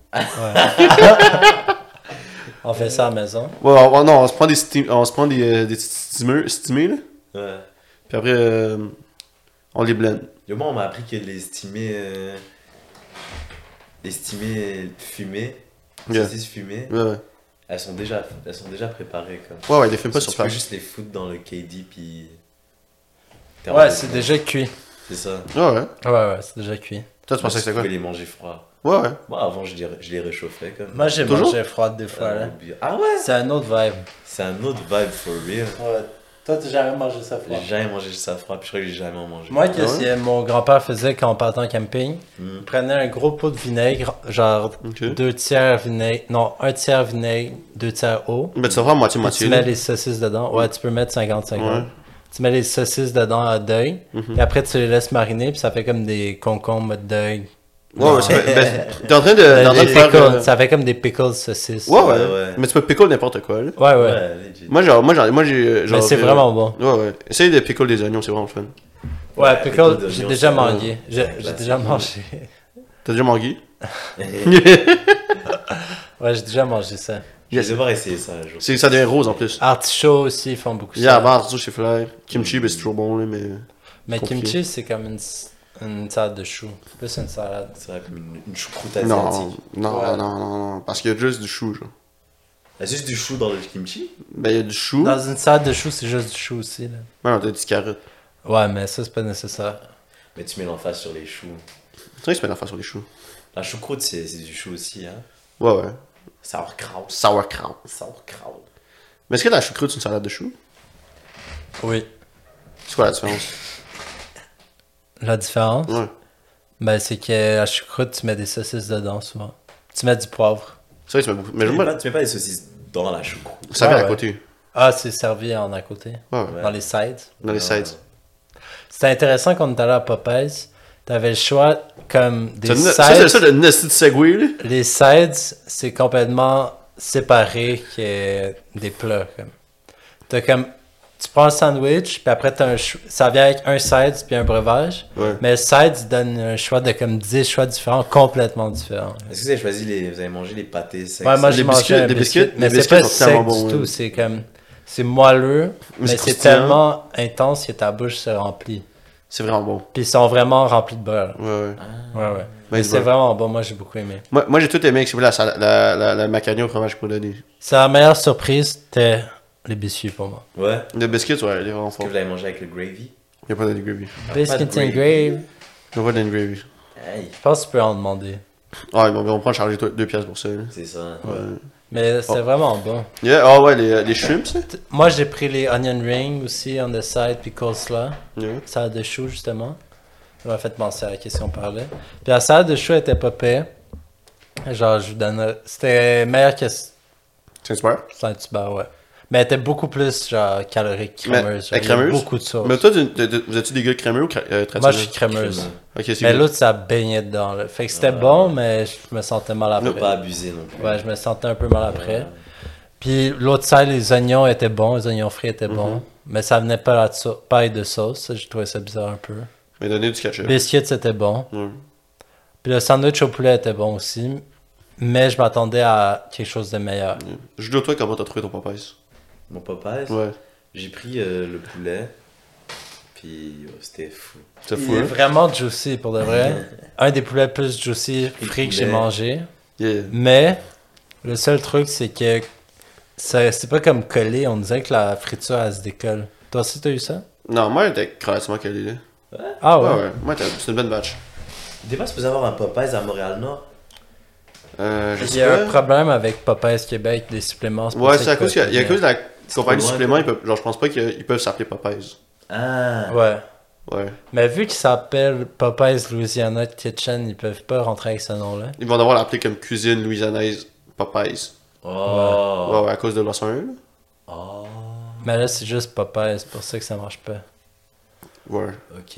Speaker 2: On fait ça à la maison.
Speaker 1: Ouais, on- on- non, on se prend des, sti- on se prend des, euh, des petits stimeux- stimés, là.
Speaker 3: Ouais.
Speaker 1: Puis après, euh, on les blend.
Speaker 3: Yo, moi, on m'a appris que l'estimé. Euh... L'estimé fumé.
Speaker 1: Yeah.
Speaker 3: saucisses fumées,
Speaker 1: Ouais, ouais.
Speaker 3: elles sont déjà, elles sont déjà préparées comme.
Speaker 1: Ouais, ouais, les filme pas sur
Speaker 3: tu peux
Speaker 1: place.
Speaker 3: juste les foutre dans le KD puis. T'es
Speaker 2: Ouais,
Speaker 3: rendu
Speaker 2: c'est
Speaker 3: compte.
Speaker 2: déjà cuit.
Speaker 3: C'est ça.
Speaker 1: Ouais, ouais.
Speaker 2: Ouais, ouais, c'est déjà cuit.
Speaker 1: Toi, tu pensais que
Speaker 3: tu
Speaker 1: c'était
Speaker 3: peux
Speaker 1: quoi
Speaker 3: les manger froid.
Speaker 1: Ouais, ouais.
Speaker 3: Moi, avant, je les, je les réchauffais comme.
Speaker 2: Moi, j'ai
Speaker 1: Toujours?
Speaker 2: mangé froide des fois,
Speaker 3: Euh,
Speaker 2: là.
Speaker 3: bi- Ah ouais.
Speaker 2: C'est un autre vibe.
Speaker 3: C'est un autre vibe for real.
Speaker 2: Ouais. Toi, t'as jamais mangé ça froid?
Speaker 3: J'ai jamais mangé ça froid, puis je crois que j'ai jamais en mangé.
Speaker 2: Moi, qu'est-ce
Speaker 1: Ah ouais? Hmm.
Speaker 2: que mon grand-père faisait quand on partait en camping?
Speaker 3: Mm.
Speaker 2: Il prenait un gros pot de vinaigre, genre
Speaker 1: Ok.
Speaker 2: deux tiers vinaigre, non, un tiers vinaigre, deux tiers eau.
Speaker 1: Mais tu vas faire
Speaker 2: Puis
Speaker 1: moitié-moitié.
Speaker 2: tu mets
Speaker 1: là.
Speaker 2: les saucisses dedans. Ouais, tu peux mettre 50-50.
Speaker 1: Ouais. Mhm.
Speaker 2: Tu mets les saucisses dedans à deuil. Et après, tu les laisses mariner. Puis ça fait comme des concombres de deuil.
Speaker 1: Ouais, ouais, ça fait- ben, t'es en train de, t'es en train
Speaker 2: Des
Speaker 1: de faire.
Speaker 2: pickles.
Speaker 1: euh,
Speaker 2: Ça fait comme des pickles saucisses.
Speaker 1: Ouais,
Speaker 3: Ouais,
Speaker 1: ouais,
Speaker 3: ouais.
Speaker 1: Mais tu peux pickle n'importe quoi, là.
Speaker 2: ouais. ouais.
Speaker 3: Ouais, legit.
Speaker 1: Moi, genre, moi, genre, moi, j'ai.
Speaker 2: Mais
Speaker 1: genre,
Speaker 2: c'est
Speaker 1: euh,
Speaker 2: vraiment bon.
Speaker 1: Ouais, ouais. Essaye de pickle des oignons, c'est vraiment fun.
Speaker 2: Ouais,
Speaker 3: Ouais,
Speaker 2: pickles,
Speaker 3: pickles
Speaker 2: j'ai
Speaker 3: d'oignons,
Speaker 2: déjà
Speaker 3: c'est
Speaker 2: mangé. J'ai
Speaker 3: Ouais,
Speaker 2: j'ai
Speaker 3: bah,
Speaker 2: déjà
Speaker 3: c'est
Speaker 2: mangé.
Speaker 1: T'as déjà mangé
Speaker 2: Ouais, j'ai déjà mangé ça.
Speaker 3: Je vais devoir essayer ça un jour.
Speaker 1: C'est Ça devient rose en plus.
Speaker 2: Artichaut aussi, ils font beaucoup ça.
Speaker 1: J'ai à barre, chez Flair. Kimchi, ben, c'est toujours bon, là, mais.
Speaker 2: Mais
Speaker 1: compliqué.
Speaker 2: kimchi, c'est comme une, s- une salade de choux. Plus une salade.
Speaker 3: C'est vrai, comme une, une choucroute
Speaker 1: Non,
Speaker 3: asiatique.
Speaker 1: non,
Speaker 2: Ben, Ouais.
Speaker 1: non, non, non. Parce qu'il y a juste du chou, genre.
Speaker 3: T'as juste du chou dans le kimchi
Speaker 1: Ben, il y a du chou.
Speaker 2: Dans une salade de choux, c'est juste du chou aussi. Là.
Speaker 1: Ouais, non, t'as du carotte.
Speaker 2: Ouais, mais ça, c'est pas nécessaire.
Speaker 3: Mais tu mets l'emphase sur les choux.
Speaker 1: C'est vrai que c'est pas la face sur les choux.
Speaker 3: La choucroute, c'est c'est du chou aussi, hein.
Speaker 1: Ouais, ouais.
Speaker 3: Sauerkraut.
Speaker 1: Sauerkraut.
Speaker 3: Sauerkraut.
Speaker 1: Mais est-ce que la choucroute, c'est une salade de choux
Speaker 2: Oui.
Speaker 1: C'est quoi la différence
Speaker 2: La différence,
Speaker 1: Ouais.
Speaker 2: ben, c'est que la choucroute, tu mets des saucisses dedans souvent. Tu mets du poivre.
Speaker 1: C'est vrai que tu m'as beaucoup. Mais
Speaker 3: Tu
Speaker 1: je
Speaker 3: mets,
Speaker 1: me.
Speaker 3: pas, tu mets pas les saucisses dans la choucroute.
Speaker 1: Ça vient
Speaker 2: Ouais,
Speaker 1: à
Speaker 2: ouais.
Speaker 1: côté.
Speaker 2: Ah, c'est servi en à côté,
Speaker 1: Ouais, Ah, ouais.
Speaker 2: dans les sides.
Speaker 1: Dans les sides.
Speaker 2: C'était intéressant quand on est allé à Popeyes. T'avais le choix comme des
Speaker 1: Ça,
Speaker 2: sides.
Speaker 1: ça, c'est ça, le nasty de Segway, là.
Speaker 2: Les sides, c'est complètement séparé que des plats. Comme. T'as comme. Tu prends le sandwich, puis après, t'as un chou- ça vient avec un side puis un breuvage.
Speaker 1: Ouais.
Speaker 2: Mais le side il donne un choix de comme 10 choix différents, complètement différents.
Speaker 3: Est-ce que vous avez choisi les. Vous avez mangé les pâtés secs
Speaker 2: Ouais, moi,
Speaker 1: des
Speaker 2: j'ai mangé
Speaker 1: biscuits-
Speaker 2: un
Speaker 1: des
Speaker 2: biscuit,
Speaker 1: biscuits-
Speaker 2: mais
Speaker 1: des
Speaker 2: c'est
Speaker 1: biscuits
Speaker 2: pas
Speaker 1: sont tellement
Speaker 2: sec
Speaker 1: bons,
Speaker 2: du tout.
Speaker 1: ouais.
Speaker 2: C'est comme. C'est moelleux,
Speaker 1: Mais
Speaker 2: mais
Speaker 1: c'est
Speaker 2: c'est
Speaker 1: croustillant.
Speaker 2: tellement intense que ta bouche se remplit.
Speaker 1: C'est vraiment bon.
Speaker 2: Puis ils sont vraiment remplis de beurre.
Speaker 1: Ouais, ouais.
Speaker 2: Ouais, ouais.
Speaker 1: Ben,
Speaker 2: Mais
Speaker 1: du
Speaker 2: c'est
Speaker 1: beurre.
Speaker 2: vraiment bon, moi j'ai beaucoup aimé.
Speaker 1: Moi, moi, j'ai tout aimé, excepté la, salade- la, la, la macaroni au fromage polonais.
Speaker 2: C'est la meilleure surprise, c'était les biscuits pour moi.
Speaker 3: Ouais. Est-ce
Speaker 1: Le biscuit, ouais, il est vraiment
Speaker 3: que
Speaker 1: fort.
Speaker 3: vous l'avez mangé avec le gravy
Speaker 1: Il n'y a pas de gravy.
Speaker 2: Biscuits
Speaker 3: de
Speaker 2: and
Speaker 3: gravy.
Speaker 2: gravy.
Speaker 1: Je vois de gravy.
Speaker 3: Aïe,
Speaker 2: Je pense que tu peux en demander.
Speaker 1: Ah, bon, ben, on prend charger deux, deux pièces pour ça. là.
Speaker 3: c'est ça. hein.
Speaker 1: Ouais.
Speaker 2: Mais
Speaker 1: Oh.
Speaker 2: c'était vraiment bon.
Speaker 1: Yeah, Ah ouais, les, les shrimps, là.
Speaker 2: T- Moi j'ai pris les onion rings aussi, on the side, puis coleslaw.
Speaker 1: Yeah.
Speaker 2: Salade de chou justement. Ça m'a fait penser à la question qu'on parlait. Puis la salade de chou était pas pire. Genre, je vous donne. C'était meilleur que
Speaker 1: C'est super.
Speaker 2: Saint-Hubert, ouais. Mais elle était beaucoup plus genre calorique,
Speaker 1: Mais-
Speaker 2: crémeuse.
Speaker 1: la
Speaker 2: genre, il y a
Speaker 1: crémeuse?
Speaker 2: Beaucoup de sauce.
Speaker 1: Mais toi, tu- tu- tu- vous êtes-tu des gars crémeux ou cra- euh,
Speaker 2: Moi je suis
Speaker 1: traditionnels?
Speaker 2: crémeuse. Ah.
Speaker 1: Ok, c'est
Speaker 2: Mais
Speaker 1: good.
Speaker 2: l'autre, ça baignait dedans. Là. Fait que c'était bon, mais je me sentais mal
Speaker 3: Faut
Speaker 2: après.
Speaker 3: pas abuser non plus.
Speaker 2: Ouais, je me sentais un peu mal après. Puis l'autre side, les oignons étaient bons, les oignons frits étaient bons. Mais ça venait pas, la so- pas de sauce. ça, J'ai trouvé ça bizarre un peu.
Speaker 1: Mais donnez du ketchup.
Speaker 2: Biscuits, c'était bon.
Speaker 1: Ouais.
Speaker 2: Puis le sandwich au poulet était bon aussi. Mais je m'attendais à quelque chose de meilleur.
Speaker 1: Je dois toi comment t'as trouvé ton Popeyes.
Speaker 3: Mon papa,
Speaker 1: Ouais.
Speaker 3: j'ai pris euh, le poulet. Puis oh, c'était fou.
Speaker 1: C'est
Speaker 2: Il
Speaker 1: fou,
Speaker 2: est
Speaker 1: hein?
Speaker 2: vraiment juicy pour de vrai. un des poulets plus juicy frits que j'ai
Speaker 3: poulet.
Speaker 2: mangé.
Speaker 1: Yeah.
Speaker 2: Mais le seul truc, c'est que ça- c'est pas comme collé. On disait que la friture, elle se décolle. Toi aussi, t'as eu ça?
Speaker 1: Non, moi, j'étais crânement calé, là.
Speaker 2: Ah
Speaker 1: Ouais,
Speaker 2: ouais?
Speaker 1: ouais. Moi, t'as- c'est une bonne batch.
Speaker 3: T'es pas supposé avoir un Popeyes à Montréal-Nord
Speaker 1: Euh, je
Speaker 2: Il
Speaker 1: sais
Speaker 2: y a un
Speaker 1: pas.
Speaker 2: problème avec Popeyes Québec, des suppléments. pour
Speaker 1: Ouais,
Speaker 2: ça
Speaker 1: c'est à
Speaker 2: qu'ils
Speaker 1: cause qu'il y a- il y a à
Speaker 2: peuvent
Speaker 1: cause de la compagnie de
Speaker 3: loin,
Speaker 1: suppléments, ils peuvent- genre je pense pas qu'ils peuvent s'appeler Popeyes.
Speaker 3: Ah.
Speaker 2: venir. Ouais.
Speaker 1: Ouais.
Speaker 2: Mais vu qu'ils s'appellent Popeyes Louisiana Kitchen, ils peuvent pas rentrer avec ce nom-là.
Speaker 1: Ils vont devoir l'appeler comme cuisine louisianaise Popeyes.
Speaker 2: Ah.
Speaker 3: Oh.
Speaker 1: Ouais, ouais, à cause de l'océan, là.
Speaker 3: Oh.
Speaker 2: Mais là, c'est juste Popeyes, c'est pour ça que ça marche pas.
Speaker 1: Ouais.
Speaker 3: Ok.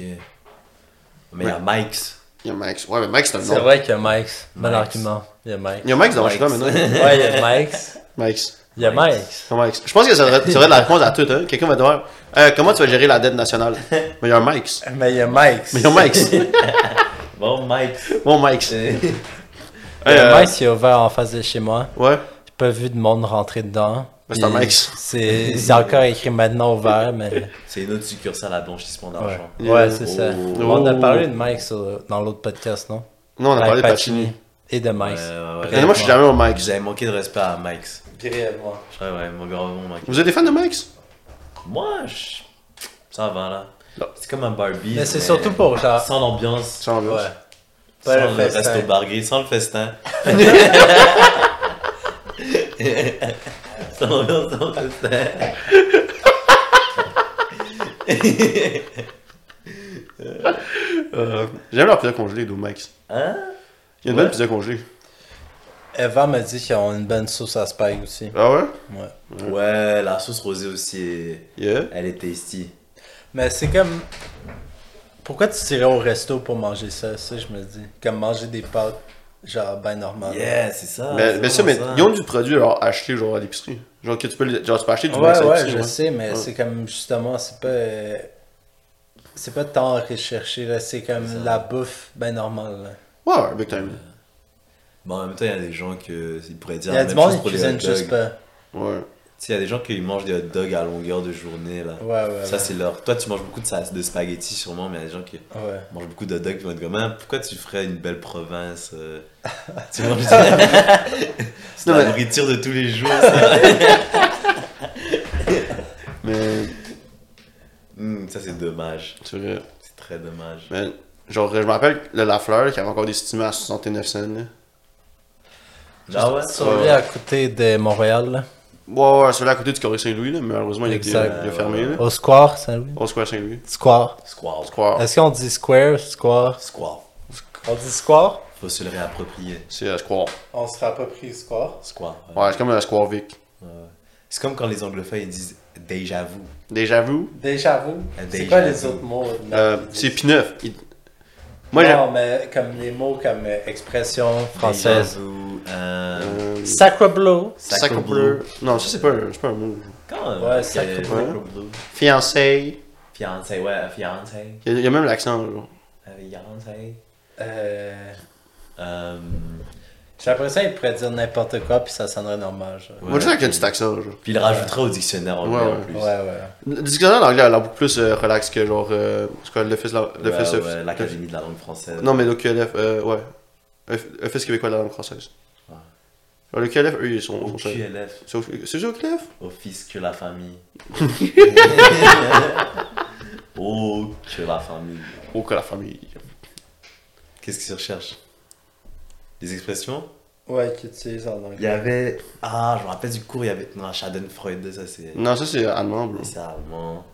Speaker 3: Mais il y a Mike's.
Speaker 1: Il y a Max. Ouais, mais Max, c'est un
Speaker 2: C'est
Speaker 1: nom.
Speaker 2: vrai qu'il y a Mike's. Bon
Speaker 3: Mike's.
Speaker 2: argument. Il y a Mike.
Speaker 1: Il y a Max dans
Speaker 3: Mike's.
Speaker 1: Washington maintenant.
Speaker 2: Ouais, il y a Mike's.
Speaker 1: Max.
Speaker 2: Il y a
Speaker 3: Mike's.
Speaker 2: Mike's.
Speaker 1: Un Max. Je pense que ça devrait ça devrait être la réponse à tout, hein. Quelqu'un va devoir. Euh, comment tu vas gérer la dette nationale Mais il y a un Max.
Speaker 2: Mais il y a Mike's.
Speaker 1: Mais il y a Max.
Speaker 3: Bon, Mike's.
Speaker 1: Bon, Max.
Speaker 2: Il y a
Speaker 1: Euh,
Speaker 2: Mike's, il est ouvert en face de chez moi.
Speaker 1: Ouais.
Speaker 2: J'ai pas vu de monde rentrer dedans.
Speaker 1: Mais c'est un
Speaker 2: Puis
Speaker 1: Mike's.
Speaker 2: C'est c'est encore écrit maintenant ouvert, mais.
Speaker 3: C'est une autre succursale à blanchissement
Speaker 2: Ouais,
Speaker 3: d'argent.
Speaker 1: Yeah.
Speaker 2: ouais c'est ça.
Speaker 1: Oh.
Speaker 2: On a parlé de Mike sur- dans l'autre podcast, non
Speaker 1: Non, on a parlé
Speaker 2: Avec
Speaker 1: de Pacini.
Speaker 2: Et de Mike.
Speaker 3: Ouais, ouais, ouais.
Speaker 1: Moi, je suis jamais au Max.
Speaker 3: J'avais manqué de respect à Mike's.
Speaker 2: Grièvement.
Speaker 3: Ouais, ouais, mon grand mon Mike.
Speaker 1: Vous êtes des fans de Max
Speaker 3: Moi, je... ça va là.
Speaker 1: Non.
Speaker 3: C'est comme un Barbie.
Speaker 2: Mais c'est surtout pour genre.
Speaker 3: Sans l'ambiance,
Speaker 1: Sans
Speaker 2: Ouais.
Speaker 1: l'ambiance.
Speaker 2: Pas
Speaker 3: sans
Speaker 2: le
Speaker 3: le
Speaker 2: festin.
Speaker 3: resto bargué, sans le festin. sans l'ambiance, sans le festin.
Speaker 1: Euh, J'aime leur pizza congelée, d'où Max.
Speaker 3: Hein?
Speaker 1: Il y a une
Speaker 3: Ouais.
Speaker 1: bonne pizza congelée.
Speaker 2: Eva m'a dit qu'ils ont une bonne sauce à spag aussi.
Speaker 1: Ah ouais
Speaker 2: Ouais.
Speaker 3: Ouais, la sauce rosée aussi, est-
Speaker 1: Yeah.
Speaker 3: elle est tasty.
Speaker 2: Mais c'est comme. Pourquoi tu tirais au resto pour manger ça Ça, je me dis. Comme manger des pâtes, genre, ben normal.
Speaker 3: Yeah, c'est
Speaker 2: Ah,
Speaker 3: ça.
Speaker 1: mais
Speaker 3: c'est
Speaker 1: mais ça, mais
Speaker 3: vraiment
Speaker 1: ils ont du produit genre acheté genre à l'épicerie. Genre que tu peux, le- genre, tu peux acheter du Max
Speaker 2: Ouais,
Speaker 1: à
Speaker 2: ouais,
Speaker 1: l'épicerie.
Speaker 2: je
Speaker 1: ouais.
Speaker 2: sais, mais c'est comme justement, c'est pas. euh, C'est pas tant recherché, là. C'est comme la bouffe, ben normale, là.
Speaker 1: Ouais, ouais, big time.
Speaker 3: Bon, en même temps, il y a des gens que ils pourraient dire
Speaker 2: Il y a
Speaker 3: la
Speaker 2: du
Speaker 3: même
Speaker 2: monde
Speaker 3: chose
Speaker 2: qui
Speaker 3: pour les hot
Speaker 2: cuisine juste
Speaker 3: dogs.
Speaker 2: pas.
Speaker 1: Ouais.
Speaker 3: Tu sais, il y a des gens qui mangent des hot dogs à longueur de journée là.
Speaker 2: Ouais, ouais.
Speaker 3: Ça, c'est leur. Toi, tu manges beaucoup de, sa- de spaghettis sûrement, mais il y a des gens qui
Speaker 2: ouais. ouais.
Speaker 3: mangent beaucoup de hot dogs qui vont être comme, Ah, pourquoi tu ferais une belle province euh, Tu manges c'est
Speaker 1: Non,
Speaker 3: la
Speaker 1: mais-
Speaker 3: nourriture de tous les jours. Ça,
Speaker 1: Mais,
Speaker 3: Hmm, ça, c'est dommage.
Speaker 1: c'est vrai.
Speaker 3: C'est très dommage.
Speaker 1: Mais, genre, je me rappelle le Lafleur qui avait encore des stimés à 69 cents. Là.
Speaker 3: Ah ouais
Speaker 2: Sur lui, à côté de Montréal, là.
Speaker 1: Ouais, ouais, celui-là à côté du Corée Saint-Louis, là, mais malheureusement, il, a été- euh, il
Speaker 2: Exact.
Speaker 1: a fermé. Là.
Speaker 2: Au Square, Saint-Louis.
Speaker 1: Au Square Saint-Louis.
Speaker 2: Square.
Speaker 3: Squall.
Speaker 1: Square.
Speaker 2: Est-ce qu'on dit Square, Square
Speaker 3: Squall.
Speaker 2: On dit Square
Speaker 3: Faut se le réapproprier.
Speaker 1: C'est un Square.
Speaker 2: On se réapproprie Square.
Speaker 3: Squall. ouais.
Speaker 1: Ouais, c'est comme un Square Vic.
Speaker 3: C'est comme quand les anglophones ils disent déjà vu.
Speaker 1: Déjà vu,
Speaker 2: Euh, Déjà vous.
Speaker 3: Déjà
Speaker 2: C'est quoi
Speaker 3: vous.
Speaker 2: les autres mots de-
Speaker 1: euh, c'est P9. Il- Moi, j'aime.
Speaker 2: Ben, Non, mais comme les mots comme euh, expression française.
Speaker 3: Déjà vu, euh,
Speaker 1: Euh,
Speaker 2: Sacre bleu.
Speaker 1: Sacre
Speaker 3: Sacre
Speaker 1: bleu.
Speaker 3: bleu.
Speaker 1: Non, ça, c'est pas, un- c'est pas un mot.
Speaker 3: Quand euh,
Speaker 2: Ouais,
Speaker 3: que-
Speaker 2: sacre
Speaker 1: bleu.
Speaker 3: bleu.
Speaker 1: Fiancé.
Speaker 3: Fiancé, ouais, fiancé.
Speaker 1: Il y a- il y a même l'accent, genre.
Speaker 3: euh, Fiancé.
Speaker 2: Euh,
Speaker 3: Euh,
Speaker 2: J'ai l'impression qu'ils pourraient dire n'importe quoi puis ça sonnerait normal. genre.
Speaker 1: Moi, je
Speaker 3: ouais.
Speaker 1: sais qu'il y a un petit accent, genre.
Speaker 3: Puis il rajoutera au dictionnaire anglais
Speaker 1: Ouais,
Speaker 3: en
Speaker 1: ouais.
Speaker 3: plus.
Speaker 2: Ouais, ouais.
Speaker 1: Le dictionnaire anglais a l'air beaucoup plus euh, relax que genre. Euh, c'est quoi, l'Office. la-
Speaker 3: Ouais,
Speaker 1: L'Office.
Speaker 3: ouais,
Speaker 1: of-
Speaker 3: L'Académie de la langue française.
Speaker 1: Non, mais le QLF, euh, ouais. F- Office québécois de la langue française.
Speaker 3: Ouais.
Speaker 1: Ouais, Le QLF, eux, ils sont.
Speaker 3: Au
Speaker 1: sont- C'est
Speaker 3: QLF,
Speaker 1: au- c'est au QLF
Speaker 3: au fils que la famille. oh, que la famille.
Speaker 1: Oh, que la famille.
Speaker 3: Qu'est-ce qu'ils recherchent Des expressions
Speaker 2: Ouais, qu'ils utilisent en
Speaker 3: Il
Speaker 2: anglais.
Speaker 3: y avait. Ah, je me rappelle du cours, il y avait. Non, Schadenfreude, ça c'est.
Speaker 1: Non, ça, c'est allemand, bro.
Speaker 3: C'est allemand.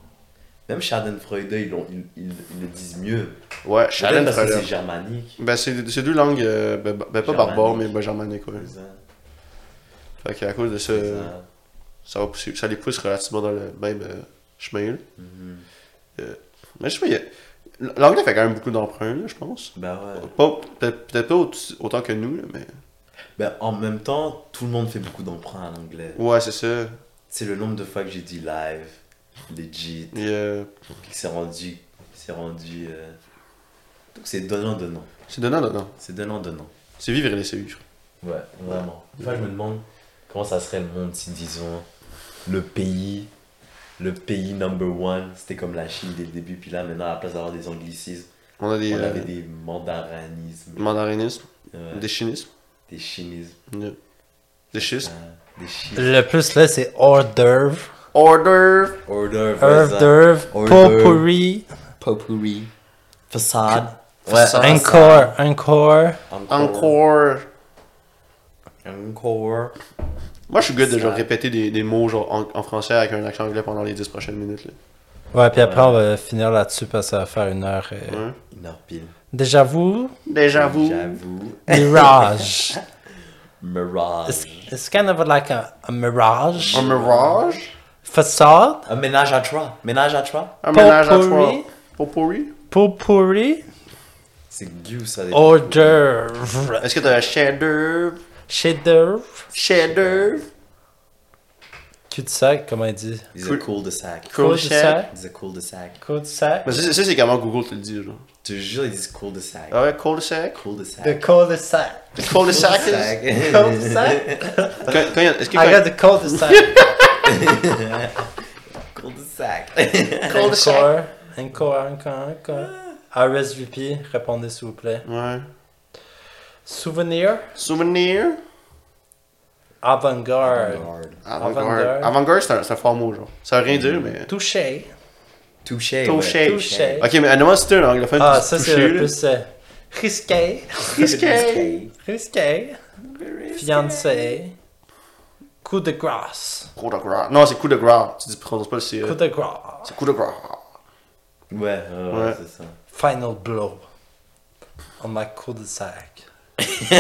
Speaker 3: Même Schadenfreude, ils, l'ont- ils, ils, ils le disent mieux.
Speaker 1: Ouais,
Speaker 3: Peut-être
Speaker 1: Challenge
Speaker 3: parce que
Speaker 1: Freud.
Speaker 3: c'est germanique.
Speaker 1: Ben, c'est c'est deux langues, euh, ben, ben, pas
Speaker 3: Germanique.
Speaker 1: barbares, mais ben, germaniques, ouais.
Speaker 3: C'est ça,
Speaker 1: Fait qu'à cause de ça,
Speaker 3: c'est ça.
Speaker 1: ça, va pousser- ça les pousse relativement dans le même euh, chemin, là. Euh,
Speaker 3: Mhm.
Speaker 1: Mais je sais pas, il y a- l'anglais fait quand même beaucoup d'emprunts, là, je pense.
Speaker 3: Bah ouais.
Speaker 1: Pas- Peut-être peut-être pas aut- autant que nous, là, mais.
Speaker 3: Ben, en même temps, tout le monde fait beaucoup d'emprunts à l'anglais.
Speaker 1: Ouais, c'est ça.
Speaker 3: C'est le nombre de fois que j'ai dit live, legit,
Speaker 1: Et, euh,
Speaker 3: puis que c'est rendu. C'est rendu. euh, Donc c'est donnant-donnant.
Speaker 1: c'est donnant, donnant.
Speaker 3: C'est donnant-donnant.
Speaker 1: C'est vivre et laisser vivre.
Speaker 3: Ouais, vraiment. Des fois, je me demande comment ça serait le monde si, disons, le pays, le pays number one, c'était comme la Chine dès le début, puis là, maintenant, à la place d'avoir des anglicismes,
Speaker 1: On a des.
Speaker 3: on
Speaker 1: euh,
Speaker 3: avait des mandaranismes,
Speaker 1: mandarinisme,
Speaker 3: ouais,
Speaker 1: des chinismes,
Speaker 3: des chinismes,
Speaker 1: yeah. des schismes.
Speaker 3: hein, des chinismes.
Speaker 2: Le plus là, c'est hors d'œuvre.
Speaker 1: Order!
Speaker 3: Order,
Speaker 2: Hors d'œuvre.
Speaker 3: Hors d'œuvre.
Speaker 2: Potpourri.
Speaker 3: Potpourri. Façade.
Speaker 1: Façade.
Speaker 2: Encore. Encore.
Speaker 3: Encore.
Speaker 1: Encore!
Speaker 2: Encore.
Speaker 1: Moi, je suis good de
Speaker 2: Ça-
Speaker 1: genre répéter des, des mots genre en, en français avec un accent anglais pendant les 10 prochaines minutes. Là.
Speaker 2: Ouais, puis après, on va finir là-dessus parce que ça va faire une heure. euh,
Speaker 1: Ouais.
Speaker 3: Une heure pile.
Speaker 2: Déjà vous,
Speaker 1: Déjà vous.
Speaker 3: J'avoue.
Speaker 2: mirage.
Speaker 3: Mirage.
Speaker 2: It's, it's kind of like a, a mirage.
Speaker 1: Un mirage.
Speaker 2: Facade.
Speaker 3: Un ménage à trois. Ménage à trois.
Speaker 1: Un ménage à trois.
Speaker 2: Potpourri.
Speaker 1: Potpourri.
Speaker 2: Potpourri.
Speaker 3: C'est goût ça. des-
Speaker 1: Oh,
Speaker 2: Hors d'oeuvre.
Speaker 1: Est-ce que t'as un chef-d'œuvre
Speaker 2: Chef d'oeuvre.
Speaker 1: Chef-d'œuvre
Speaker 2: Cul-de-sac, comment il dit
Speaker 3: He's a cool de sac.
Speaker 1: Cool chef.
Speaker 3: He's a cool de sac.
Speaker 2: Cul-de-sac.
Speaker 1: Mais Ben, ça, c'est- ça, c'est comment Google te le dit, genre.
Speaker 3: Je te jure, he's cool de sac.
Speaker 1: Ah ouais, cul-de-sac.
Speaker 3: Cool de sac.
Speaker 2: The cul-de-sac.
Speaker 1: Cul-de-sac. is-
Speaker 3: Sac.
Speaker 2: Cul-de-sac.
Speaker 1: Quand- quand il y a- Est-ce que
Speaker 2: Arrête
Speaker 1: quand...
Speaker 2: de cul-de-sac.
Speaker 3: Cool de sac.
Speaker 1: Cul-de-sac.
Speaker 2: Encore, encore, encore, encore. RSVP, répondez s'il vous plaît.
Speaker 1: Ouais.
Speaker 2: Souvenir,
Speaker 1: Souvenir.
Speaker 2: avant-garde,
Speaker 3: Guard.
Speaker 1: Avant-garde.
Speaker 2: Avant-garde.
Speaker 1: Avant-garde, c'est un, c'est un fort mot, genre. Ça veut rien dire, mais.
Speaker 2: touché.
Speaker 3: Touché.
Speaker 1: Touché.
Speaker 3: ouais.
Speaker 2: Touché.
Speaker 1: Ok, mais annoncez si t'es un anglophone.
Speaker 2: Ah,
Speaker 1: qui se
Speaker 2: ça
Speaker 1: touche,
Speaker 2: c'est le
Speaker 1: là.
Speaker 2: plus euh, risqué.
Speaker 1: Risqué.
Speaker 2: Risqué. Fiancé. Coup de grâce.
Speaker 1: Coup de gras. Non, c'est coup de gras. Tu dis, prononce pas le C. E.
Speaker 2: Coup de grâce.
Speaker 1: C'est coup de gras.
Speaker 3: Ouais, ouais, ouais,
Speaker 1: Ouais.
Speaker 3: c'est ça.
Speaker 2: Final blow. On m'a coup de sac.
Speaker 1: Ok,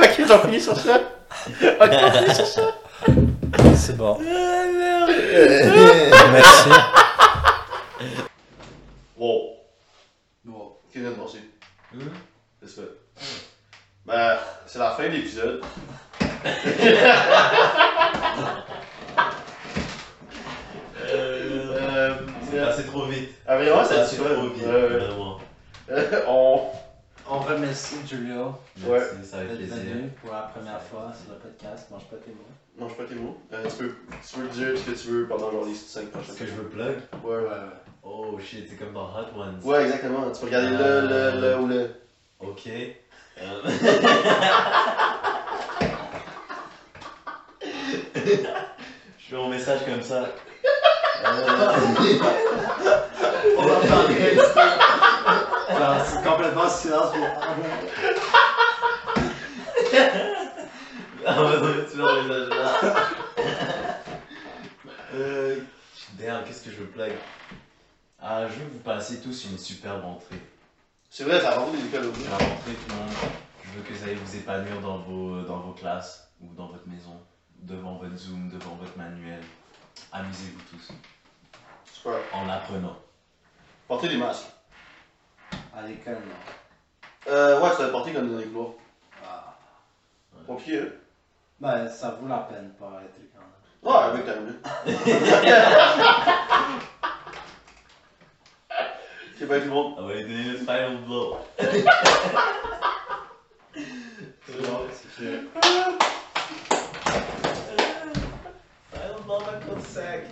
Speaker 1: ok, j'en finis sur ça.
Speaker 2: C'est bon. Merci.
Speaker 1: Wow. Wow. Qu'est-ce qui vient de passer?
Speaker 2: Hmm?
Speaker 1: Qu'est-ce que c'est? Ben, c'est la fin de l'épisode. Euh, c'est la-
Speaker 3: C'est trop vite.
Speaker 1: Ah, vraiment, c'est la
Speaker 3: C'est
Speaker 1: fin.
Speaker 3: trop vite.
Speaker 1: Ouais,
Speaker 3: Vraiment.
Speaker 1: ouais. On.
Speaker 2: On remercie Julio
Speaker 1: Ouais.
Speaker 3: Merci, ça fait plaisir.
Speaker 2: pour la première fois sur le podcast. Mange pas tes mots.
Speaker 1: Mange pas tes mots. Euh, tu, peux, tu peux dire ce que tu veux pendant genre les 5 prochaines
Speaker 3: Est-ce que je veux plug?
Speaker 1: Ouais, ouais, ouais.
Speaker 3: Oh shit, c'est comme dans Hot Ones.
Speaker 1: Ouais, exactement. Tu peux regarder le, le, le ou le.
Speaker 3: Ok. Euh, je fais mon message comme ça. Euh.
Speaker 2: On va parler. Alors, c'est complètement silence pour.
Speaker 3: Ah, ouais, ouais, tu fais mon message là. euh, damn, qu'est-ce que je veux plug? Ah, je veux que vous passiez tous une superbe rentrée.
Speaker 1: C'est vrai, ça a rendu des écoles au bout.
Speaker 3: La rentrée, tout le monde, je veux que vous allez vous épanouir dans vos, dans vos classes ou dans votre maison, devant votre Zoom, devant votre manuel. Amusez-vous tous
Speaker 1: Super.
Speaker 3: en apprenant.
Speaker 1: Portez des masques.
Speaker 2: À l'école, non.
Speaker 1: Euh, ouais, tu l'as porté comme dans les couloirs.
Speaker 2: Ah.
Speaker 1: Pas pire. hein.
Speaker 2: Ben, ça vaut la peine par être quand même.
Speaker 1: Ouais, avec ta minute. C'est pas tout le monde.
Speaker 3: On va lui donner le final blow.
Speaker 1: C'est bon, c'est fait.
Speaker 3: Final blow dans le sac.